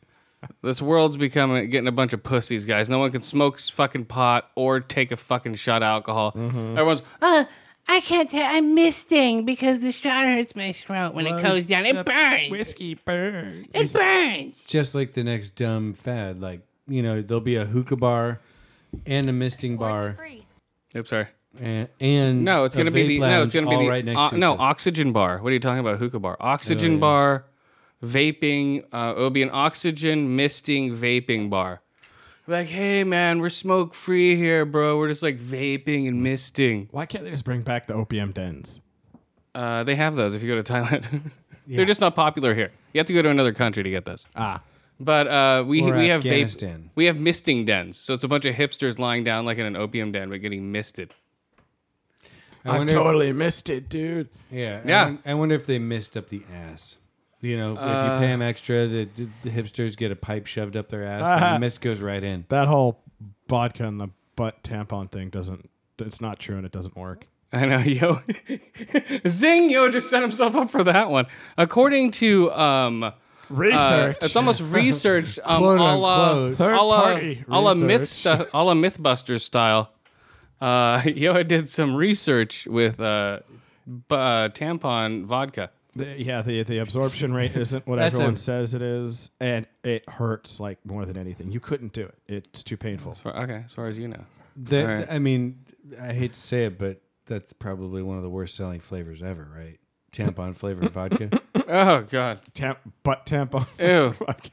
This world's becoming getting a bunch of pussies, guys. No one can smoke s- fucking pot or take a fucking shot of alcohol. Mm-hmm. Everyone's Uh, I can't tell. I'm misting because the shot hurts my throat when it goes down. It burns. Whiskey burn. It burns. Just like the next dumb fad, like you know, there'll be a hookah bar and a misting bar. oops, sorry. and, and No, it's a gonna be vape the no, lounge it's gonna be all the right next uh, to each no other. oxygen bar. What are you talking about? Hookah bar, oxygen Oh, yeah. bar, vaping. Uh, it'll be an oxygen misting vaping bar. Like, hey man, we're smoke free here, bro. We're just like vaping and misting. Why can't they just bring back the OPM dens? Uh, they have those if you go to Thailand. They're just not popular here. You have to go to another country to get those. Ah. But uh, we Or we have vape, Afghanistan. we have misting dens. So it's a bunch of hipsters lying down like in an opium den but getting misted. I I wonder if- totally missed it, dude. yeah, I Yeah. won- I, wonder if they missed up the ass. You know, if Uh. you pay them extra, the, the hipsters get a pipe shoved up their ass, and the mist goes right in. That whole vodka in the butt tampon thing doesn't, it's not true and it doesn't work. I know, yo. Zing, yo, just set himself up for that one. According to um, uh, Research. it's almost research, um, Quote, a la, unquote. Third a la, party a la myth research. stu- a la MythBusters style. Uh, yo did some research with uh, b- uh, tampon vodka. The- yeah, the, the absorption rate isn't what That's everyone a- says it is, and it hurts like more than anything. You couldn't do it; it's too painful. As far- Okay, as far as you know. The, All right. I mean, I hate to say it, but that's probably one of the worst selling flavors ever, right? Tampon flavored vodka. Oh god. Tamp, butt tampon. Ew. Fuck.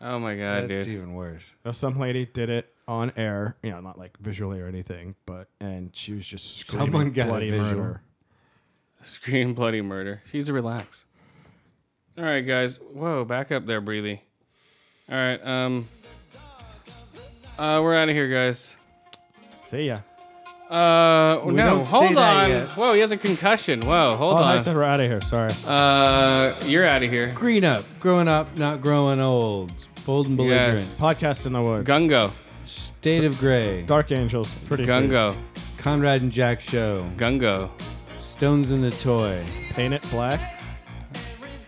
Oh my god, That's dude. even worse. Now, Some lady did it on air, you know, not like visually or anything, but and she was just screaming Someone got a bloody visual. murder. Scream bloody murder. She needs to relax. All right, guys. Whoa, back up there, Breathy. All right. Um. Uh, we're out of here, guys. See ya. Uh, We no, don't say hold that on. yet. Whoa, he has a concussion. Whoa, hold Oh, I on. said we're out of here. Sorry. Uh, you're out of here. Green up, growing up, not growing old. Bold and belligerent. Yes. Podcast in the woods. Gungo, State of Gray. Dark Angels. Pretty. Gungo, Conrad and Jack Show. Gungo. Stones in the Toy. Please. Paint it black.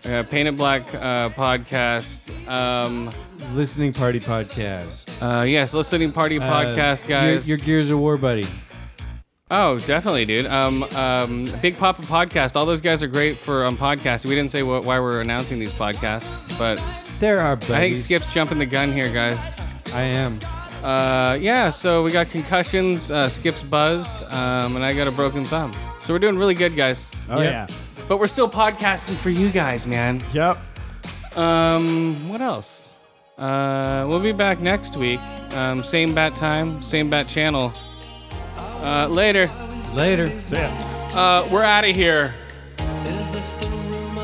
Uh, Painted Black uh, podcast. Um, Listening Party Podcast. uh, yes, listening party Uh, podcast, guys. Your, your Gears of War buddy. Oh, definitely, dude. Um, um, Big Papa podcast. All those guys are great for um, podcasts. We didn't say what, why we're announcing these podcasts, but There are buddies. I think Skip's jumping the gun here, guys. I am. Uh, yeah, so we got concussions. Uh, Skip's buzzed, um, and I got a broken thumb. So we're doing really good, guys. Oh Yep. But we're still podcasting for you guys, man. yeah. Yep. Um, what else? Uh, we'll be back next week. Um, same bat time, same bat channel. Uh, later. Later. See ya. Uh, we're out of here. Is this the room